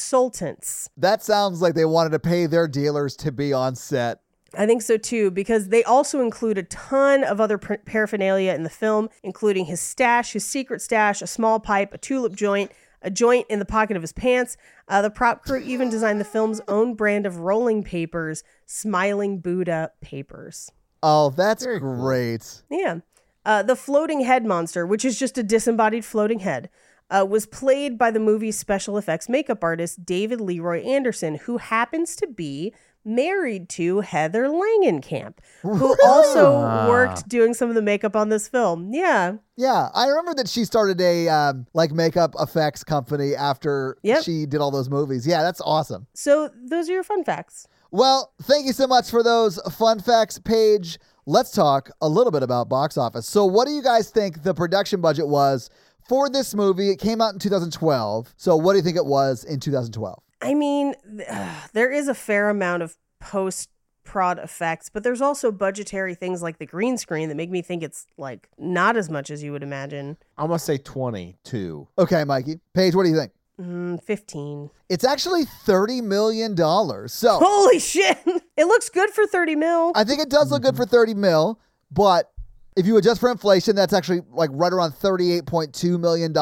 Speaker 3: consultants.
Speaker 1: That sounds like they wanted to pay their dealers to be on set.
Speaker 3: I think so too, because they also include a ton of other par- paraphernalia in the film, including his stash, his secret stash, a small pipe, a tulip joint, a joint in the pocket of his pants. Uh, the prop crew even designed the film's own brand of rolling papers, Smiling Buddha papers.
Speaker 1: Oh, that's great.
Speaker 3: Yeah. Uh, the floating head monster, which is just a disembodied floating head, uh, was played by the movie's special effects makeup artist, David Leroy Anderson, who happens to be married to Heather Langenkamp, who also worked doing some of the makeup on this film. Yeah.
Speaker 1: Yeah, I remember that she started a um, like makeup effects company after
Speaker 3: Yep.
Speaker 1: she did all those movies. Yeah, that's awesome.
Speaker 3: So those are your fun facts.
Speaker 1: Well, thank you so much for those fun facts, Paige. Let's talk a little bit about box office. So, what do you guys think the production budget was for this movie? It came out in 2012. So, what do you think it was in 2012?
Speaker 3: I mean, th- there is a fair amount of post prod effects, but there's also budgetary things like the green screen that make me think it's like not as much as you would imagine.
Speaker 2: I'm gonna say 22.
Speaker 1: Okay, Mikey. Paige, what do you think?
Speaker 3: Mm, 15.
Speaker 1: It's actually 30 million dollars. So,
Speaker 3: Holy shit! It looks good for thirty mil.
Speaker 1: I think it does look good for 30 mil, but if you adjust for inflation, that's actually like right around $38.2 million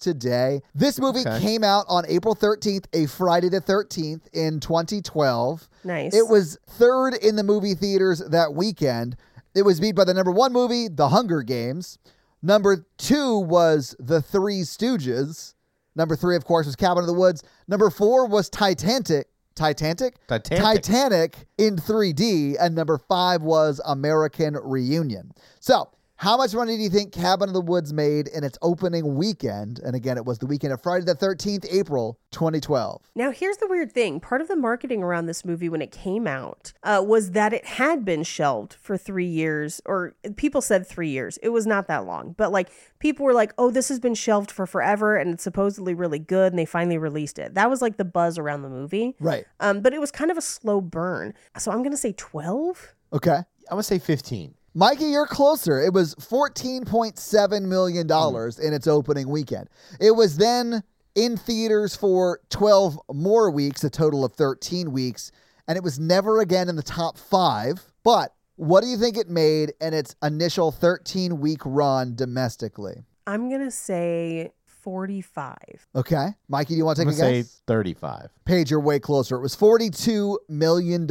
Speaker 1: today. This movie
Speaker 2: Okay.
Speaker 1: came out on April 13th, a Friday the 13th in 2012.
Speaker 3: nice.
Speaker 1: It was third in the movie theaters that weekend. It was beat by the number one movie, The Hunger Games. Number two was The Three Stooges. Number three, of course, was Cabin in the Woods. Number four was Titanic. Titanic?
Speaker 2: Titanic.
Speaker 1: Titanic in 3D. And number five was American Reunion. So, how much money do you think Cabin in the Woods made in its opening weekend? And again, it was the weekend of Friday the 13th, April 2012.
Speaker 3: now here's the weird thing. Part of the marketing around this movie when it came out uh, was that it had been shelved for three years, or people said three years. It was not that long, but like people were like, "Oh, this has been shelved for forever, and it's supposedly really good," and they finally released it. That was like the buzz around the movie.
Speaker 1: Right.
Speaker 3: Um, but it was kind of a slow burn. So I'm gonna say twelve.
Speaker 1: Okay.
Speaker 2: I'm gonna say 15.
Speaker 1: Mikey, you're closer. It was $14.7 million in its opening weekend. It was then in theaters for 12 more weeks, a total of 13 weeks, and it was never again in the top five. But What do you think it made in its initial 13 week run domestically?
Speaker 3: I'm going to say 45.
Speaker 1: Okay. Mikey, do you want to
Speaker 2: I'm
Speaker 1: take
Speaker 2: gonna
Speaker 1: a
Speaker 2: say
Speaker 1: guess?
Speaker 2: thirty-five.
Speaker 1: Paige, you're way closer. It was $42 million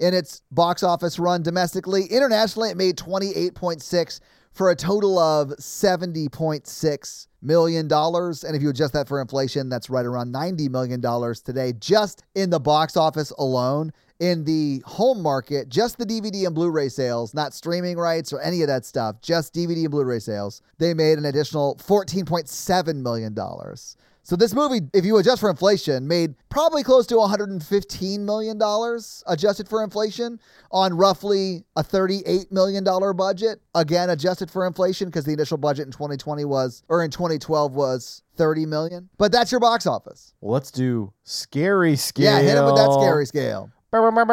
Speaker 1: in its box office run domestically. Internationally, it made 28.6 for a total of $70.6 million. And if you adjust that for inflation, that's right around $90 million today, just in the box office alone. In the home market, just the DVD and Blu ray sales, not streaming rights or any of that stuff, just DVD and Blu ray sales, they made an additional $14.7 million. So this movie, if you adjust for inflation, made probably close to 115 million dollars adjusted for inflation on roughly a 38 million dollar budget. Again, adjusted for inflation because the initial budget in 2020 was or in 2012 was 30 million. But that's your box office.
Speaker 2: Well, let's do scary scale.
Speaker 1: Yeah, hit him with that scary scale.
Speaker 2: I'm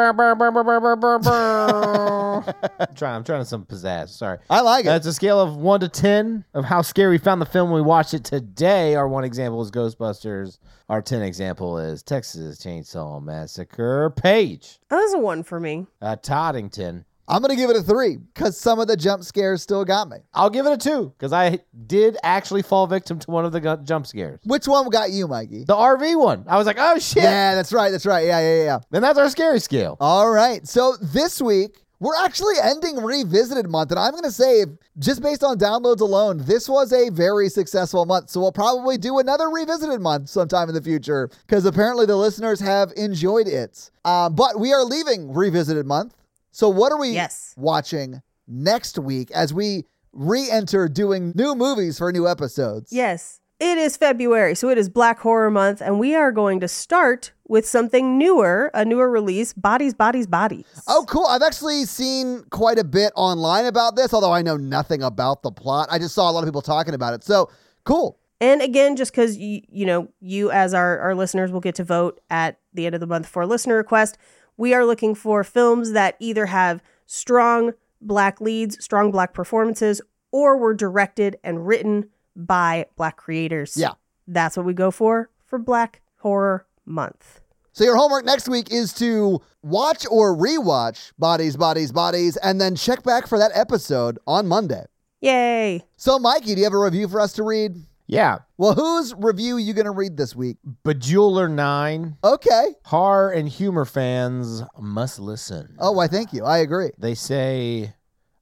Speaker 2: trying. I'm trying to some pizzazz. Sorry.
Speaker 1: I like it.
Speaker 2: That's a scale of one to ten of how scary we found the film when we watched it today. Our one example is Ghostbusters. Our ten example is Texas Chainsaw Massacre. Page
Speaker 3: Oh, that's a one for me.
Speaker 2: uh, Toddington.
Speaker 1: I'm gonna give it a three because some of the jump scares still got me.
Speaker 2: I'll give it a two because I did actually fall victim to one of the gu- jump scares.
Speaker 1: Which one got you, Mikey?
Speaker 2: The RV one. I was like, oh shit.
Speaker 1: Yeah, that's right. That's right. Yeah, yeah, yeah.
Speaker 2: And that's our scary scale.
Speaker 1: All right. So this week, we're actually ending Revisited month. And I'm going to say, just based on downloads alone, this was a very successful month. So we'll probably do another Revisited month sometime in the future because apparently the listeners have enjoyed it. Uh, but we are leaving Revisited month. So what are we
Speaker 3: Yes.
Speaker 1: watching next week as we re enter doing new movies for new episodes?
Speaker 3: Yes. It is February, so it is Black Horror Month, and we are going to start with something newer, a newer release, Bodies, Bodies, Bodies.
Speaker 1: Oh, cool. I've actually seen quite a bit online about this, although I know nothing about the plot. I just saw a lot of people talking about it. So, cool.
Speaker 3: And again, just because you, you know, you as our, our listeners will get to vote at the end of the month for a listener request, we are looking for films that either have strong black leads, strong black performances, or were directed and written by black creators.
Speaker 1: Yeah.
Speaker 3: That's what we go for for Black Horror Month.
Speaker 1: So, your homework next week is to watch or rewatch Bodies, Bodies, Bodies, and then check back for that episode on Monday.
Speaker 3: Yay.
Speaker 1: So, Mikey, do you have a review for us to read?
Speaker 2: Yeah.
Speaker 1: Well, whose review you going to read this week?
Speaker 2: Bejeweler nine.
Speaker 1: Okay.
Speaker 2: Horror and humor fans must listen.
Speaker 1: Oh, why, thank you. I agree.
Speaker 2: They say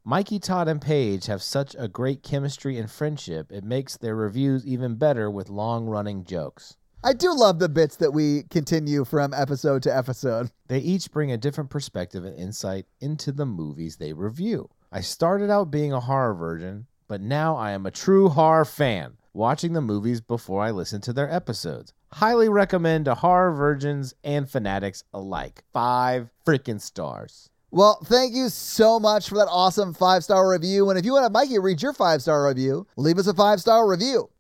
Speaker 2: Mikey Todd and Paige have such a great chemistry and friendship. It makes their reviews even better with long running jokes.
Speaker 1: I do love the bits that we continue from episode to episode.
Speaker 2: They each bring a different perspective and insight into the movies they review. I started out being a horror virgin, but now I am a true horror fan, watching the movies before I listen to their episodes. Highly recommend to horror virgins and fanatics alike. Five freaking stars.
Speaker 1: Well, thank you so much for that awesome five star review. And if you want to, Mikey, read your five star review, leave us a five star review.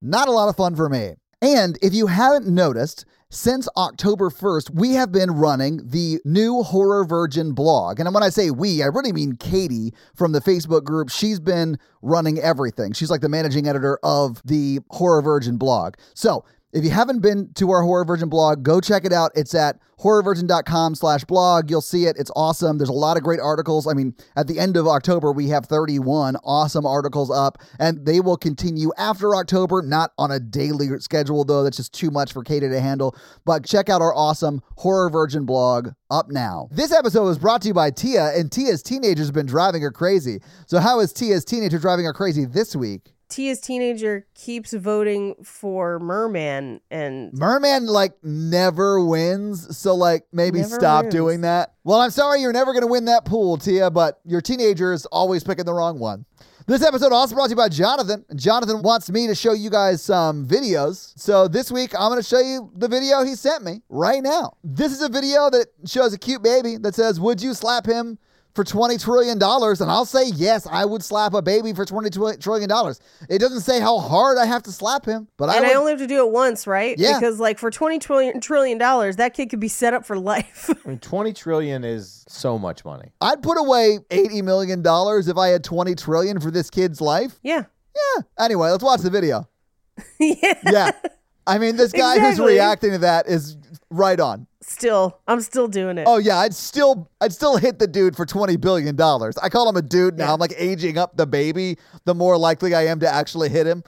Speaker 1: not a lot of fun for me. And if you haven't noticed, since October 1st, we have been running the new Horror Virgin blog. And when I say we, I really mean Katie from the Facebook group. She's been running everything. She's like the managing editor of the Horror Virgin blog. So if you haven't been to our Horror Virgin blog, go check it out. It's at horrorvirgin.com slash blog. You'll see it. It's awesome. There's a lot of great articles. I mean, at the end of October, we have 31 awesome articles up, and they will continue after October, not on a daily schedule, though. That's just too much for Katie to handle. But check out our awesome Horror Virgin blog up now. This episode was brought to you by Tia, and Tia's teenager has been driving her crazy. So, how is Tia's teenager driving her crazy this week?
Speaker 3: Tia's teenager keeps voting for Merman and
Speaker 1: Merman like never wins, so like maybe
Speaker 3: Never
Speaker 1: stop
Speaker 3: wins.
Speaker 1: doing that. Well, I'm sorry you're never going to win that pool, Tia, but your teenager is always picking the wrong one. This episode also brought to you by Jonathan. Jonathan wants me to show you guys some videos. So this week I'm going to show you the video he sent me right now. This is a video that shows a cute baby that says, "Would you slap him for $20 trillion dollars, and I'll say yes i would slap a baby for $20 trillion dollars. it doesn't say how hard i have to slap him but
Speaker 3: and
Speaker 1: I,
Speaker 3: I,
Speaker 1: would,
Speaker 3: only have to do it once, right?
Speaker 1: Yeah.
Speaker 3: Because like for twenty trillion trillion dollars, that kid could be set up for life.
Speaker 2: I mean, 20 trillion is so much money.
Speaker 1: I'd put away eighty million dollars if I had twenty trillion for this kid's life.
Speaker 3: yeah.
Speaker 1: Yeah. Anyway, let's watch the video.
Speaker 3: yeah.
Speaker 1: Yeah. I mean, this guy who's
Speaker 3: Exactly.
Speaker 1: reacting to that is right on.
Speaker 3: Still, I'm still doing it.
Speaker 1: Oh yeah, I'd still I'd still hit the dude for twenty billion dollars. I call him a dude now. I'm like aging up the baby. The more likely I am to actually hit him.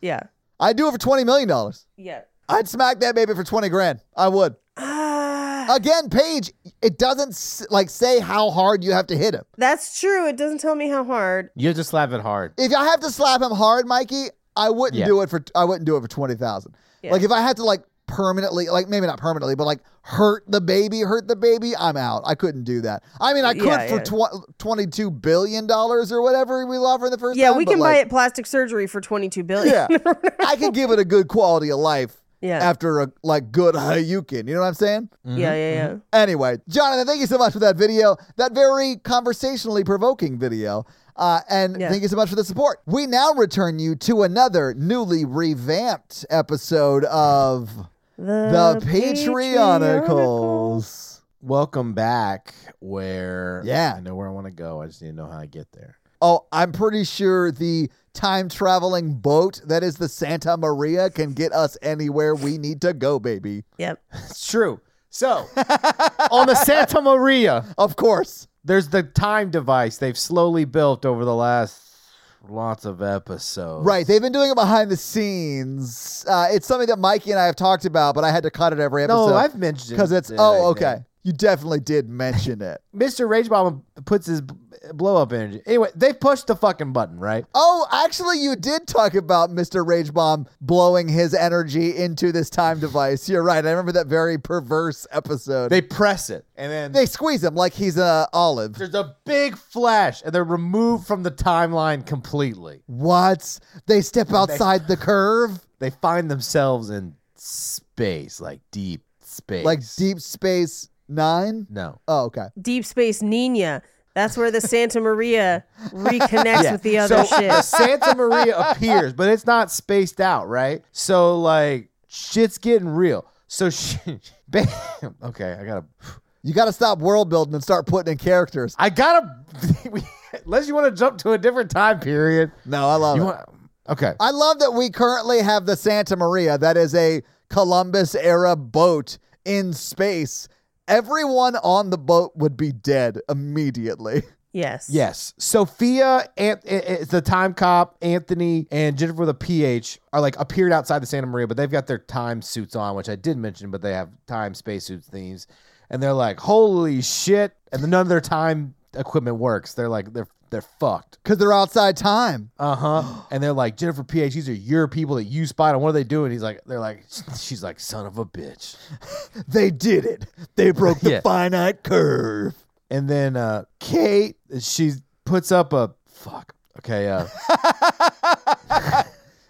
Speaker 3: Yeah.
Speaker 1: I'd do it for twenty million dollars.
Speaker 3: Yeah.
Speaker 1: I'd smack that baby for twenty grand. I would.
Speaker 3: Ah,
Speaker 1: Again, Paige, it doesn't s- like say how hard you have to hit him.
Speaker 3: that's true. It doesn't tell me how hard.
Speaker 2: You have to slap it hard.
Speaker 1: if I have to slap him hard, Mikey, I wouldn't
Speaker 2: Yeah.
Speaker 1: do it for I wouldn't do it for twenty thousand.
Speaker 3: Yeah.
Speaker 1: Like if I had to like permanently, like maybe not permanently, but like hurt the baby, hurt the baby, I'm out. I couldn't do that. I mean, I could
Speaker 3: Yeah,
Speaker 1: for Tw- twenty-two billion dollars or whatever we offer in the first.
Speaker 3: Yeah,
Speaker 1: time,
Speaker 3: we
Speaker 1: but,
Speaker 3: can buy
Speaker 1: like,
Speaker 3: it plastic surgery for twenty two billion.
Speaker 1: Yeah, I can give it a good quality of life.
Speaker 3: Yeah.
Speaker 1: after a like good Hayukin, you know what I'm saying?
Speaker 3: yeah, yeah, yeah.
Speaker 1: Mm-hmm. Anyway, Jonathan, thank you so much for that video, that very conversationally provoking video. Uh, and
Speaker 3: Yeah.
Speaker 1: thank you so much for the support. We now return you to another newly revamped episode of The,
Speaker 3: Patreonicles.
Speaker 1: Patreonicals.
Speaker 2: Welcome back. Where
Speaker 1: Yeah.
Speaker 2: I know where I want to go. I just need to know how I get there.
Speaker 1: Oh, I'm pretty sure the time traveling boat that is the Santa Maria can get us anywhere we need to go, baby.
Speaker 3: Yep.
Speaker 2: It's true. So on the Santa Maria,
Speaker 1: Of course.
Speaker 2: there's the time device they've slowly built over the last lots of episodes.
Speaker 1: Right. They've been doing it behind the scenes. Uh, it's something that Mikey and I have talked about, but I had to cut it every
Speaker 2: No,
Speaker 1: episode.
Speaker 2: I've mentioned
Speaker 1: because it's
Speaker 2: it,
Speaker 1: oh
Speaker 2: I think.
Speaker 1: okay you definitely did mention it
Speaker 2: Mr. Ragebomb puts his b- blow up energy. Anyway, they pushed the fucking button, right?
Speaker 1: oh actually you did talk about mr rage bomb blowing his energy into this time device you're right i remember that very perverse episode
Speaker 2: They press it, and then
Speaker 1: they squeeze him like he's a olive
Speaker 2: there's a big flash, and they're removed from the timeline completely.
Speaker 1: what they step outside the curve
Speaker 2: They find themselves in space, like deep space,
Speaker 1: like deep space nine
Speaker 2: No,
Speaker 1: Oh, okay.
Speaker 3: Deep Space Nina. That's where the Santa Maria reconnects with the other
Speaker 2: so uh,
Speaker 3: shit.
Speaker 2: Santa Maria appears, but it's not spaced out, right? So like shit's getting real. So she, bam. Okay, I gotta,
Speaker 1: You got to stop world building and start putting in characters.
Speaker 2: I gotta. we- unless you want to jump to a different time period,
Speaker 1: No, I love
Speaker 2: you
Speaker 1: it.
Speaker 2: want. Okay,
Speaker 1: I love that we currently have the Santa Maria, that is a Columbus era boat in space. Everyone on the boat would be dead immediately.
Speaker 3: Yes.
Speaker 2: Yes. Sophia, An- i- i- the time cop, Anthony, and Jennifer with a PH are like appeared outside the Santa Maria, but they've got their time suits on, which I did mention, but they have time spacesuits themes. And they're like, holy shit. And then none of their time equipment works. They're like, they're they're fucked.
Speaker 1: Because they're outside time.
Speaker 2: Uh huh. and they're like, Jennifer PH, these are your people that you spied on. What are they doing? He's like, they're like, she's like, son of a bitch.
Speaker 1: They did it. They broke the
Speaker 2: Yeah.
Speaker 1: finite curve.
Speaker 2: And then uh Kate, she puts up a fuck Okay, yeah.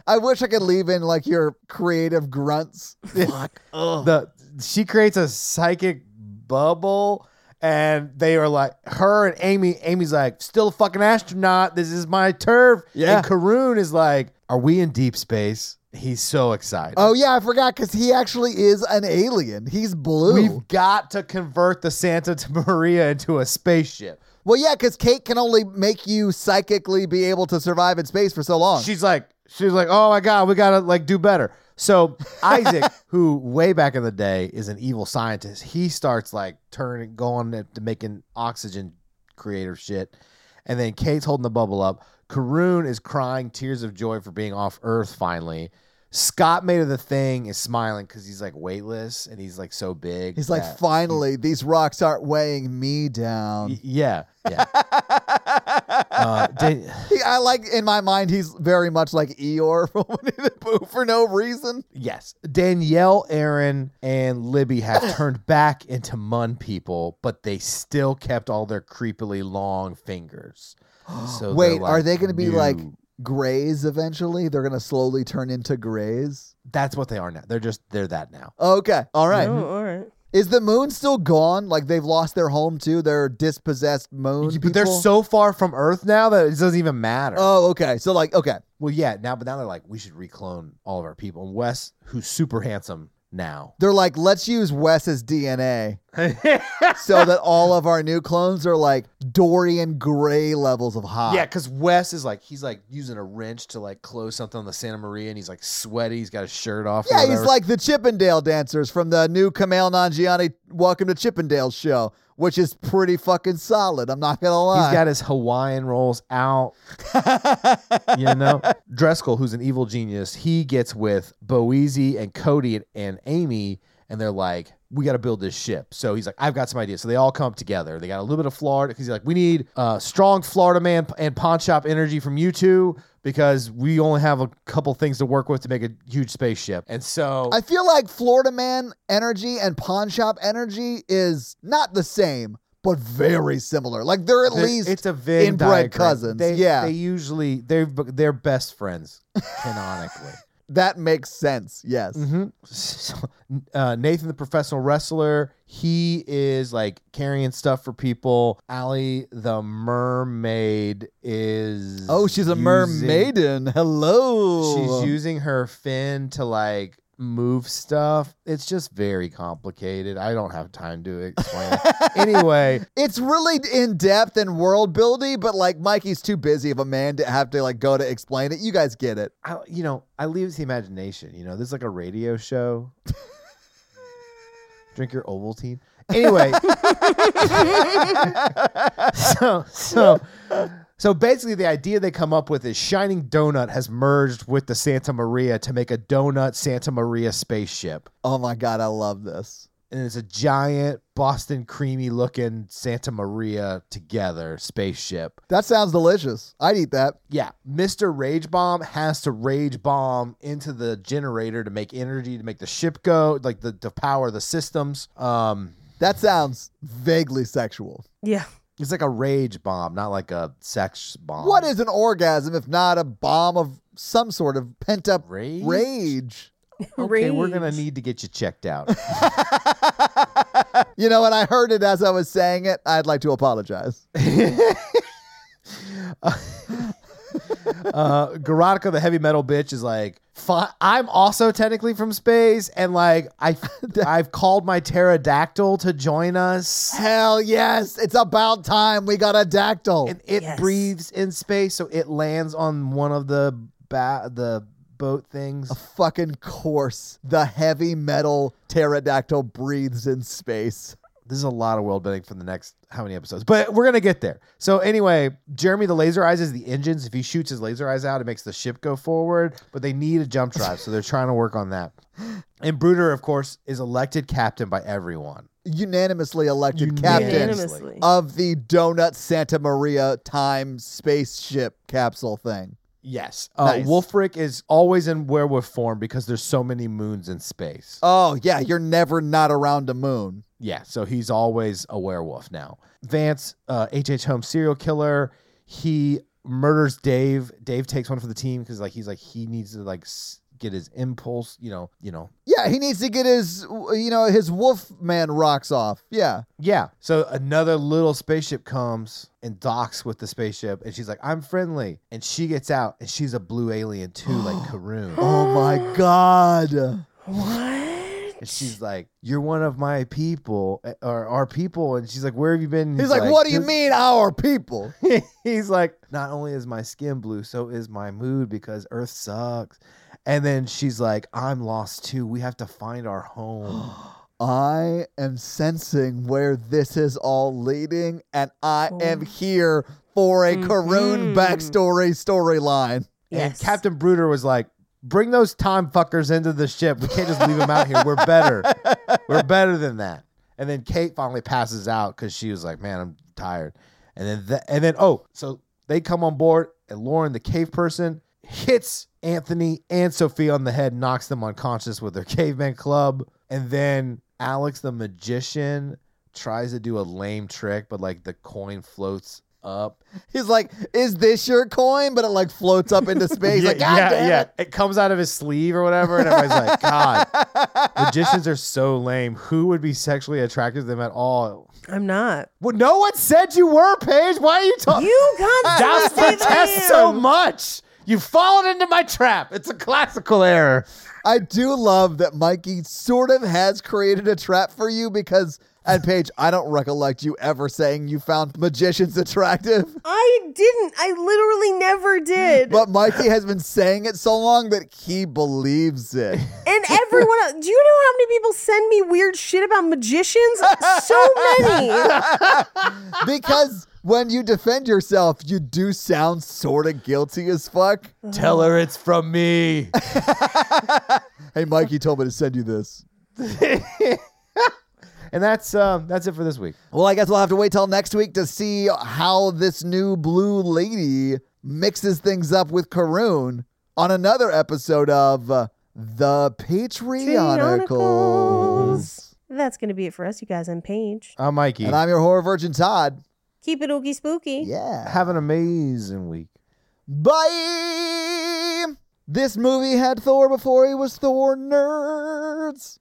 Speaker 1: I wish I could leave in like your creative grunts. Fuck.
Speaker 2: the she creates a psychic bubble and they are like her and Amy Amy's like still a fucking astronaut this is my turf
Speaker 1: Yeah.
Speaker 2: and Karun is like are we in deep space he's so excited
Speaker 1: Oh yeah, I forgot because he actually is an alien. He's blue.
Speaker 2: we've got to convert the Santa to Maria into a spaceship
Speaker 1: well, yeah, because Kate can only make you psychically be able to survive in space for so long.
Speaker 2: she's like she's like oh my god we gotta like do better so isaac who way back in the day is an evil scientist he starts like turning going to making oxygen creator shit and then kate's holding the bubble up Karun is crying tears of joy for being off earth finally scott made of the thing is smiling because he's like weightless and he's like so big
Speaker 1: He's like,
Speaker 2: that-
Speaker 1: finally, these rocks aren't weighing me down.
Speaker 2: Y- yeah yeah uh, Dan-
Speaker 1: He, I like in my mind, he's very much like Eeyore from Winnie the Pooh for no reason.
Speaker 2: Yes. Danielle, Aaron, and Libby have turned back into Mun people, but they still kept all their creepily long fingers. So they're,
Speaker 1: Wait, are
Speaker 2: like,
Speaker 1: they going to be like
Speaker 2: new.
Speaker 1: grays eventually? They're going to slowly turn into grays.
Speaker 2: That's what they are now. They're just they're that now.
Speaker 1: Okay, all right.
Speaker 3: Oh, all right.
Speaker 1: Is the moon still gone? Like they've lost their home too? They're dispossessed moon.
Speaker 2: But they're
Speaker 1: people?
Speaker 2: so far from Earth now that it doesn't even matter.
Speaker 1: Oh, okay. So like, okay,
Speaker 2: well, yeah, now but now they're like we should reclone all of our people. And Wes, who's super handsome now,
Speaker 1: they're like, let's use Wes's DNA so that all of our new clones are like Dorian Gray levels of hot.
Speaker 2: Yeah, because Wes is like he's like using a wrench to like close something on the Santa Maria, and he's like sweaty. He's got his shirt off. or
Speaker 1: Yeah, he's
Speaker 2: whatever.
Speaker 1: like the Chippendale dancers from the new Kamal Nanjiani Welcome to Chippendale show, which is pretty fucking solid. I'm not gonna lie.
Speaker 2: He's got his Hawaiian rolls out. you know, Dreskel, who's an evil genius, he gets with Boise and Cody and, and Amy, and they're like, "We got to build this ship." So he's like, "I've got some ideas." So they all come up together. They got a little bit of Florida because he's like, "We need uh, strong Florida man p- and pawn shop energy from you two because we only have a couple things to work with to make a huge spaceship." And so
Speaker 1: I feel like Florida man energy and pawn shop energy is not the same, but very similar. Like they're at
Speaker 2: They're-
Speaker 1: least
Speaker 2: it's a Venn
Speaker 1: inbred
Speaker 2: diagram.
Speaker 1: cousins.
Speaker 2: They,
Speaker 1: Yeah.
Speaker 2: they usually they're they're best friends canonically.
Speaker 1: that makes sense. Yes.
Speaker 2: hmm uh, Nathan, the professional wrestler, he is like carrying stuff for people. Allie, the mermaid, is
Speaker 1: Oh, she's a
Speaker 2: using-
Speaker 1: mermaiden. Hello.
Speaker 2: She's using her fin to like move stuff. It's just very complicated. I don't have time to explain it. Anyway,
Speaker 1: it's really in depth and world building, but like Mikey's too busy of a man to have to like go to explain it. You guys get it.
Speaker 2: I, you know, I leave it to the imagination. You know, this is like a radio show. Drink your Ovaltine. Anyway, so so so basically, the idea they come up with is Shining Donut has merged with the Santa Maria to make a donut Santa Maria spaceship,
Speaker 1: Oh my god, I love this.
Speaker 2: and it's a giant Boston creamy looking Santa Maria together spaceship.
Speaker 1: That sounds delicious. I'd eat that.
Speaker 2: Yeah, Mr. Rage Bomb has to rage bomb into the generator to make energy to make the ship go, like the to power the systems. Um
Speaker 1: That sounds vaguely sexual.
Speaker 3: Yeah.
Speaker 2: it's like a rage bomb, not like a sex bomb.
Speaker 1: What is an orgasm if not a bomb of some sort of pent up
Speaker 2: Rage?
Speaker 1: rage?
Speaker 2: Okay, we're going to
Speaker 3: Rage.
Speaker 2: need to get you checked out.
Speaker 1: You know, and I heard it as I was saying it. I'd like to apologize.
Speaker 2: uh Garotica the heavy metal bitch is like "Fi- I'm also technically from space and like I I've called my pterodactyl to join us.
Speaker 1: Hell yes, it's about time we got a dactyl.
Speaker 2: and it
Speaker 3: Yes.
Speaker 2: breathes in space, so it lands on one of the ba- the boat things.
Speaker 1: Fucking course. The heavy metal pterodactyl breathes in space.
Speaker 2: This is a lot of world building for the next how many episodes, but we're gonna get there. So anyway, Jeremy the laser eyes is the engines. If he shoots his laser eyes out, it makes the ship go forward. But they need a jump drive, so they're trying to work on that. And Bruder, of course, is elected captain by everyone.
Speaker 1: Unanimously elected captain
Speaker 2: Unanimous.
Speaker 3: Unanimously.
Speaker 1: of the Donut Santa Maria time spaceship capsule thing.
Speaker 2: Yes, uh,
Speaker 1: Nice.
Speaker 2: Wolfric is always in werewolf form because there's so many moons in space.
Speaker 1: Oh, yeah, you're never not around a moon.
Speaker 2: Yeah, so he's always a werewolf now. Vance, uh, H.H. Holmes serial killer, he murders Dave. Dave takes one for the team because like he's like he needs to like s- get his impulse. You know, you know.
Speaker 1: Yeah, he needs to get his, you know, his wolf man rocks off. Yeah.
Speaker 2: Yeah. So another little spaceship comes and docks with the spaceship, and she's like, "I'm friendly," and she gets out, and she's a blue alien too, like Karoon,
Speaker 1: Oh my God.
Speaker 3: What?
Speaker 2: and she's like, "You're one of my people eh, or our people," and she's like, "Where have you been?" And
Speaker 1: He's like, what do you
Speaker 2: "This-
Speaker 1: mean, our people?
Speaker 2: he's like, not only is my skin blue, so is my mood because Earth sucks. And then she's like, I'm lost too. We have to find our home.
Speaker 1: I am sensing where this is all leading, and I am here for a Karoon
Speaker 3: Mhm.
Speaker 1: backstory storyline.
Speaker 2: And
Speaker 3: Yes.
Speaker 2: Captain Bruder was like, Bring those time fuckers into the ship. We can't just leave them out here. We're better. We're better than that. And then Kate finally passes out because she was like, Man, I'm tired. And then, th- and then, oh, so they come on board, and Lauren, the cave person, hits Anthony and Sophie on the head, knocks them unconscious with their caveman club. And then Alex, the magician, tries to do a lame trick, but like the coin floats up
Speaker 1: He's like, "Is this your coin?" But it like floats up into space. like, God damn it.
Speaker 2: It comes out of his sleeve or whatever, and everybody's like, God, magicians are so lame. Who would be sexually attracted to them at all?
Speaker 3: I'm not.
Speaker 2: Well, no one said you were, Paige. Why are you talking?
Speaker 3: You
Speaker 2: Douse
Speaker 3: constantly
Speaker 2: the test so much. You've fallen into my trap. It's a classical error.
Speaker 1: I do love that Mikey sort of has created a trap for you because, and Paige, I don't recollect you ever saying you found magicians attractive,
Speaker 3: I didn't. I literally never did.
Speaker 1: but Mikey has been saying it so long that he believes it.
Speaker 3: and everyone else. Do you know how many people send me weird shit about magicians? So many.
Speaker 1: because when you defend yourself, you do sound sort of guilty as fuck.
Speaker 2: Tell her it's from me.
Speaker 1: Hey, Mikey told me to send you this.
Speaker 2: and that's um, that's it for this week.
Speaker 1: Well, I guess we'll have to wait till next week to see how this new blue lady mixes things up with Karoon on another episode of uh, The Patreonicals.
Speaker 3: Trionicles. That's gonna be it for us, you guys. I'm Paige.
Speaker 2: I'm Mikey.
Speaker 1: And I'm your horror virgin, Todd.
Speaker 3: Keep it oogie spooky.
Speaker 1: Yeah.
Speaker 2: Have an amazing week.
Speaker 1: Bye. This movie had Thor before he was Thor nerds.